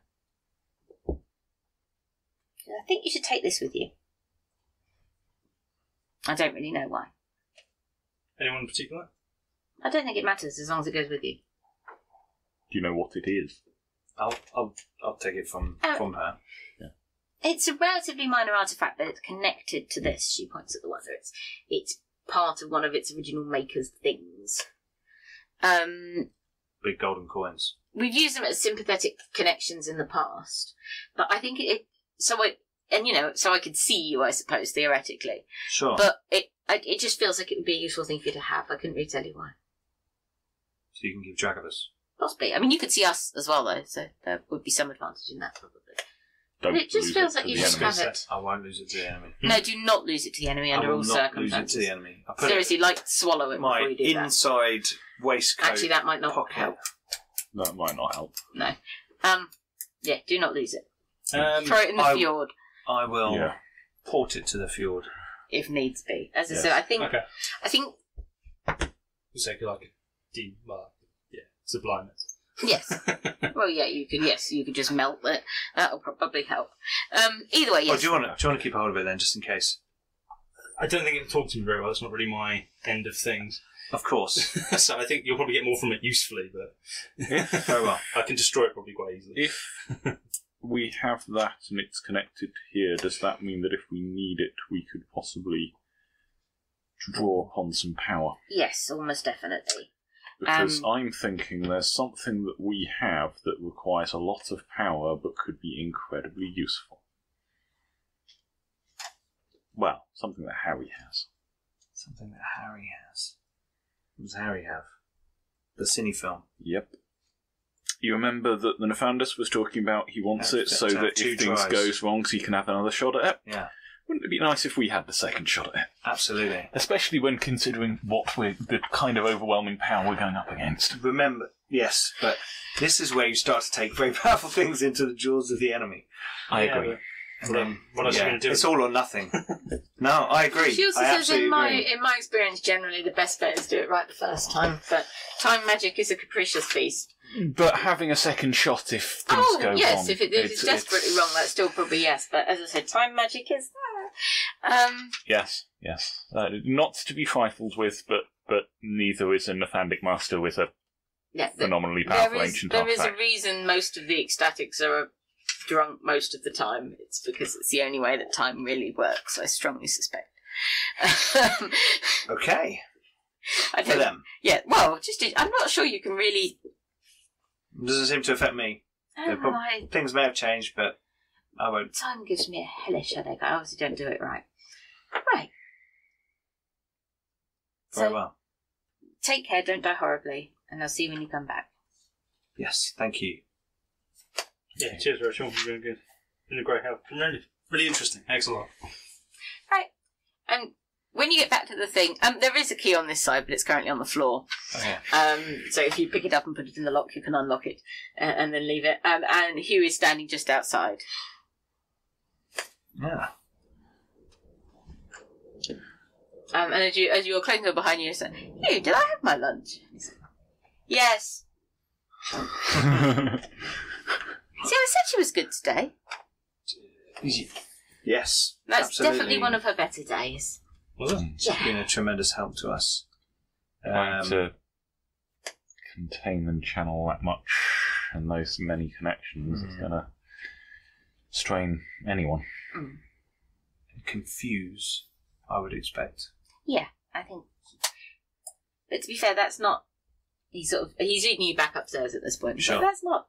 A: I think you should take this with you. I don't really know why.
E: Anyone in particular?
A: I don't think it matters as long as it goes with you.
D: Do you know what it is?
B: I'll, I'll, I'll take it from
A: Oh.
B: from her.
A: It's a relatively minor artifact, but it's connected to this. She points at the weather. It's it's part of one of its original maker's things. Um,
B: Big golden coins.
A: we've used them as sympathetic connections in the past, but I think it. So I and you know, so I could see you, I suppose theoretically,
B: Sure.
A: but it I, it just feels like it would be a useful thing for you to have. I couldn't really tell you why.
B: so you can give Dragobus.
A: Possibly. I mean, you could see us as well, though, so there would be some advantage in that, probably.
D: Don't
A: it just
D: lose
A: feels
D: it
A: like
D: to
A: you
D: the
A: just
D: enemy.
A: have it.
B: I won't lose it to the enemy.
A: No, do not lose it to the enemy
B: Hmm. I
A: under
B: will
A: all
B: not lose it to the
A: circumstances.
B: enemy. I put
A: Seriously, like swallow it before
W: My
A: you do that.
W: inside waistcoat.
A: Actually, that might not
W: pocket.
A: help.
D: That might not help.
A: No. Um. Yeah, do not lose it.
B: it. Um,
A: Throw it in the
B: I,
A: fjord
B: I will
D: Yeah.
B: port it to the Oh, fjord.
A: if needs be. As I
D: Yes.
A: said, I think
E: Okay.
A: I think
E: It's like, like a D, well, yeah, sublime it.
A: Yes. well, yeah, you could. Yes, you could just melt it. That'll probably help. Um, either way,
B: Oh,
A: yes.
B: do you want to? Do you want to keep hold of it then, just in case?
E: I don't think it talked to me very well. It's not really my end of things.
B: Of course.
E: so I think you'll probably get more from it usefully, but Oh,
B: Very well.
E: I can destroy it probably quite easily.
D: If we have that and it's connected here, does that mean that if we need it, we could possibly draw upon some power?
A: Yes, almost definitely.
D: Because
A: Um,
D: I'm thinking there's something that we have that requires a lot of power but could be incredibly useful. Well, something that Harry has.
B: Something that Harry has. What does Harry have? The cine film.
D: Yep. You remember that the Nefandus was talking about he wants
B: Yeah,
D: it so
B: to have
D: that
B: two
D: if things
B: tries.
D: goes wrong, he can have another shot at it.
B: Yeah,
D: Wouldn't it be nice if we had the second shot at it?
B: absolutely.
D: Especially when considering what we're the kind of overwhelming power we're going up against.
B: Remember, yes, but this is where you start to take very powerful things into the jaws of the enemy.
D: I
E: Yeah,
D: agree.
E: but-
B: And
E: Well,
B: then,
E: what else are you
B: yeah,
E: gonna do?
B: It's all or nothing. no, I agree.
A: She also
B: I
A: says, in
B: absolutely
A: my
B: agree.
A: in my experience, generally the best bet is do it right the first time. But time magic is a capricious beast.
D: But having a second shot if things
A: oh
D: go
A: yes,
D: wrong.
A: if it is desperately wrong, that's still probably yes. But as I said, time magic is. Um,
D: Yes, yes. Uh, not to be trifled with, but but neither is a Nathandic master with a
A: yeah, the-
D: phenomenally
A: there
D: powerful
A: is
D: ancient
A: there is
D: artifact.
A: a reason most of the ecstatics are uh, drunk most of the time. It's because it's the only way that time really works. I strongly suspect. Um, e-
B: Okay,
A: I
B: for
A: don't.
B: them.
A: Yeah. Well, just I'm not sure you can really.
B: doesn't seem to affect me.
A: I don't
B: Yeah,
A: know
B: prob-
A: why
B: Things may have changed, but I won't.
A: time gives me a hellish headache. I obviously don't do it right. Right.
B: Very
A: so
B: well.
A: take care. Don't die horribly, and I'll see you when you come back.
B: Yes, thank you.
E: Yeah, cheers, Rachel. You're doing good. Been a great help. Really, really interesting. Excellent.
A: And Um, when you get back to the thing, um, there is a key on this side, but it's currently on the floor.
B: Okay.
A: Um, so if you pick it up and put it in the lock, you can unlock it uh, and then leave it. Um, and Hugh is standing just outside.
B: Yeah.
A: Um, and as you as you're closing the door behind you, you say, "Hugh, did I have my lunch?" He's like, Yes. See, I said she was good today.
B: Yes.
A: That's
B: absolutely.
A: definitely one of her better days.
E: Was it?
B: She's been a tremendous help to us.
D: Trying
B: Um,
D: to contain and channel that much and those many connections is going to strain anyone.
B: confuse, I would expect.
A: Yeah, I think. But to be fair, that's not. He's sort of he's leading you back upstairs at this point.
B: Sure.
A: But that's not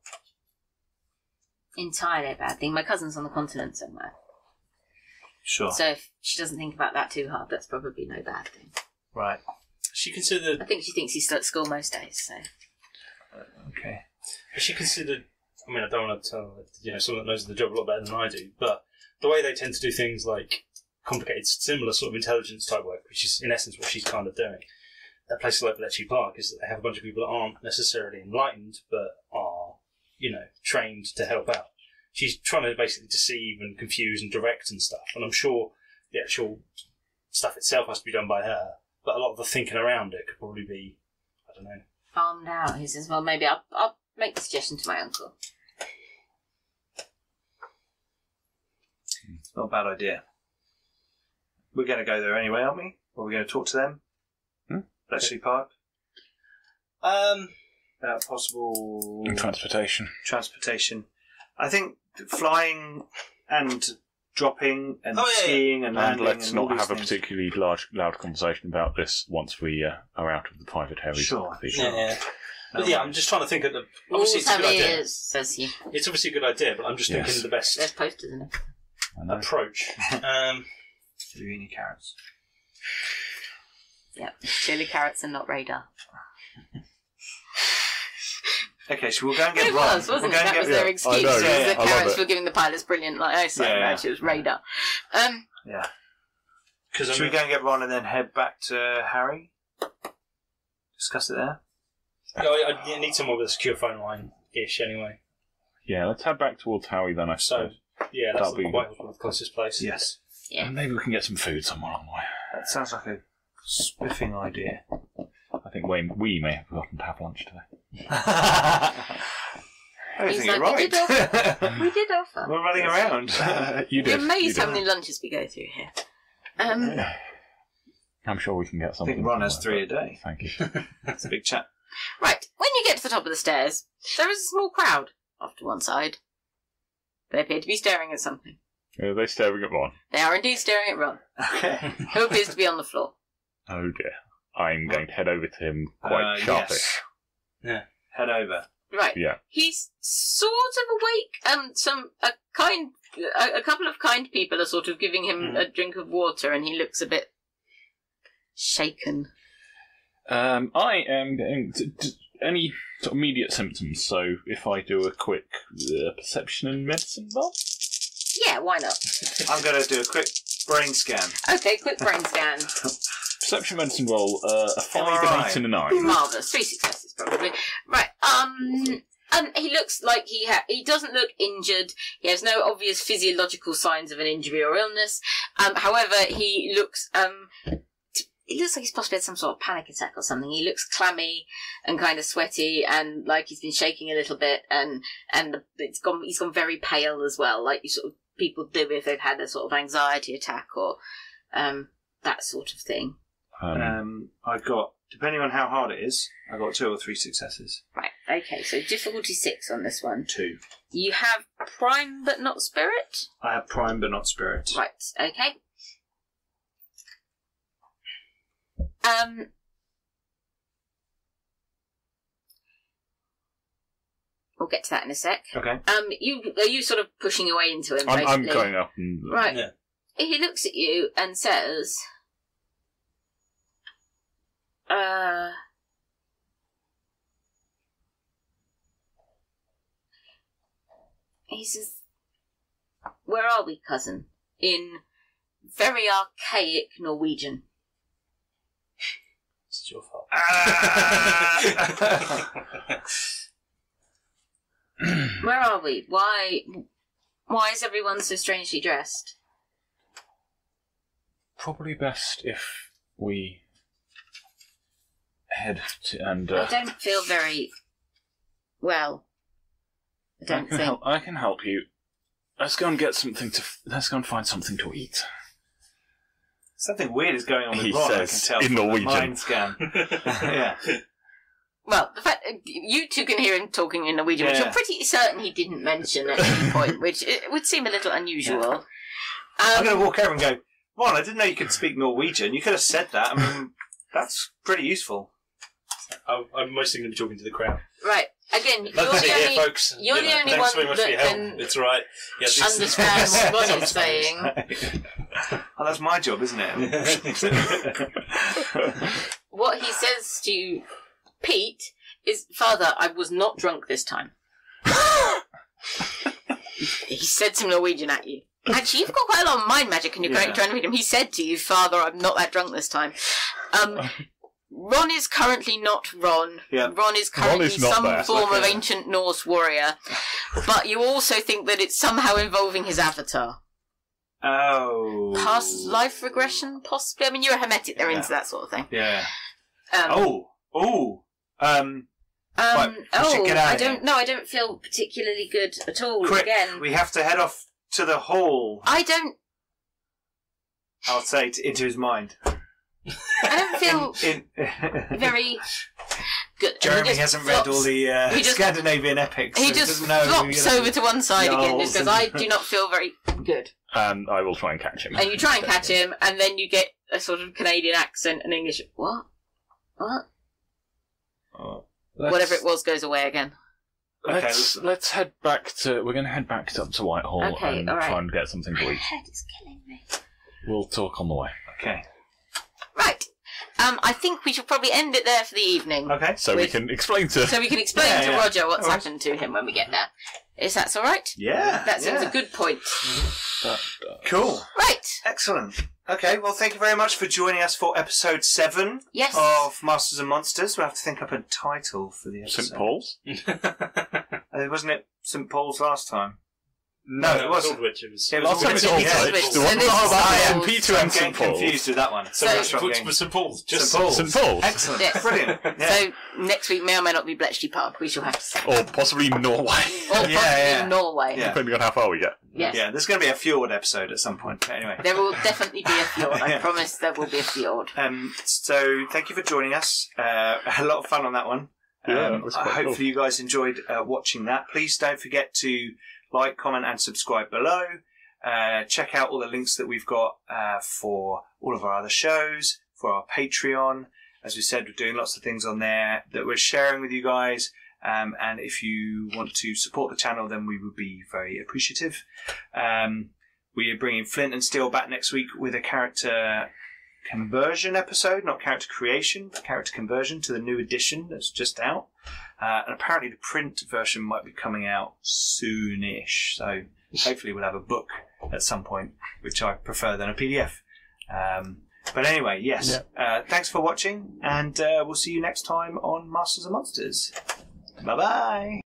A: entirely a bad thing. My cousin's on the continent somewhere,
E: Oh.
B: Sure.
A: so if she doesn't think about that too hard, that's probably no bad thing.
B: right.
E: Is she considered.
A: I think she thinks he's at school most days. So
B: Okay.
E: Is she considered? I mean, I don't want to tell you know someone that knows the job a lot better than I do, but the way they tend to do things like complicated, similar sort of intelligence type work, which is in essence what she's kind of doing. At places like Bletchley Park, is that they have a bunch of people that aren't necessarily enlightened, but are you know trained to help out. She's trying to basically deceive and confuse and direct and stuff, and I'm sure the actual stuff itself has to be done by her, but a lot of the thinking around it could probably be, I don't know,
A: farmed out. He says, "Well, maybe I'll I'll make the suggestion to my uncle."
B: It's not a bad idea. We're going to go there anyway, aren't we? Are we going to talk to them?
D: Hmm?
B: Bletchley Park?
E: um,
B: About possible
D: And transportation.
B: transportation. I think flying and dropping and
E: Oh, yeah, yeah.
B: skiing and
D: And
B: landing.
D: let's
B: and all
D: not
B: these
D: have a
B: things.
D: particularly large, loud conversation about this once we uh, are out of the private areas. of
B: Sure,
D: the cathedral.
E: yeah.
B: Oh,
E: But yeah, I'm just trying to think of the. Obviously,
A: Rules
E: it's a
A: have
E: good idea.
A: ears, says he.
E: It's obviously a good idea, but I'm just
D: Yes.
E: thinking the best
A: There's posters in it.
D: I know.
E: approach. um,
B: Do you eat any carrots?
A: Yep. Chili carrots and not radar.
B: Okay, so we'll go and get
A: It
B: Ron.
A: was, wasn't it?
B: we'll go
A: That was
B: and get
A: their
X: I
A: excuse.
X: know,
A: was
X: yeah,
A: the
X: I love
A: carrots
X: it.
A: for giving the pilots brilliant like eyesight
B: Yeah.
A: match. It was radar. Um,
E: Because
B: Should we go and get Ron and then head back to Harry? Discuss it there.
E: I, I need someone with a secure phone line ish anyway.
D: Yeah, let's head back towards Howie then, I
E: So,
D: suppose.
E: yeah, that's
D: That'll
E: not
D: be
E: quite the closest place.
B: Yes,
A: Yeah.
D: And Maybe we can get some food somewhere along the way.
B: that sounds like a spiffing idea.
D: I think Wayne, we may have forgotten to have lunch today.
Y: I don't
A: He's
Y: think you're
A: like,
Y: right.
A: "Did you we did offer.
Y: We're running around.
D: you
A: You're
D: did. you
A: amazed
D: did.
A: how many lunches we go through here. Um,
D: I'm sure we can get something.
B: Ron has three
D: somewhere,
B: a
D: but
B: day.
D: Thank you.
B: That's a big chat.
A: right, when you get to the top of the stairs, there is a small crowd off to one side. They appear to be staring at something.
D: Are they staring at Ron?
A: They are indeed staring at Ron,
B: Okay.
A: who appears to be on the floor.
D: Oh dear. I'm going to head over to him quite
B: Uh,
D: sharpish.
B: yes.
E: Yeah.
B: Head over.
A: Right.
D: Yeah.
A: He's sort of awake. Um, some a kind, a, a couple of kind people are sort of giving him a drink of water, and he looks a bit shaken.
D: Um, I am going to, d any sort of immediate symptoms. So if I do a quick uh, perception and medicine roll,
A: Yeah, why not?
B: I'm going to do a quick brain scan.
A: Okay, quick brain scan.
D: perception medicine roll, uh, a five,
B: Alright.
D: an eight, and a nine.
A: Marvelous, three successes probably. Right. Um. Um, he looks like he ha- he doesn't look injured. He has no obvious physiological signs of an injury or illness. Um, however, he looks um, t- he looks like he's possibly had some sort of panic attack or something. He looks clammy and kind of sweaty, and like he's been shaking a little bit, and and the, it's gone. He's gone very pale as well, like you sort of people do if they've had a sort of anxiety attack or um, that sort of thing.
D: Um,
B: Um, I got, depending on how hard it is, I got two or three successes.
A: Right. Okay. So difficulty six on this one.
B: Two.
A: You have prime but not spirit.
B: I have prime but not spirit.
A: Right. Okay. Um. We'll get to that in a sec.
B: Okay.
A: Um, you are you sort of pushing away into him?
D: I'm, I'm
A: basically?
D: going up and
A: Right.
E: Yeah.
A: He looks at you and says, "Uh, he says, where are we, cousin? In very archaic Norwegian.
E: It's your fault.
D: Ah!
A: Where are we? Why? Why is everyone so strangely dressed?
D: probably best if we head to and.
A: I
D: Uh,
A: don't feel very well. I
D: I
A: don't
D: can
A: think."
D: help. I can help you. Let's go and get something to. f- Let's go and find something to eat.
B: Something weird is going on with
D: He
B: Ron,
D: says
B: I can tell.
D: in
B: from the
D: Norwegian.
B: Mind scan. yeah.
A: Well, the fact uh, you two can hear him talking in Norwegian, which
B: Yeah.
A: I'm pretty certain he didn't mention at any point, which it would seem a little unusual.
B: I'm
A: Um,
B: going to walk over and go, Ron, I didn't know you could speak Norwegian. You could have said that. I mean, that's pretty useful.
E: I'm, I'm mostly going to be talking to the crowd.
A: right, again, you're
E: That's
A: the
E: it, yeah,
A: only
E: folks.
A: you're the only one
E: thanks very much for your
A: that
E: help.
A: can
E: It's all right. Yeah, these-
A: understand what Ron is saying.
B: Oh, that's my job, isn't it?
A: What he says to Pete is, "Father, I was not drunk this time." he said some Norwegian at you. Actually, you've got quite a lot of mind magic, and you're
B: Yeah.
A: trying to read him. He said to you, "Father, I'm not that drunk this time." Um, Ron is currently not Ron.
B: Yeah.
A: Ron is
D: Ron
A: currently
D: is not
A: some
D: there.
A: form of ancient Norse warrior, but you also think that it's somehow involving his avatar.
B: oh.
A: Past life regression, possibly. I mean, you're a hermetic; they're into that sort of thing.
B: Yeah.
A: Um,
B: Oh. Oh. Um,
A: Um,
B: Right, we should
A: oh,
B: get out
A: I
B: of
A: don't.
B: here.
A: No, I don't feel particularly good at all.
B: quick.
A: Again,
B: We have to head off to the hall.
A: I don't.
B: I'll say t into his mind.
A: I don't feel
B: In,
A: very good. And he
B: Jeremy
A: just
B: hasn't
A: flops-
B: read all the uh,
A: he just-
B: Scandinavian epics.
A: He
B: so
A: just
B: doesn't know who
A: flops
B: you're-
A: over to one side again, just goes,
B: Knowles
A: "I
B: and-
A: do not feel very good."
D: And I will try and catch him.
A: And you try and catch him, and then you get a sort of Canadian accent and English. What? What?
D: Uh, Let's-
A: Whatever it was goes away again.
D: Let's let's head back to. We're going to head back to, up to Whitehall
A: Okay,
D: and
A: all right.
D: try and get something to eat.
A: head is killing me.
D: We'll talk on the way.
B: Okay.
A: Right. Um, I think we should probably end it there for the evening.
Z: Okay.
D: So we
A: With-
D: can explain to
A: So we can explain
Z: Yeah,
A: to
Z: yeah.
A: Roger what's
Z: All right.
A: happened to him when we get there. Is that all right?
B: Yeah.
A: That seems
B: yeah.
A: a good point.
B: Cool.
A: Right.
B: Excellent. Okay, well, thank you very much for joining us for episode seven
A: Yes.
B: of Masters and Monsters. We'll have to think up a title for the episode.
D: St. Paul's.
B: Uh, wasn't it St. Paul's last time? No, it wasn't.
E: Aldwych, it was.
B: It was
A: St. Paul's,
B: yeah.
A: Aldwych.
D: The
A: So
D: one
A: this
D: oh,
A: is
D: that
A: St.
B: I'm
D: MP2 and
B: getting
D: St. Paul's.
B: confused with that one.
A: So-
B: So, that's what I'm
E: Which
B: getting-
E: was St Paul's. Just
B: St. Paul's.
D: St. Paul's.
B: Excellent.
A: Yeah.
B: Brilliant. Yeah.
A: So next week may or may not be Bletchley Park. We shall have to say.
D: Or possibly Norway.
A: Or possibly
B: yeah.
A: Norway.
B: Yeah.
D: Depending on how far we get.
A: Yes.
B: yeah, there's going to be a fjord episode at some point. But anyway.
A: There will definitely be a fjord. I
B: Yeah.
A: promise there will be a fjord.
B: Um, so thank you for joining us. Uh, a lot of fun on that one.
D: Yeah,
B: um,
D: that was
B: I-
D: quite
B: hopefully
D: cool.
B: you guys enjoyed uh, watching that. Please don't forget to like, comment, and subscribe below. Uh, check out all the links that we've got uh, for all of our other shows, for our Patreon. As we said, we're doing lots of things on there that we're sharing with you guys. Um, and if you want to support the channel, then we would be very appreciative. Um, we are bringing Flint and Steel back next week with a character conversion episode, not character creation, but character conversion to the new edition that's just out. Uh, and apparently the print version might be coming out soonish. So hopefully we'll have a book at some point, which I prefer than a PDF. Um, but anyway, yes. Uh, thanks for watching, and uh, we'll see you next time on Masters and Monsters. Bye bye.